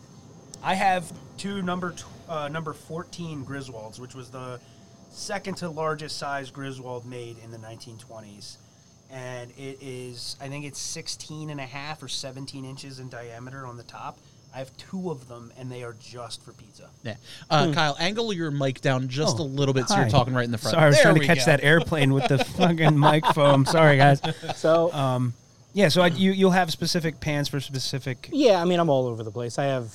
F: I have two number tw- uh, number fourteen Griswolds, which was the second to largest size Griswold made in the 1920s. And it is, I think it's 16 and a half or 17 inches in diameter on the top. I have two of them, and they are just for pizza.
A: Yeah. Uh, Kyle, angle your mic down just a little bit so
D: Hmm. Oh, Hi.
A: you're talking right in the front.
D: Sorry, I was
A: There
D: trying to
A: we
D: catch
A: go.
D: that airplane with the fucking mic foam. Sorry, guys.
C: So
E: Um,
D: Yeah, so I, you you'll have specific pans for specific.
C: Yeah, I mean, I'm all over the place. I have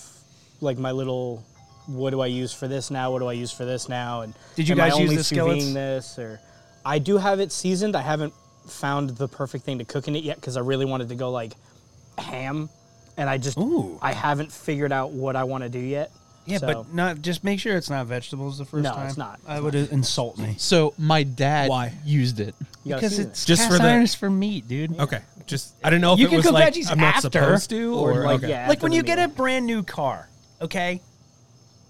C: like my little, what do I use for this now? What do I use for this now? And
D: Did you
C: am I
D: guys use
C: only
D: the
C: sous
D: skillets?
C: videing This or I do have it seasoned. I haven't found the perfect thing to cook in it yet because I really wanted to go like ham, and I just
D: Ooh.
C: I haven't figured out what I want to do yet.
D: Yeah,
C: So,
D: but not just make sure it's not vegetables the first
C: No,
D: time.
C: it's not.
D: I would insult me
A: So my dad
E: Why?
A: used it.
C: you gotta
D: because
C: season
D: it's
C: it.
E: Just
D: just
E: for
D: for
E: the-
D: irons for meat, dude.
E: Okay, just I don't know if
D: You
E: it
D: can
E: was
D: cook
E: like
D: veggies
E: I'm not
D: after,
E: supposed to,
C: or,
E: or,
C: like
E: okay.
C: yeah,
D: like
C: after
D: when
C: the
D: you get
C: meal.
D: a brand new car, okay?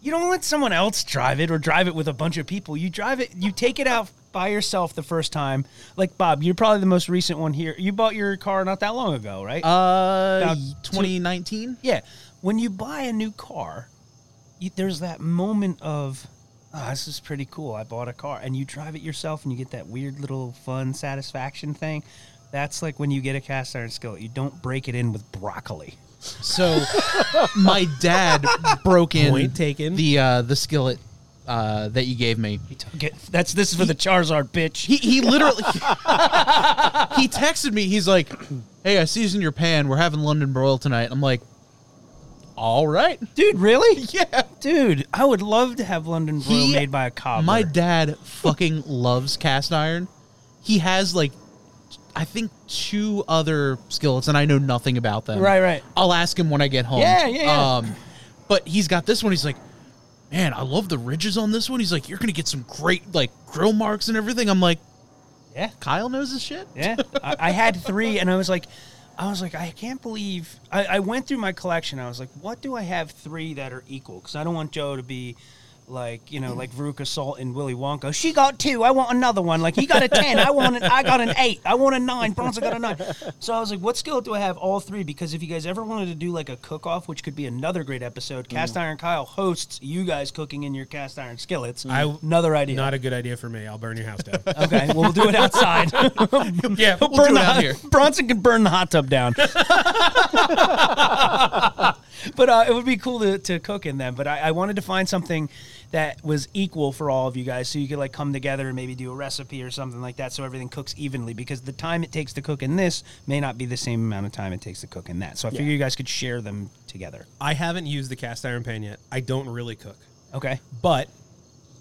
D: You don't let someone else drive it or drive it with a bunch of people. You drive it, you take it out by yourself the first time. Like Bob, you're probably the most recent one here. You bought your car not that long ago, right?
A: Uh,
D: About
A: 2019.
D: yeah. When you buy a new car, you, there's that moment of, oh, this is pretty cool. I bought a car. And you drive it yourself and you get that weird little fun satisfaction thing. That's like when you get a cast iron skillet. You don't break it in with broccoli.
A: So my dad broke in
E: Point taken.
A: the uh, the skillet uh, that you gave me.
D: You took it. That's this is for the Charizard bitch.
A: He he literally he texted me. He's like, "Hey, I seasoned your pan. We're having London broil tonight." I'm like, "All right."
D: Dude, really?
A: Yeah.
D: Dude, I would love to have London broil
A: He-
D: made by a cobbler.
A: My dad fucking loves cast iron. He has like, I think two other skillets, and I know nothing about them.
D: Right, right.
A: I'll ask him when I get home.
D: Yeah, yeah, yeah.
A: Um, but he's got this one. He's like, man, I love the ridges on this one. He's like, you're gonna get some great like grill marks and everything. I'm like,
D: Yeah.
A: Kyle knows his shit.
D: Yeah, I, I had three, and I was like, I was like, I can't believe I, I went through my collection. I was like, what do I have three that are equal? Because I don't want Joe to be like you know like Veruca Salt and Willy Wonka. She got two. I want another one. Like he got a ten. I want an. I got an eight. I want a nine. Bronson got a nine. So I was like, what skillet do I have all three? Because if you guys ever wanted to do like a cook off, which could be another great episode, Cast Iron Kyle hosts you guys cooking in your cast iron skillets.
E: I-
D: another idea.
E: Not a good idea for me. I'll burn your house down.
D: Okay, well, we'll do it outside. yeah,
A: we'll do it out here.
D: Bronson can burn the hot tub down. but uh, it would be cool to, to cook in them. But I, I wanted to find something that was equal for all of you guys, so you could like come together and maybe do a recipe or something like that, so everything cooks evenly. Because the time it takes to cook in this may not be the same amount of time it takes to cook in that. So I figure you guys could share them together.
E: I haven't used the cast iron pan yet. I don't really cook.
D: Okay.
E: But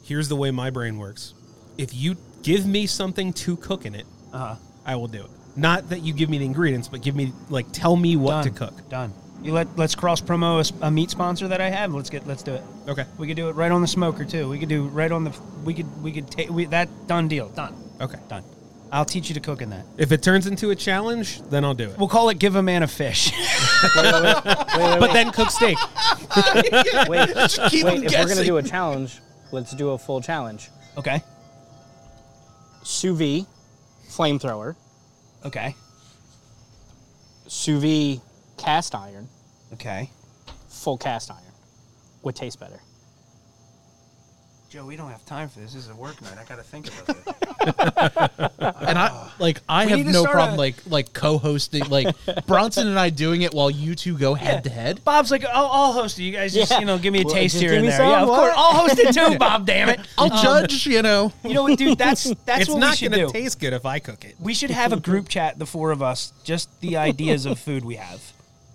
E: here's the way my brain works. If you give me something to cook in it, uh-huh. I will do it. Not that you give me the ingredients, but give me like tell me what to cook.
D: Done. You let let's cross promo a s- a, meat sponsor that I have. Let's get let's do it.
E: Okay.
D: We could do it right on the smoker too. We could do right on the we could we could take we, that done deal done
E: Okay.
D: done. I'll teach you to cook in that.
E: If it turns into a challenge, then I'll do it.
D: We'll call it give a man a fish.
E: but then cook steak.
C: Wait,
A: keep
C: wait.
A: them
C: If we're gonna
A: guessing.
C: do a challenge, let's do a full challenge.
D: okay.
C: Sous vide, flamethrower,
D: Okay.
C: sous vide, cast iron,
D: Okay.
C: full cast iron. Would taste better.
F: Joe, we don't have time for this. This is a work night. I got to think about it.
A: and I like I
F: We
A: have
F: need to
A: no
F: start
A: problem
F: a-
A: like like co-hosting like Bronson and I doing it while you two go head to head.
D: Bob's like, I'll, I'll host it. You guys just,
C: Yeah.
D: you know, give me a
C: Well,
D: taste
C: just
D: here
C: give
D: and
C: me
D: there.
C: some,
D: yeah, of
C: what?
D: course. I'll host it too, Bob, damn it.
A: I'll judge, you know.
D: You know what, dude? That's that's
E: it's
D: what we
E: not
D: should
E: going
D: do.
E: to taste good if I cook it.
D: we should have a group chat, the four of us, just the ideas of food we have.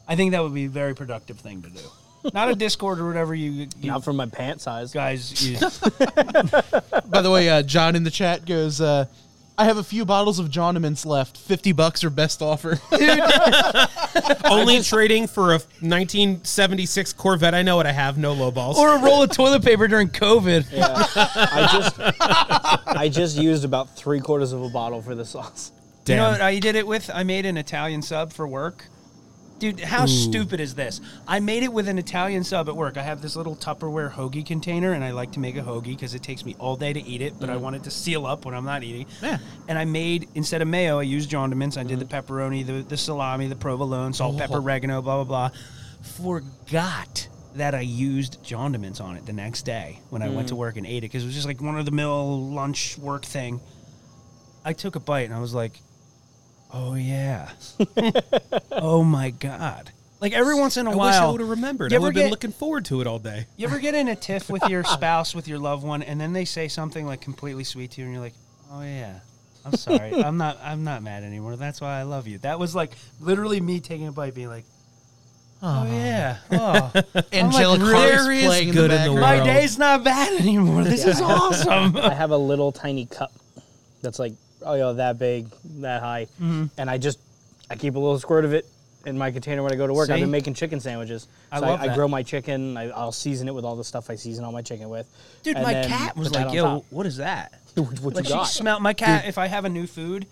D: I think that would be a very productive thing to do. Not a Discord or whatever you, you
C: Not from my pant size.
D: guys use.
A: By the way, uh, John in the chat goes, uh, I have a few bottles of Johniments left. 50 bucks or best offer.
E: Only trading for a 1976 Corvette. I know what I have. No low balls.
D: or a roll of toilet paper during COVID.
C: Yeah. I just I just used about three quarters of a bottle for the sauce.
E: Damn.
D: You know what I did it with? I made an Italian sub for work. Dude, how stupid is this? I made it with an Italian sub at work. I have this little Tupperware hoagie container, and I like to make a hoagie because it takes me all day to eat it, but I want it to seal up when I'm not eating. Yeah. And I made, instead of mayo, I used condiments. I did the pepperoni, the, the salami, the provolone, salt, pepper, oregano, blah, blah, blah. Forgot that I used condiments on it the next day when I went to work and ate it because it was just like one of the mill lunch work thing. I took a bite and I was like, Oh yeah. oh my god. Like every once in a
E: I
D: while,
E: wish I would have remembered.
D: You
E: I
D: ever
E: would have been
D: get-
E: looking forward to it all day.
D: You ever get in a tiff with your spouse, with your loved one, and then they say something like completely sweet to you, and you're like, "Oh yeah, I'm sorry. I'm not. I'm not mad anymore. That's why I love you." That was like literally me taking a bite, being like, "Oh yeah, oh,
A: Angelic
D: like,
A: Heart's
D: there is
A: playing in
E: good
A: the
E: in
A: background.
E: the
D: my
E: World.
D: day's not bad anymore. This is awesome."
C: I have a little tiny cup that's like oh yo that big, that high,
D: Mm-hmm.
C: and I just I keep a little squirt of it in my container when I go to work. I've
D: See?
C: been making chicken sandwiches.
D: I
C: so
D: love
C: I,
D: that.
C: grow my chicken. I, I'll season it with all the stuff I season all my chicken with.
D: Dude,
C: and
D: my
C: then
D: cat was
C: put that
D: like,
C: on
D: "Yo,
C: top.
D: what is that?"
C: What- what you
D: like
C: got?
D: she smell my cat. If I have a new food,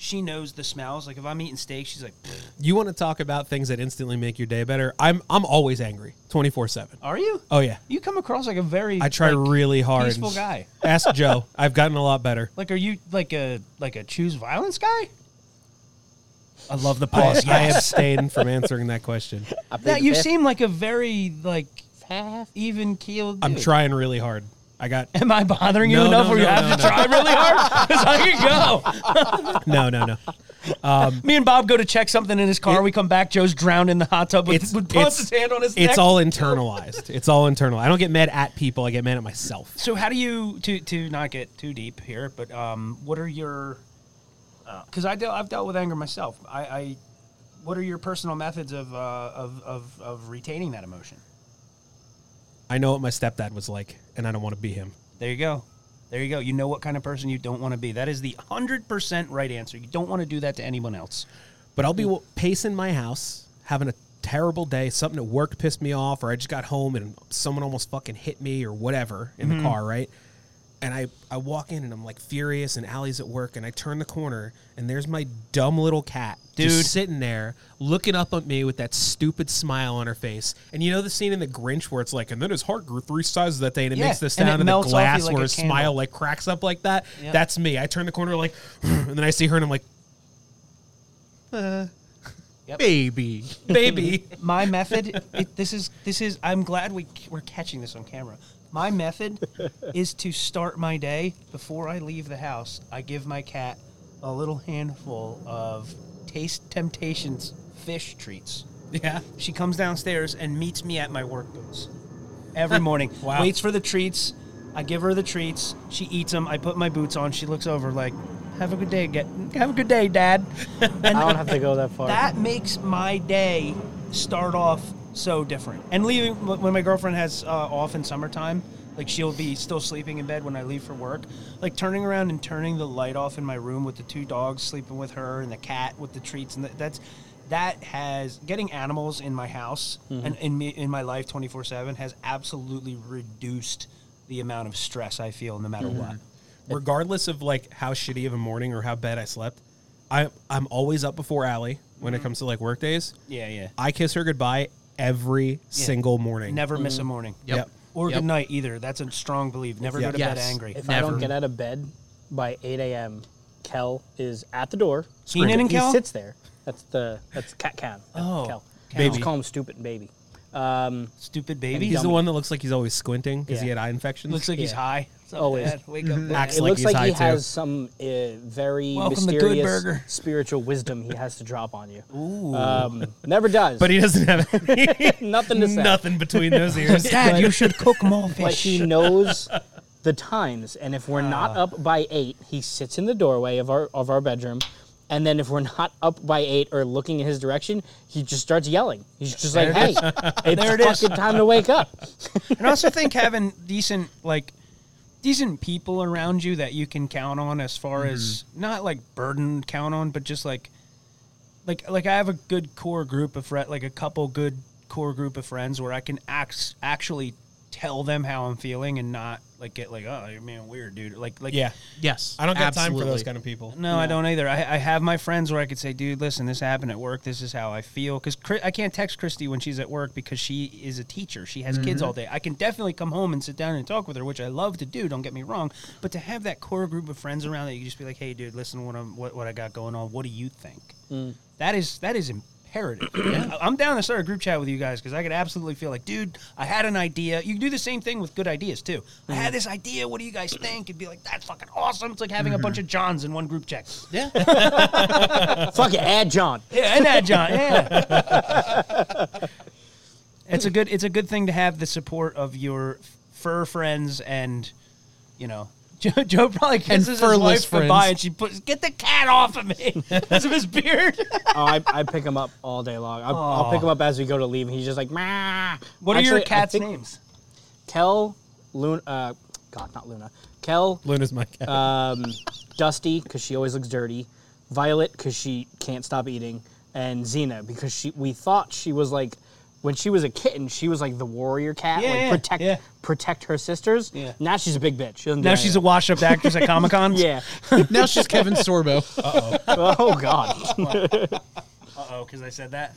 D: she knows the smells. Like if I'm eating steak, she's like, "Pfft,
E: You want to talk about things that instantly make your day better? I'm I'm always angry, twenty four seven.
D: "Are you?"
E: Oh yeah,
D: You come across like a very
E: I try
D: like,
E: really hard.
D: peaceful guy.
E: Ask Joe. I've gotten a lot better.
D: Like, are you like a like a choose violence guy? I love the pause.
E: I abstain from answering that question.
C: I paid
D: that
C: the
D: you
C: fifth.
D: seem like a very like
C: Half.
D: even keeled.
E: I'm trying really hard. I got
D: Am I bothering you
E: No,
D: enough
E: no,
D: where you
E: no,
D: have
E: no,
D: to
E: no.
D: try really hard? Because I can go.
E: no, no, no.
D: Me and Bob go to check something in his car.
E: It-
D: we come back. Joe's drowned in the hot tub with,
E: It's-
D: with Ponce's
E: it's-
D: hand on his neck.
E: It's all internalized. It's all internal. I don't get mad at people. I get mad at myself.
D: So how do you to to not get too deep here? But um, what are your? Because I deal, I've dealt with anger myself. I, I what are your personal methods of, uh, of of of retaining that emotion?
E: I know what my stepdad was like, and I don't want to be him.
D: There you go. There you go. You know what kind of person you don't want to be. That is the hundred percent right answer. You don't want to do that to anyone else.
E: But I'll be w- pacing my house, having a terrible day. Something at work pissed me off, or I just got home and someone almost fucking hit me, or whatever in
D: Mm-hmm.
E: the car, right? And I, I walk in and I'm like furious, and Allie's at work, and I turn the corner, and there's my dumb little cat,
D: Dude.
E: just sitting there looking up at me with that stupid smile on her face. And you know the scene in The Grinch where it's like, and then his heart grew three sizes that day, and it
D: Yeah,
E: makes the
D: and it
E: sound of the
D: melts off you
E: glass
D: like
E: where
D: a
E: his
D: candle.
E: smile like cracks up like that.
D: Yep.
E: That's me. I turn the corner like, and then I see her, and I'm like,
A: Baby.
E: baby.
D: my method it, this is this is i'm glad we, we're catching this on camera my method is to start my day before i leave the house i give my cat a little handful of taste temptations fish treats
G: Yeah.
D: She comes downstairs and meets me at my work boots every morning. Waits for the treats. I give her the treats. She eats them. I put my boots on. She looks over like, "Have a good day, get have a good day, Dad."
C: I don't have to go that far.
D: That makes my day start off so different. And leaving when my girlfriend has uh, off in summertime, like she'll be still sleeping in bed when I leave for work. Like turning around and turning the light off in my room with the two dogs sleeping with her and the cat with the treats and the, that's that has getting animals in my house and in me in my life 24/7 has absolutely reduced the amount of stress I feel no matter what.
E: regardless of like how shitty of a morning or how bad I slept, I I'm always up before Allie when it comes to like work days.
D: Mm-hmm. Yeah, yeah.
E: I kiss her goodbye every single morning.
D: Never miss a morning.
A: Yep. Yep.
D: Or
A: Yep.
D: good night either. That's a strong belief. Never
E: Yeah.
D: go to bed
A: Yes.
D: angry.
C: If I don't
A: Never.
C: get out of bed by 8 a.m., Kel is at the door.
D: Keenan and Kel?
C: He sits there. That's the that's Cat Can. That's
D: Oh,
C: Kel.
D: Baby.
C: Just call him stupid and baby. Um,
D: Stupid baby.
E: He's
C: Dummy.
E: the one that looks like he's always squinting because he
C: Yeah.
E: had eye infections.
D: Looks like he's
C: Yeah.
D: high. So
C: Always.
D: bad. Wake up.
E: Acts
C: it
E: like
C: looks
E: he's
C: like he
E: high, too.
C: has some uh, very
D: Welcome to Good
C: mysterious
D: Burger.
C: spiritual wisdom he has to drop on you. Ooh. Um, never does.
E: but he doesn't have
C: nothing to say.
E: nothing between those ears.
D: Dad, you should cook more
C: But he knows the times, and if we're not
D: Ah.
C: up by eight, he sits in the doorway of our of our bedroom, and then if we're not up by eight or looking in his direction, he just starts yelling. He's just like, "Hey, it's
D: There it is.
C: fucking time to wake up."
D: and I also think having decent like decent people around you that you can count on as far as not like burden count on, but just like like like I have a good core group of friends, like a couple good core group of friends where I can act actually tell them how I'm feeling and not like get like oh you're being weird dude like like
E: yeah.
A: Yes.
E: I don't got time for those
A: absolutely.
E: kind of people.
D: No, I don't either. I, I have my friends where I could say, dude, listen, this happened at work. This is how I feel. Because I can't text Christy when she's at work because she is a teacher. She has kids all day. I can definitely come home and sit down and talk with her, which I love to do. Don't get me wrong. But to have that core group of friends around that you can just be like, hey, dude, listen, what, I'm, what, what I got going on. What do you think? That is that is imperative. I- I'm down to start a group chat with you guys because I could absolutely feel like, dude, I had an idea. You can do the same thing with good ideas too. I had this idea. What do you guys think? It'd be like, that's fucking awesome. It's like having a bunch of Johns in one group chat. Yeah,
C: Fuck it, add John.
D: and that John. Yeah. it's a good it's a good thing to have the support of your fur friends and you know. Joe, Joe probably kisses his
A: furless
D: wife goodbye
A: friends.
D: and she puts, get the cat off of me because of his beard.
C: Oh, I, I pick him up all day long. I, I'll pick him up as we go to leave, and he's just like, "Mah."
D: what are
C: Actually,
D: your
C: I
D: cat's
C: think
D: names?
C: Kel, Luna. Uh, God, not Luna. Kel,
E: Luna's my cat.
C: Um, Dusty because she always looks dirty, Violet because she can't stop eating, and Xena because she we thought she was like when she was a kitten she was like the warrior cat
D: Yeah,
C: like
D: yeah,
C: protect
D: yeah.
C: protect her sisters.
D: Yeah.
C: Now she's a big bitch. She doesn't do
D: Now she's a
C: anything.
D: washed up actress at Comic Con.
C: yeah.
A: Now she's Kevin Sorbo.
C: oh God.
D: Uh oh, because I said that.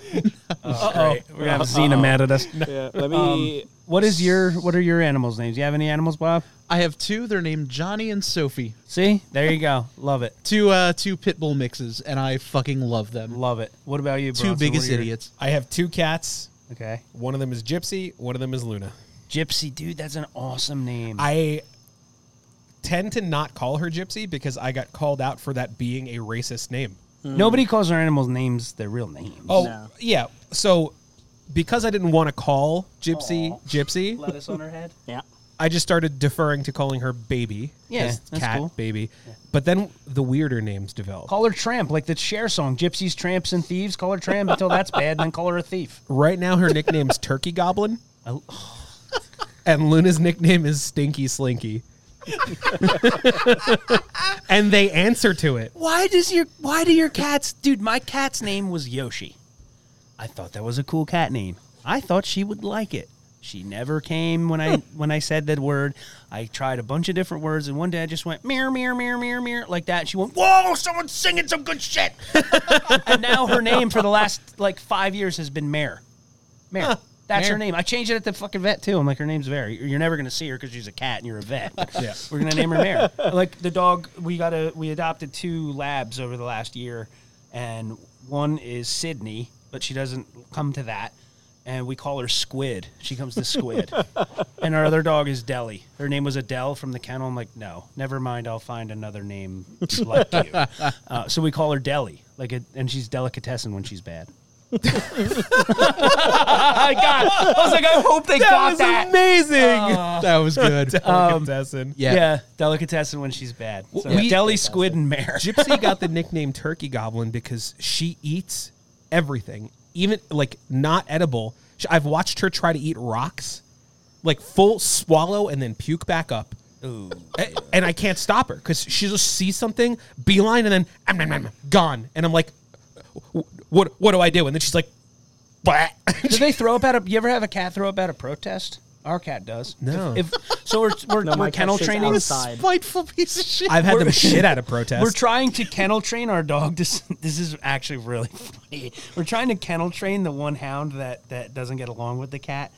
D: Uh oh, we're gonna have Xena mad at us.
C: yeah. Let me.
D: What is your What are your animals' names? You have any animals, Bob?
A: I have two. They're named Johnny and Sophie.
D: See, there you go. Love it,
A: Two uh two pit bull mixes, and I fucking love them.
D: love it. What about you?
A: two
D: Bronson?
A: biggest
D: What are your-
A: idiots.
E: I have two cats.
D: Okay,
E: One of them is Gypsy. One of them is Luna.
D: Gypsy, dude, that's an awesome name.
E: I tend to not call her Gypsy because I got called out for that being a racist name.
D: Nobody calls their animals names their real names.
E: Oh
C: No.
E: yeah. So because I didn't want to call Gypsy Gypsy,
D: lettuce on her head.
C: Yeah.
E: I just started deferring to calling her baby.
D: Yeah,
E: 'cause
D: that's
E: cat
D: cool.
E: baby. But then the weirder names developed.
D: Call her tramp, like the Cher song, "Gypsies, Tramps, and Thieves." Call her tramp until that's bad, then call her a thief.
E: right now, her nickname's Turkey Goblin, and Luna's nickname is Stinky Slinky. and they answer to it.
D: Why does your Why do your cats, dude? My cat's name was Yoshi. I thought that was a cool cat name. I thought she would like it. She never came when I when I said that word. I tried a bunch of different words, and one day I just went mirror, mirror, mirror, mirror, mirror, like that. And she went, "Whoa, someone's singing some good shit!" and now her name for the last like five years has been Mare. Mare. That's her
A: Mare.
D: name. I changed it at the fucking vet too. I'm like, her name's Mare. You're never gonna see her because she's a cat and you're a vet.
E: Yeah.
D: We're gonna name her Mare. like the dog, we got a we adopted two labs over the last year, and one is Sydney, but she doesn't come to that. And we call her Squid. She comes to Squid. and our other dog is Deli. Her name was Adele from the kennel. I'm like, no, never mind. I'll find another name like you. Uh, so we call her Deli, like, a, and she's delicatessen when she's bad.
B: I got. I was like, I hope they
E: That
B: got
E: was
B: that.
E: amazing. that was good.
D: Um,
E: Delicatessen.
A: Yeah.
D: delicatessen when she's bad. So
E: We-
D: deli squid and mare.
E: Gypsy got the nickname Turkey Goblin because she eats everything, even like not edible. Sh- I've watched her try to eat rocks, like full swallow and then puke back up. A- And, I can't stop her because she just sees something, beeline, and then "Am, am, am," gone. And I'm like, "Wh- what? What do I do? And then she's like, "Bah."
D: Do they throw up at a? You ever have a cat throw up at a protest? Our cat does.
E: No.
D: If, if- so we're we're,
C: No, my
D: we're
C: cat
D: kennel
C: shits
D: training.
A: What a
C: Outside.
A: spiteful piece of shit.
E: I've had
D: We're-
E: them shit out of protest.
D: We're trying to kennel train our dog. This this is actually really funny. We're trying to kennel train the one hound that that doesn't get along with the cat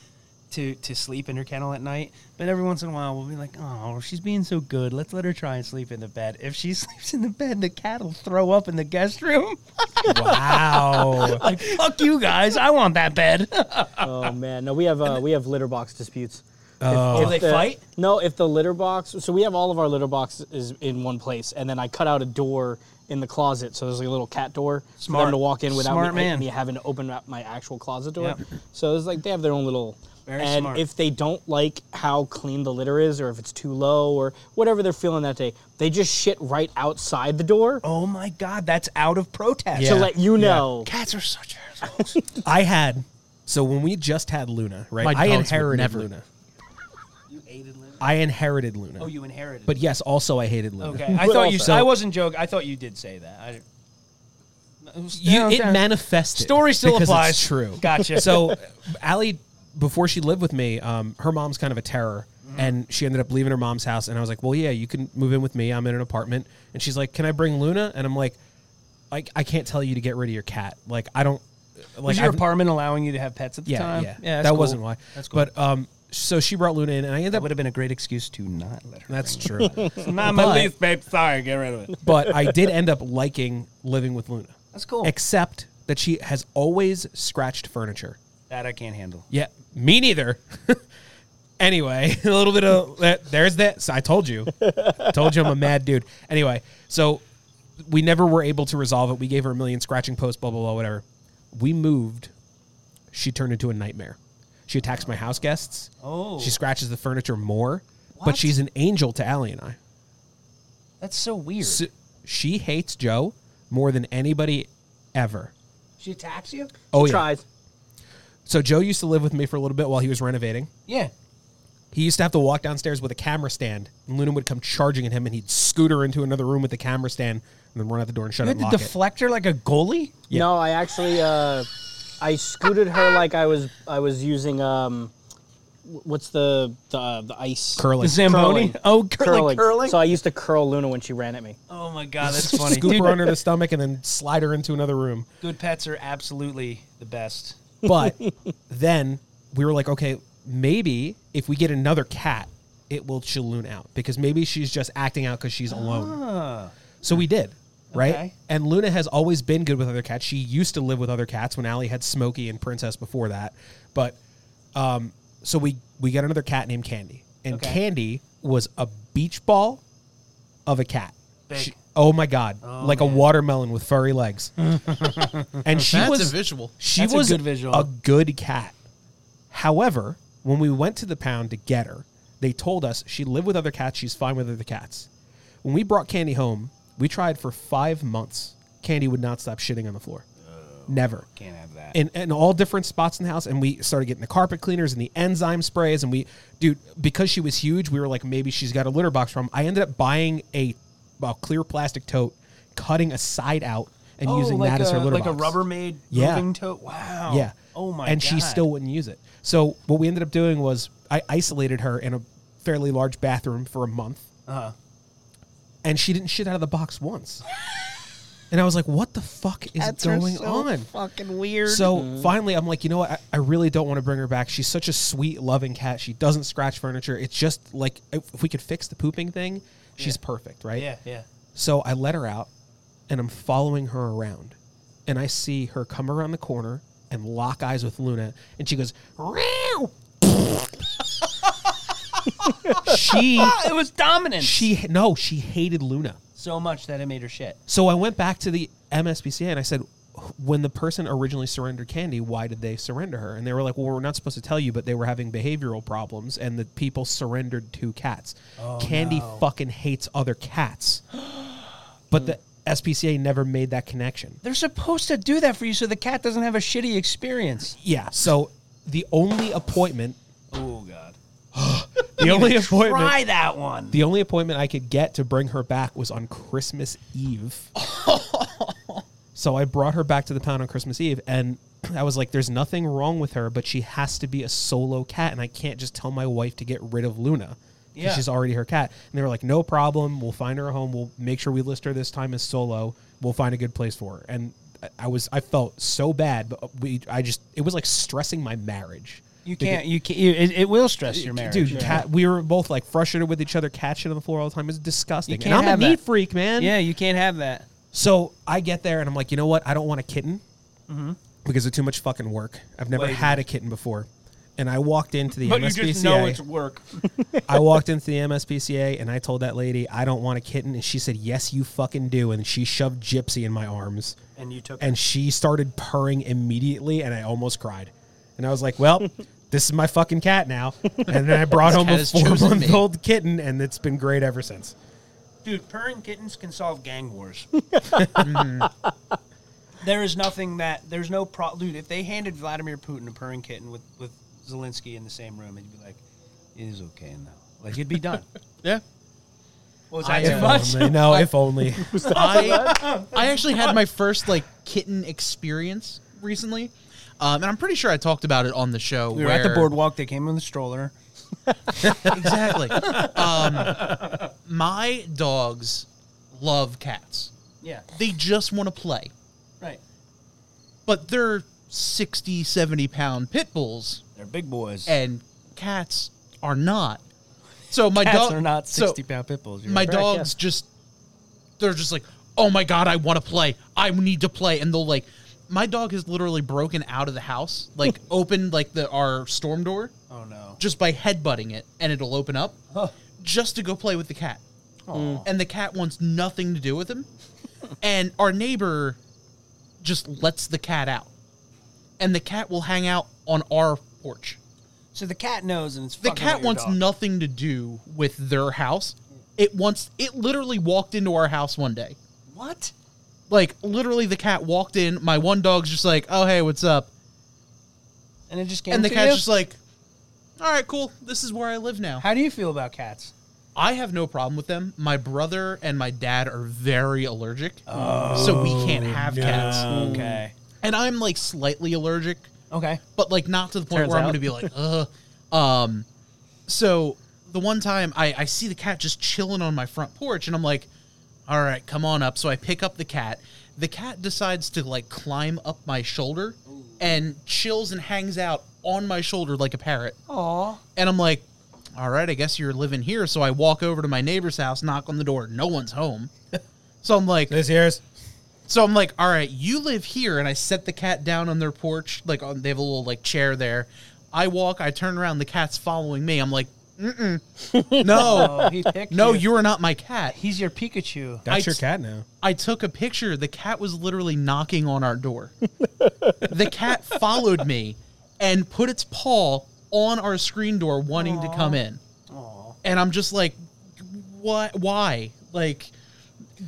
D: to to sleep in her kennel at night. But every once in a while, we'll be like, "Oh, she's being so good. Let's let her try and sleep in the bed. If she sleeps in the bed, the cat will throw up in the guest room."
E: wow.
D: like, fuck you guys. I want that bed.
C: Oh man, no, we have uh, we have litter box disputes.
E: Oh.
D: Do they
C: the-
D: fight?
C: No, if the litter box. So we have all of our litter boxes in one place, and then I cut out a door in the closet, so there's like a little cat door for
D: Smart.
C: them to walk in without
D: Smart
C: me,
D: man.
C: me having to open up my actual closet door.
D: Yep.
C: So it's like they have their own little.
D: Very
C: and
D: smart.
C: if they don't like how clean the litter is, or if it's too low, or whatever they're feeling that day, they just shit right outside the door
D: Oh my god, that's out of protest.
E: Yeah.
C: to let you know.
D: Cats are such assholes.
E: I had. So when we just had Luna, right?
A: My
E: I
A: dogs would
E: inherited
A: never.
E: Luna.
F: You hated Luna.
E: I inherited Luna.
F: Oh, you inherited.
E: But yes, also I hated Luna.
F: okay, I
C: But
F: thought you.
C: also-
F: I wasn't joking. I thought you did say that. I,
E: You,
D: Yeah,
E: it
D: okay.
E: manifested.
D: Story still
E: because
D: applies.
E: It's true.
D: Gotcha.
E: So, Allie, before she lived with me, um, her mom's kind of a terror,
D: Mm-hmm.
E: and she ended up leaving her mom's house. And I was like, "Well, yeah, you can move in with me. I'm in an apartment." And she's like, "Can I bring Luna?" And I'm like, "I, I can't tell you to get rid of your cat. Like, I don't." Like,
D: was your
E: I've-
D: apartment allowing you to have pets at the
E: Yeah,
D: time?
E: yeah,
D: that's
E: that
D: cool.
E: wasn't why.
D: That's cool.
E: But um, so she brought Luna in, and I ended
D: That
E: up.
D: would have been a great excuse to not let her.
E: That's true.
D: not
E: my lease,
D: babe. Sorry, get rid of it.
E: but I did end up liking living with Luna.
D: That's cool.
E: Except that she has always scratched furniture.
D: That I can't handle.
E: Yeah, me neither. anyway, a little bit of that. There's that. So I told you. I told you I'm a mad dude. Anyway, so we never were able to resolve it. We gave her a million scratching posts, blah, blah, blah, whatever. We moved. She turned into a nightmare. She attacks my house guests.
D: Oh.
E: She scratches the furniture more. But
D: What?
E: she's an angel to Allie and I.
D: That's so weird.
E: S- she hates Joe more than anybody ever.
D: she attacks you?
E: Oh, yeah.
C: Tries.
E: So Joe used to live with me for a little bit while he was renovating.
D: Yeah.
E: He used to have to walk downstairs with a camera stand, and Luna would come charging at him, and he'd scooter into another room with the camera stand, and then run out the door and shut
D: You had
E: it. and
D: to
E: Lock it.
D: deflect her like a goalie?
C: No, I actually uh, I scooted her like I was I was using um, wh- what's the the, uh, the ice
E: Curling.
D: The Zamboni?
C: Curling.
D: Oh, cur- like curling.
C: So I used to curl Luna when she ran at me.
D: oh my god, that's funny.
E: Scoop
D: Dude,
E: her under the stomach, and then slide her into another room.
D: good pets are absolutely the best.
E: But then we were like, okay, maybe if we get another cat, it will chill Luna out because maybe she's just acting out because she's alone. So we did, right?
D: Ah. Okay.
E: And Luna has always been good with other cats. She used to live with other cats when Allie had Smokey and Princess before that. But um, so we we got another cat named Candy, and
D: Okay.
E: Candy was a beach ball of a cat.
D: Big.
E: She- oh my god, like a watermelon with furry legs. and she
A: That's
E: was
A: a visual.
E: She
D: That's a
E: was
D: good visual.
E: a good cat. However, when we went to the pound to get her, they told us she lived with other cats. She's fine with other cats. When we brought Candy home, we tried for five months. Candy would not stop shitting on the floor. Never.
D: Can't have that.
E: In, in all different spots in the house, and we started getting the carpet cleaners and the enzyme sprays. And we, dude, because she was huge, we were like, maybe she's got a litter box from. I ended up buying a, a clear plastic tote, cutting a side out, and
D: oh,
E: using
D: like
E: that
D: a,
E: as her litter
D: like
E: box.
D: a Rubbermaid
E: Yeah.
D: moving tote? Wow.
E: Yeah.
D: Oh my
E: And
D: god.
E: she still wouldn't use it. So what we ended up doing was I isolated her in a fairly large bathroom for a month.
D: Uh-huh.
E: And she didn't shit out of the box once. and I was like, what the fuck is going on?
D: fucking weird.
E: So finally, I'm like, you know what? I, I really don't want to bring her back. She's such a sweet, loving cat. She doesn't scratch furniture. It's just like if if we could fix the pooping thing, she's perfect, right?
D: yeah, yeah.
E: So I let her out and I'm following her around. And I see her come around the corner and lock eyes with Luna. And she goes, Meow. she,
D: Ah, it was dominant.
E: she, no, she hated Luna.
D: so much that it made her shit.
E: So I went back to the MSPCA and I said, when the person originally surrendered Candy, why did they surrender her? And they were like, well, we're not supposed to tell you, but they were having behavioral problems, and the people surrendered two cats. Candy fucking hates other cats. But the SPCA never made that connection.
D: They're supposed to do that for you so the cat doesn't have a shitty experience.
E: Yeah. So the only appointment. Oh God. the only appointment.
F: Try that one.
E: The only appointment I could get to bring her back was on Christmas Eve. so I brought her back to the pound on Christmas Eve, and I was like, "There's nothing wrong with her, but she has to be a solo cat, and I can't just tell my wife to get rid of Luna." 'cause
F: Yeah.
E: She's already her cat. And they were like, no problem. We'll find her a home. We'll make sure we list her this time as solo. We'll find a good place for her. And I- I was, I felt so bad, but we, I just, it was like stressing my marriage.
D: You can't. You can't. You, it, it will stress your marriage.
E: Dude, cat, we were both like frustrated with each other, cat shit on the floor all the time. It's disgusting.
D: can't
E: and I'm
D: have
E: a neat
D: that.
E: freak, man.
D: yeah, you can't have that.
E: So I get there and I'm like, you know what? I don't want a kitten
F: Mm-hmm.
E: because of too much fucking work. I've never had a kitten before. And I walked into the
F: But you
E: MSPCA.
F: just know it's work.
E: I walked into the MSPCA and I told that lady I don't want a kitten, and she said, "Yes, you fucking do." And she shoved Gypsy in my arms,
F: And you took
E: and she started purring immediately, and I almost cried. And I was like, "Well, this is my fucking cat now." And then I brought home
A: cat
E: a
A: has chosen me.
E: four-month-old kitten, and it's been great ever since.
F: Dude, purring kittens can solve gang wars. Mm-hmm. there is nothing that there's no pro. Dude, if they handed Vladimir Putin a purring kitten with with Zelensky in the same room, it'd be like, it is okay now. Like it'd be done.
A: Yeah.
F: Well, is that
A: I
F: too
A: am-
F: much?
A: much?
E: Only- no, if only.
A: I, I actually had my first like kitten experience recently, um, and I'm pretty sure I talked about it on the show.
F: We were at the
A: where-
F: boardwalk. They came in the stroller.
A: exactly. Um, my dogs love cats.
F: Yeah.
A: They just want to play,
F: Right.
A: but they're 60, 70 pound pit bulls,
F: They're big boys.
A: and cats are not. So my
D: Cats
A: dog
D: are not
A: so-
D: sixty pound pit bulls. You're
A: my
D: correct,
A: dogs just they're just like oh my god i want to play i need to play and they'll like my dog has literally broken out of the house like opened like the our storm door
F: oh no.
A: just by headbutting it and it'll open up just to go play with the cat and the cat wants nothing to do with him and our neighbor just lets the cat out and the cat will hang out on our porch
F: So the cat knows, and it's
A: the
F: fucking
A: cat
F: with your
A: wants
F: dog.
A: nothing to do with their house. It wants it literally walked into our house one day.
F: What?
A: Like literally the cat walked in, my one dog's just like, "Oh hey, what's up?"
F: And it just came.
A: And the
F: to
A: cat's
F: you?
A: just like, "All right, cool. This is where I live now."
F: How do you feel about cats?
A: I have no problem with them. My brother and my dad are very allergic. so we can't have cats.
F: Okay.
A: And I'm like slightly allergic.
F: Okay.
A: but like not to the point
D: Turns
A: where I'm
D: out.
A: going to be like, ugh. Um, so the one time I, I see the cat just chilling on my front porch, and I'm like, all right, come on up. So I pick up the cat. The cat decides to like climb up my shoulder and chills and hangs out on my shoulder like a parrot.
F: Aw.
A: And I'm like, all right, I guess you're living here. So I walk over to my neighbor's house, knock on the door. No one's home. So I'm like,
E: this year's.
A: so I'm like, all right, you live here, and I set the cat down on their porch. Like on, they have a little like chair there. I walk, I turn around, the cat's following me. I'm like, mm-mm. no,
F: Oh, he picked
A: no,
F: you.
A: you are not my cat.
F: He's your Pikachu.
E: That's
A: I
E: your
A: t-
E: cat now.
A: I took a picture. The cat was literally knocking on our door. the cat followed me and put its paw on our screen door, wanting to come in. And I'm just like, what? Why? Like,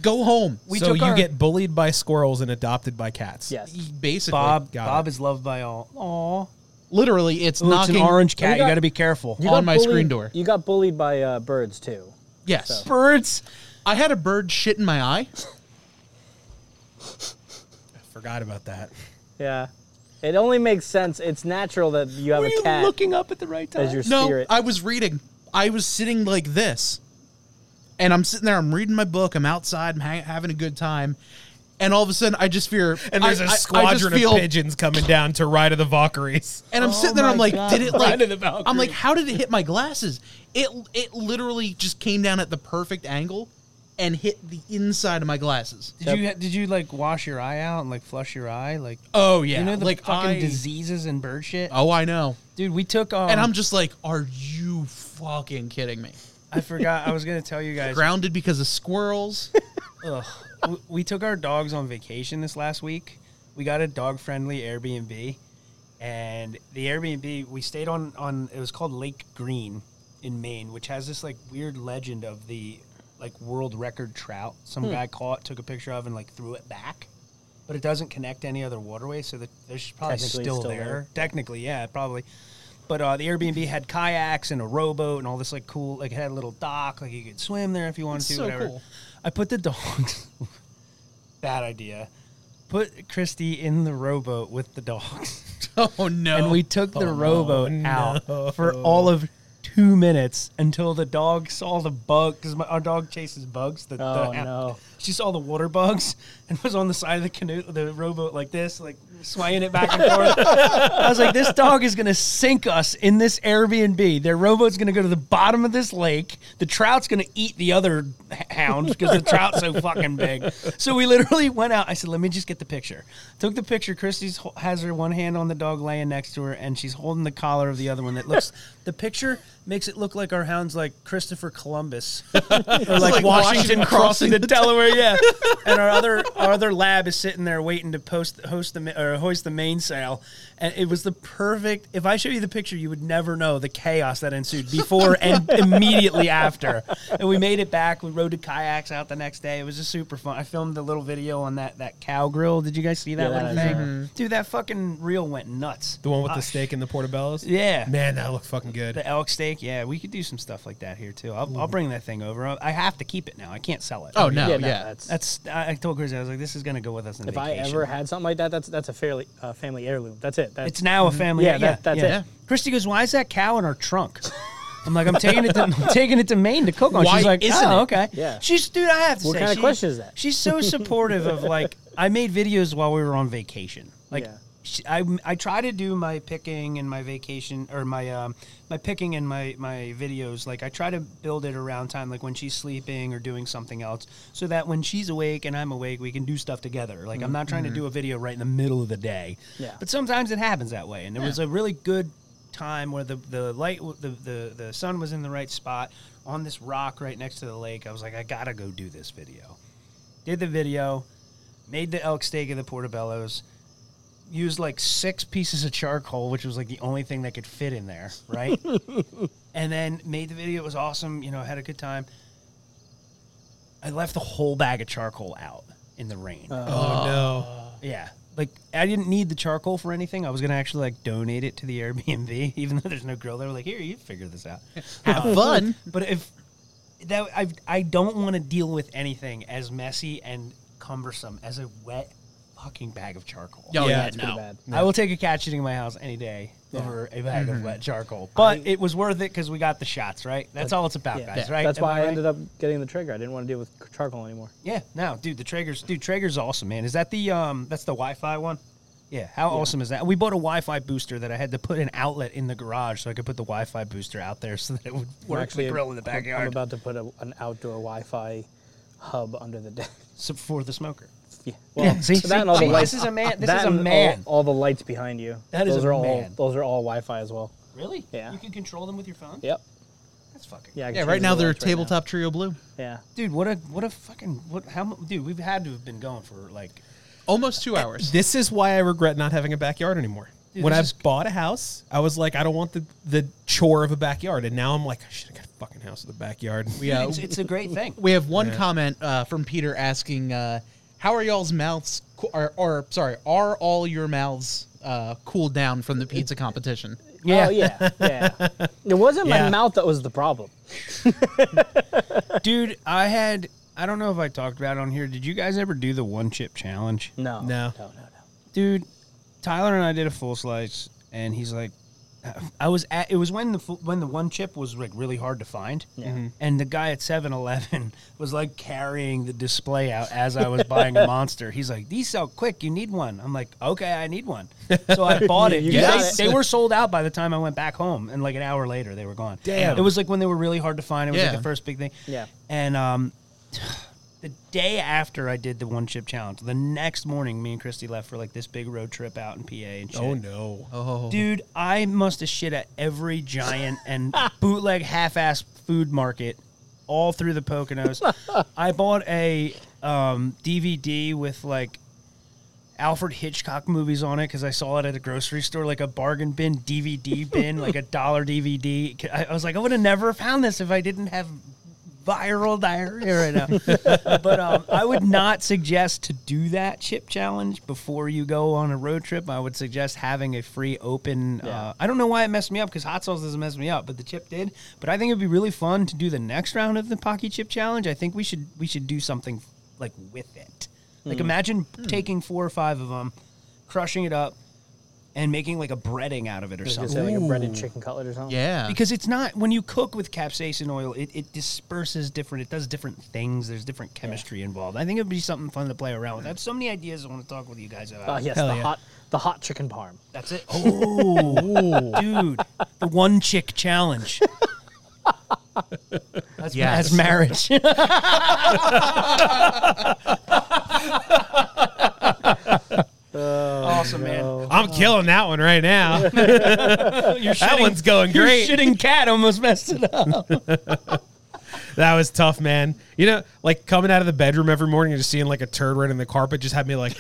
A: go home.
F: We
E: so
F: took
E: you
F: our-
E: get bullied by squirrels and adopted by cats.
C: Yes.
A: Basically,
F: Bob.
E: Got
F: Bob
E: it.
F: is loved by all. Aw.
A: literally, it's
D: Oh,
F: Ooh, it's
A: knocking
F: an orange cat.
C: We
F: you
C: got-
F: got to be careful.
A: on my
C: bullied-
A: screen door.
C: You got bullied by uh, birds too.
A: Yes.
F: Birds.
A: I had a bird shit in my eye.
E: I forgot about that.
C: Yeah. It only makes sense. It's natural that you have
F: Were
C: a
F: you
C: cat
F: looking up at the right time?
C: as your
A: No,
C: spirit.
A: I was reading. I was sitting like this. And I'm sitting there, I'm reading my book, I'm outside, I'm hang- having a good time. And all of a sudden, I just fear.
E: And there's
A: a
E: a squadron
A: feel,
E: of pigeons coming down to ride of the Valkyries.
A: And I'm sitting there, I'm
F: my
A: like,
F: God.
A: did it
F: Right
A: like.
F: in the balcony.
A: I'm like, how did it hit my glasses? It, it literally just came down at the perfect angle and hit the inside of my glasses.
F: Did you did you like wash your eye out and like flush your eye like?
A: Oh, yeah.
F: You know the
A: like,
F: fucking
A: I,
F: diseases and bird shit.
A: Oh, I know.
F: Dude, we took. Um,
D: Uh-huh.
A: and I'm just like, are you fucking kidding me?
F: I forgot. I was gonna tell you guys.
A: Grounded because of squirrels.
F: Ugh. We- we took our dogs on vacation this last week
D: we got a dog friendly Airbnb, and the Airbnb we stayed on on it was called Lake Green in Maine, which has this like weird legend of the like world record trout. Some
C: Hmm.
D: guy caught, took a picture of, and like threw it back. But it doesn't connect to any other waterway, so that there's probably
C: Technically,
D: still,
C: it's still
D: there.
C: there.
D: Technically, yeah, probably. But uh, the Airbnb had kayaks and a rowboat and all this like cool, like it had a little dock, like you could swim there if you wanted
A: It's
D: to.
A: so
D: whatever.
A: cool.
D: I put the dogs. bad idea. Put Christy in the rowboat with the dogs,
A: Oh no!
D: and we took the rowboat out for all of two minutes until the dog saw the bug because our dog chases bugs. The,
C: Oh,
D: the,
C: no.
D: She saw the water bugs and was on the side of the canoe, the rowboat like this, like swaying it back and forth. I was like, this dog is gonna sink us in this Airbnb. Their rowboat's gonna go to the bottom of this lake. The trout's gonna eat the other h- hound because the trout's so fucking big. So we literally went out. I said, let me just get the picture. Took the picture. Christy's ho- has her one hand on the dog laying next to her, and she's holding the collar of the other one. That looks. the picture makes it look like our hound's like Christopher Columbus, or like, Washington,
A: Washington
D: crossing
A: crossing
D: the
A: the
D: Delaware. Yeah, and our other our other lab is sitting there waiting to post host the ma- or hoist the mainsail, and it was the perfect. If I show you the picture, you would never know the chaos that ensued before and immediately after. And we made it back. We rode the kayaks out the next day. It was just super fun. I filmed a little video on that that cow grill. Did you guys see that
C: Yeah,
D: one
C: I
D: thing?
C: saw
D: Dude, that fucking reel went nuts.
E: The one with the
D: Uh,
E: steak and the portobellos.
D: Yeah.
E: man, that looked fucking good.
D: The elk steak, yeah, we could do some stuff like that here too. I'll, I'll bring that thing over. I- I have to keep it now. I can't sell it.
A: oh no! Yeah,
C: no, that's-
D: That's I I told Chris I was like, this is gonna go with us. On
C: If I
D: vacation.
C: ever had something like that, that's that's a fairly uh, family heirloom. That's it. That's
D: it's now a family.
C: Yeah, that- that's it.
D: Christy goes, why is that cow in our trunk? I'm like, I'm taking it to I'm taking it to Maine to cook on.
A: Why
D: She's like,
A: isn't
D: oh,
A: it?"
D: okay.
C: Yeah.
D: She's dude. I have to
C: What
D: say,
C: kind of
D: she-
C: question is that?
D: She's so supportive of like I made videos while we were on vacation. Like.
C: Yeah.
D: she- I, I try to do my picking and my vacation or my um, my picking and my, my videos like I try to build it around time like when she's sleeping or doing something else so that when she's awake and I'm awake we can do stuff together like I'm not trying to do a video right in the middle of the day
C: Yeah.
D: but sometimes it happens that way and it was a really good time where the the light w- the, the the sun was in the right spot on this rock right next to the lake I was like I gotta go do this video did the video made the elk steak and the portobellos used like six pieces of charcoal, which was like the only thing that could fit in there, right? and then made the video. It was awesome. You know, had a good time. I left the whole bag of charcoal out in the rain.
A: Uh.
E: Oh no.
D: yeah. Like I didn't need the charcoal for anything. I was gonna actually like donate it to the Airbnb, even though there's no grill there. Like, here, you figure this out. Um,
A: Have fun.
D: But if that I I don't want to deal with anything as messy and cumbersome as a wet fucking bag of charcoal.
A: Oh, yeah,
C: that's pretty
A: no.
C: bad.
D: I will take a cat shitting in my house any day over a bag
C: Mm-hmm.
D: of wet charcoal. But it was worth it because we got the shots, right? That's all it's about,
C: yeah.
D: guys,
A: Yeah.
D: right?
C: That's
D: Am
C: why I
D: right?
C: ended up getting the trigger. I didn't want to deal with charcoal anymore.
D: Yeah, no, dude, the Traeger's dude, Traeger's awesome, man. Is that the um that's the Wi-Fi one? Yeah, how awesome is that? We bought a Wi-Fi booster that I had to put an outlet in the garage so I could put the Wi-Fi booster out there so that it would
C: I'm
D: work the grill in the
C: I'm-
D: backyard
C: I'm about to put a, an outdoor Wi-Fi hub under the deck.
D: so for the smoker.
C: yeah.
D: Yeah, see,
C: that
D: see,
C: and all the
D: see,
C: lights.
D: this is a man- this
C: that
D: is a
C: and all-
D: man.
C: All, the lights behind you.
D: That is
C: those
D: a
C: are all
D: man.
C: those are all Wi-Fi as well.
D: Really?
C: Yeah. You can
D: control them with your phone?
C: Yep.
D: That's fucking
C: Yeah. I can
A: Yeah,
C: change
A: right now
C: the
A: they're
C: lights right now.
A: tabletop trio blue.
C: Yeah.
D: Dude, what a what a fucking what how mu- dude, we've had to have been going for like
A: Almost two hours.
E: This is why I regret not having a backyard anymore.
D: Dude,
E: when I
D: this is-
E: bought a house, I was like, I don't want the, the chore of a backyard, and now I'm like, I should have got a fucking house with a backyard.
A: We, uh,
D: it's, it's a great thing.
A: we have one comment uh, from Peter asking, uh, "How are y'all's mouths? co- Or, or sorry, are all your mouths uh, cooled down from the pizza competition?"
C: Oh, yeah. Yeah. It wasn't
E: Yeah.
C: my mouth that was the problem.
D: Dude, I had I don't know if I talked about it on here. Did you guys ever do the one chip challenge?
C: No. No.
E: No.
C: No. no.
D: Dude, Tyler and I did a full slice and he's like I was at it was when the fu- when the one chip was like really hard to find.
C: Yeah. Mhm.
D: And the guy at 7-Eleven was like carrying the display out as I was buying a monster. He's like, "These sell quick. You need one." I'm like, "Okay, I need one." So I bought it.
C: You
D: Dude,
C: got
D: they-
C: it.
D: They were sold out by the time I went back home and like an hour later they were gone.
E: Damn.
D: It was like when they were really hard to find. It was
A: Yeah.
D: like the first big thing.
C: Yeah.
D: And um the day after I did the one chip challenge, the next morning, me and Christy left for like this big road trip out in PA and shit.
E: Oh no.
A: Oh,
D: Dude, I must have shit at every giant and bootleg half-ass food market all through the Poconos. I bought a um, DVD with like Alfred Hitchcock movies on it because I saw it at a grocery store, like a bargain bin DVD bin, like a dollar DVD. I, I was like, I would have never found this if I didn't have viral diarrhea right now. but um, I would not suggest to do that chip challenge before you go on a road trip. I would suggest having a free open. Uh, I don't know why it messed me up because hot sauce doesn't mess me up, but the chip did. But I think it'd be really fun to do the next round of the Pocky Chip Challenge. I think we should we should do something like with it. Like
C: Hmm.
D: imagine taking four or five of them, crushing it up, and making like a breading out of it or
C: Just
D: something
C: say like a breaded chicken cutlet or something.
A: Yeah.
D: because it's not when you cook with capsaicin oil it, it disperses different it does different things there's different chemistry involved i think it'd be something fun to play around with i have so many ideas i want to talk with you guys about
C: Ah, yes,
D: Hell
C: the
D: Mm. Oh, yeah.
C: hot the hot chicken parm.
D: that's it oh dude the one chick challenge that's,
A: Yes.
D: that's marriage awesome man
E: I'm killing that one right now. that one's going
D: your
E: great.
D: shitting cat almost messed it up
E: That was tough, man. You know, like coming out of the bedroom every morning and just seeing like a turd right in the carpet just had me like,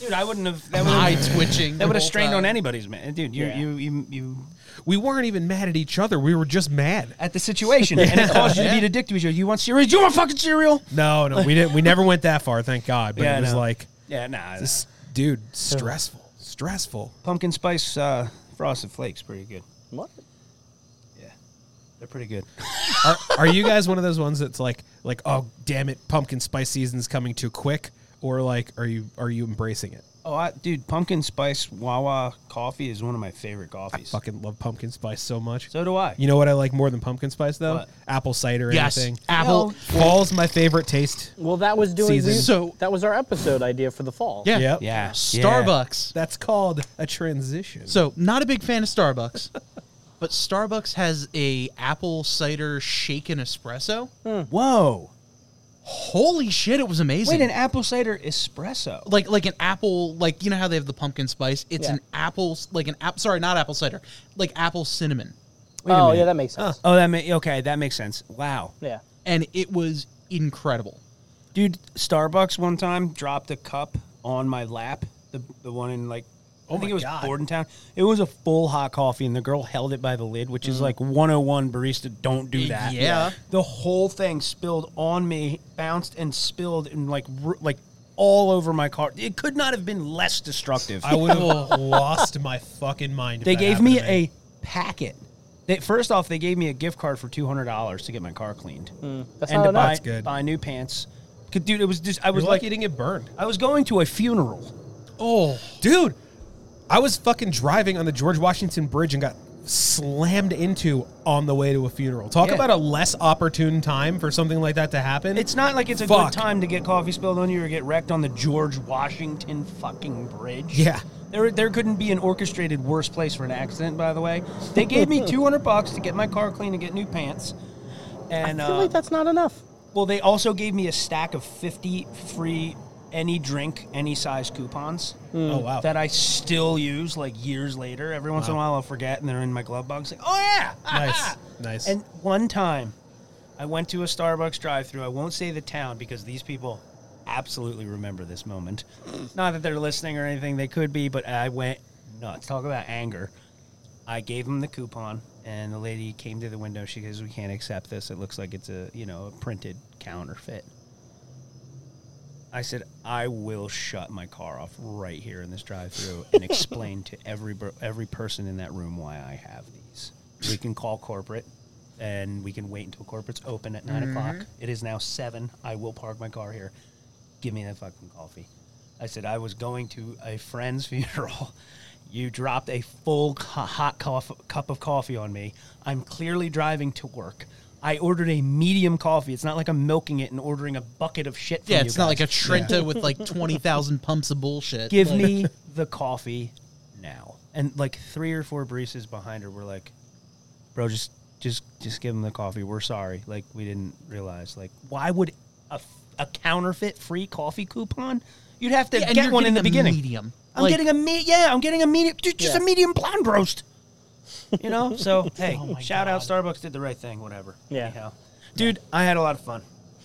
D: dude i wouldn't have that would
A: eye
D: have
A: twitching.
D: That
A: the
D: would have
A: whole
D: strained
A: time.
D: on anybody's man, dude. You
C: Yeah.
D: you you you
E: we weren't even mad at each other. We were just mad.
D: at the situation, and it caused you to
A: Yeah.
D: be a dick to each other. You want cereal? You want fucking cereal?
E: No, no, we didn't. We never went that far, thank God. But
D: Yeah, I
E: it was
D: know.
E: like,
D: Yeah, nah.
E: this dude, stressful, stressful.
D: pumpkin spice uh, frosted flakes, pretty good.
C: What?
D: Yeah, they're pretty good.
E: Are, are you guys one of those ones that's like, like, oh damn it, pumpkin spice season's coming too quick, or like, are you are you embracing it?
D: Oh, I, dude, pumpkin spice Wawa coffee is one of my favorite coffees.
E: Fucking love pumpkin spice so much.
D: So do I.
E: You know what I like more than pumpkin spice though?
D: What?
E: Apple cider.
A: Yes.
E: Anything.
A: Apple.
E: Fall's my favorite taste.
C: Well, that was doing
E: Season.
C: we-
A: So-
C: that was our episode idea for the fall.
A: Yeah.
E: Yep.
D: yeah,
A: Starbucks.
E: That's called a transition.
A: So not a big fan of Starbucks, but Starbucks has a apple cider shaken espresso.
D: Yeah. Whoa!
A: Holy shit! It was amazing.
D: Wait, an apple cider espresso.
A: like like an apple like you know how they have the pumpkin spice it's
C: Yeah.
A: an apple like an app sorry not apple cider like apple cinnamon
C: oh, yeah, that makes sense.
D: Oh, that ma- okay. That makes sense. Wow.
C: Yeah.
A: and it was incredible
D: Dude, Starbucks one time dropped a cup on my lap. The the one in like
E: Oh
D: I think it was Bordentown. It was a full hot coffee, and the girl held it by the lid, which is
E: Mm.
D: like 101 barista. Don't do that.
A: yeah.
D: The whole thing spilled on me, bounced and spilled, and like r- like all over my car. It could not have been less destructive.
E: I would have lost my fucking mind. if
D: they
E: that
D: gave
E: happened
D: me
E: to
D: a packet. They, first off, they gave me a gift card for two hundred dollars to get my car cleaned
C: Hmm. That's
D: and
C: not
D: to
C: enough.
D: buy,
E: That's good.
D: buy new pants. 'Cause, Dude, it was just I
E: You're
D: was like
E: lucky you didn't get burned.
D: I was going to a funeral.
E: Oh, dude, I was fucking driving on the George Washington Bridge and got slammed into on the way to a funeral. Talk
D: Yeah.
E: about a less opportune time for something like that to happen.
D: It's not like it's a
E: Fuck.
D: good time to get coffee spilled on you or get wrecked on the George Washington fucking bridge.
E: Yeah.
D: There, there couldn't be an orchestrated worse place for an accident, by the way. They gave me 200 bucks to get my car clean and get new pants. And
C: I feel
D: uh,
C: like that's not enough.
D: well, they also gave me a stack of 50 free any drink, any size coupons
E: oh wow.
D: that I still use like years later. Every once in a while I'll forget and they're in my glove box. Like, oh yeah.
E: nice, nice.
D: And one time, I went to a Starbucks drive-through. I won't say the town because these people absolutely remember this moment. Not that they're listening or anything; they could be, but I went nuts. Talk about anger. I gave them the coupon, and the lady came to the window. She goes, "We can't accept this. It looks like it's a you know a printed counterfeit." I said, I will shut my car off right here in this drive-through and explain to every bro- every person in that room why I have these. We can call corporate, and we can wait until corporate's open at 9 o'clock.
A: Mm-hmm.
D: It is now seven. I will park my car here. Give me that fucking coffee. I said I was going to a friend's funeral. You dropped a full co- hot coff- cup of coffee on me. I'm clearly driving to work. I ordered a medium coffee. It's not like I'm milking it and ordering a bucket of shit. From
A: yeah
D: you
A: it's not
D: guys.
A: like a trenta with like 20000 pumps of bullshit
D: Give
A: Like,
D: me the coffee now. And like three or four baristas behind her were like, "Bro, just just just give him the coffee. We're sorry. Like we didn't realize. Like why would a, a counterfeit free coffee coupon? You'd have to
A: Yeah, and
D: get
A: you're
D: one
A: getting
D: in the
A: a
D: beginning.
A: medium.
D: I'm
A: Like-
D: getting a me. Yeah, I'm getting a medium. Dude, just
C: Yeah.
D: a medium blonde roast. You know. So hey,
A: Oh
D: shout out Starbucks did the right thing. Whatever.
C: Yeah.
D: Anyhow. Dude, I had a lot of fun.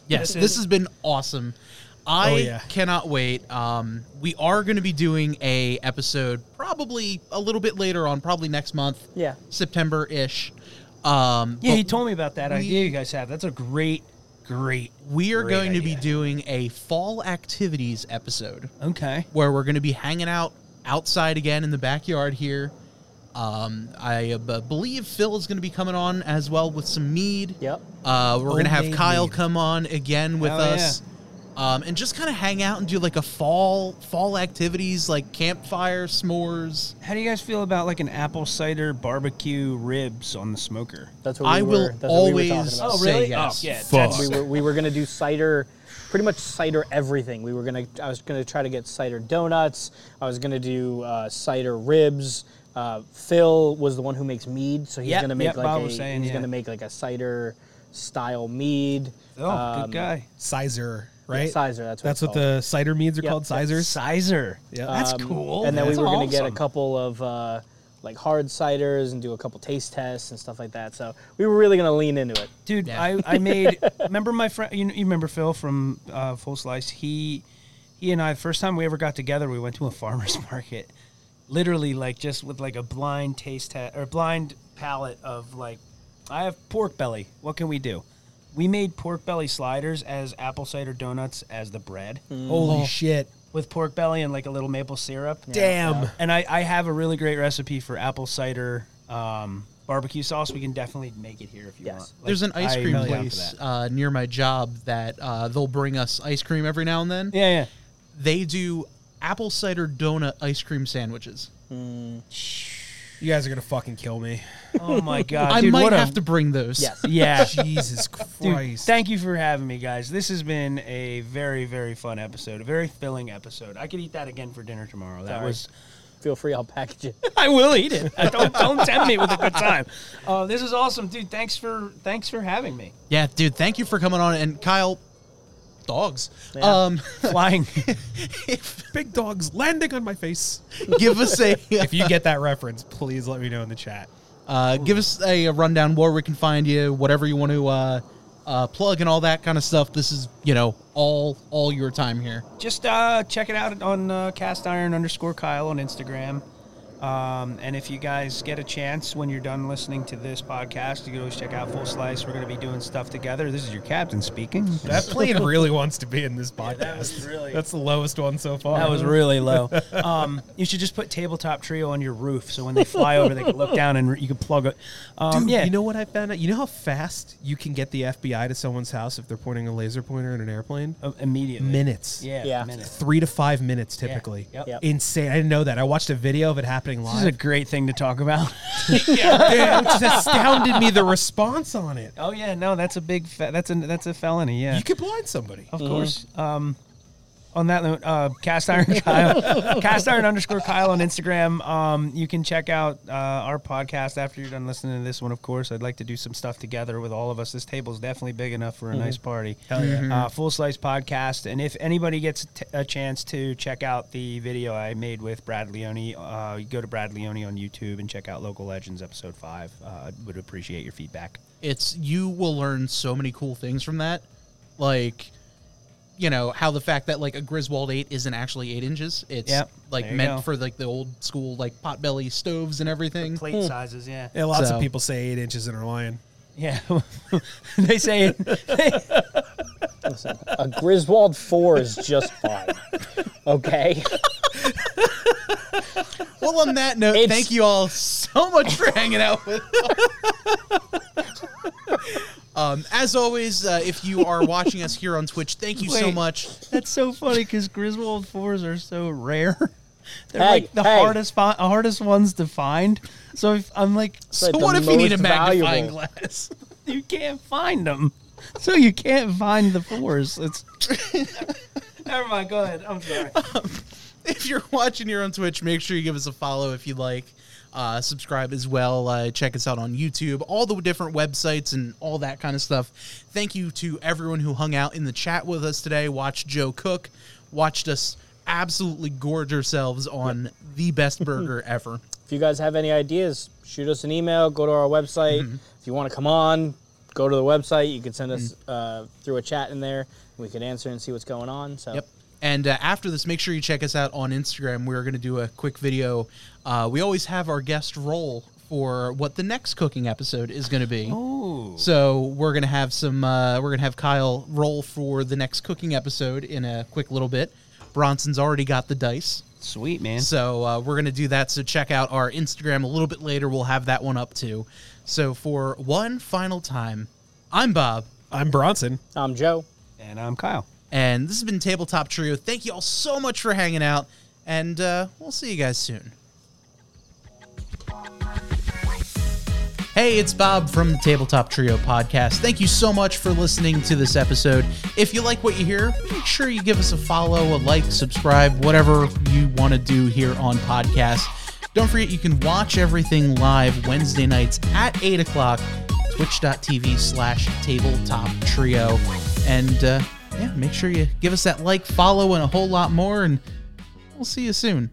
A: yes this, has been awesome I
E: Oh, yeah.
A: cannot wait. Um, we are going to be doing a episode probably a little bit later on, probably next month.
C: Yeah.
A: September ish. Um,
D: Yeah,
A: but
D: he told me about that idea you guys have. That's a great, great.
A: we are
D: Great
A: going to be
D: idea.
A: doing a fall activities episode
D: Okay.
A: where we're going to be hanging out outside again in the backyard here. Um, I uh, b- believe Phil is going to be coming on as well with some mead.
C: Yep.
A: Uh, we're going to have
D: Homemade
A: Kyle
D: mead.
A: come on again with
D: Hell
A: us. Um, and just kind of hang out and do like a fall fall activities like campfire s'mores.
D: How do you guys feel about like an apple cider barbecue ribs on the smoker?
C: That's what we
A: I
C: were,
A: will
C: that's what we were talking
A: always
C: about.
D: Oh,
A: say
D: really?
A: yes.
D: Oh, yeah,
C: We were, we were gonna do cider, pretty much cider everything. We were gonna. I was gonna try to get cider donuts. I was gonna do uh, cider ribs. Uh, Phil was the one who makes mead, so he's
D: Yep,
C: gonna make
D: yep,
C: like
D: Bob
C: a,
D: was saying,
C: he's
D: yeah.
C: gonna make like a cider style mead.
F: Oh,
C: Um,
F: good guy.
E: Sizer, right?
C: Sizer, that's what
E: That's
C: it's
E: what
C: called.
E: the cider meads are
C: Yep.
E: called. Sizers.
D: Sizer.
E: Yeah.
D: That's
C: Um,
D: cool.
C: And then
D: That's
C: we were going to get a
D: awesome.
C: couple of uh, like hard ciders and do a couple taste tests and stuff like that. So we were really going to lean into it.
D: Dude,
A: Yeah.
D: I, I made. remember my friend? You, you remember Phil from uh, Full Slice? He he and I first time we ever got together, we went to a farmer's market, literally like just with like a blind taste test or blind palate of like, I have pork belly. What can we do? We made pork belly sliders as apple cider donuts as the bread
E: Holy shit.
D: with pork belly and like a little maple syrup.
E: Damn.
D: And I, I have a really great recipe for apple cider um, barbecue sauce. We can definitely make it here if you
C: Yes.
D: want. Like,
A: There's an ice
D: I'm
A: cream
D: really down for
A: place
D: that.
A: uh, near my job that uh, they'll bring us ice cream every now and then.
D: Yeah, yeah.
A: They do apple cider donut ice cream sandwiches.
E: You guys are going to fucking kill me.
D: Oh my god,
A: I
D: dude,
A: might
D: what a-
A: have to bring those.
C: Yes.
D: Yeah,
E: Jesus
D: dude,
E: Christ.
D: thank you for having me, guys. This has been a very, very fun episode, a very filling episode. I could eat that again for dinner tomorrow. That
C: Sorry.
D: was.
C: Feel free, I'll package it.
D: I will eat it. I don't don't tempt me with a good time. Uh, this is awesome, dude. Thanks for thanks for having me.
A: Yeah, dude, thank you for coming on. And Kyle, dogs,
C: Yeah.
A: um,
D: Flying.
E: Big dogs landing on my face.
A: give us a
E: If you get that reference, please let me know in the chat.
A: uh, give us a, rundown where we can find you, whatever you want to uh, uh, plug and all that kind of stuff. This is you know all all your time here.
D: just uh, check it out on uh, cast iron underscore kyle on instagram um, and if you guys get a chance when you're done listening to this podcast you can always check out full slice we're going to be doing stuff together this is your captain speaking
E: That plane really wants to be in this podcast. That's the lowest one so far.
D: that was really low um, you should just put tabletop trio on your roof so when they fly over they can look down and you can plug it um,
E: Dude,
D: yeah
E: you know what I found out? You know how fast you can get the FBI to someone's house if they're pointing a laser pointer at an airplane?
D: uh, immediately
E: Minutes.
D: yeah,
C: Yeah.
D: minutes.
E: Three to five minutes typically.
D: Yep.
C: Yep.
E: Insane. I didn't know that. I watched a video of it happening
D: this is a
E: live.
D: great thing to talk about
E: Yeah, which just astounded me the response on it.
D: oh yeah no that's a big fe- that's a that's a felony yeah
E: You could blind somebody.
D: Of course. Um, on that note, uh, cast iron Kyle, cast iron underscore Kyle on Instagram. Um, you can check out uh, our podcast after you're done listening to this one. Of course, I'd like to do some stuff together with all of us. This table's definitely big enough for a nice party. Mm-hmm. Hell yeah! Uh, Full slice podcast, and if anybody gets t- a chance to check out the video I made with Brad Leone, uh, you go to Brad Leone on YouTube and check out Local Legends episode five. Uh, would appreciate your feedback.
A: it's you will learn so many cool things from that like you know how the fact that like a griswold 8 isn't actually 8 inches it's
D: Yep.
A: like
D: There you
A: meant
D: go.
A: for like the old school like potbelly stoves and everything
D: Plate sizes, yeah.
E: Yeah, lots
A: So-
E: of people say eight inches and are lying.
D: Yeah, they say it.
C: Listen, a Griswold 4 is just fine. Okay?
A: well on that note
C: It's-
A: thank you all so much for hanging out with us. um, as always uh, if you are watching us here on twitch thank you so
D: Wait.
A: much
D: That's so funny because Griswold fours are so rare. They're
C: Hey,
D: like the
C: hey.
D: hardest fi- hardest ones to find. So if, I'm like,
A: so
C: like the
A: what if you need a
C: most
A: magnifying
C: valuable.
A: glass
D: you can't find them. So you can't find the fours. It's never mind. Go ahead. I'm sorry.
A: if you're watching here on Twitch, make sure you give us a follow if you like. Uh, subscribe as well. Uh, check us out on YouTube, all the different websites and all that kind of stuff. Thank you to everyone who hung out in the chat with us today, watched Joe cook, watched us absolutely gorge ourselves on the best burger ever.
C: If you guys have any ideas, shoot us an email, go to our website. If you want to come on, go to the website. You can send us uh, through a chat in there. We could answer and see what's going on. So
A: Yep. And uh, after this, make sure you check us out on Instagram. We're going to do a quick video. Uh, we always have our guest role for what the next cooking episode is going to be. Oh. So we're going to have some. Uh, we're going to have Kyle roll for the next cooking episode in a quick little bit. Bronson's already got the dice.
D: Sweet man.
A: So uh, we're going to do that. So check out our Instagram a little bit later. We'll have that one up too. So for one final time, I'm Bob.
E: I'm Bronson.
C: I'm Joe.
D: And I'm Kyle.
A: And this has been Tabletop Trio. Thank you all so much for hanging out, and uh, we'll see you guys soon. Hey, it's Bob from the Tabletop Trio podcast. Thank you so much for listening to this episode. If you like what you hear, make sure you give us a follow, a like, subscribe, whatever you want to do here on podcast. Don't forget you can watch everything live Wednesday nights at 8 o'clock, twitch.tv slash tabletop trio. And uh, yeah, make sure you give us that like, follow, and a whole lot more, and we'll see you soon.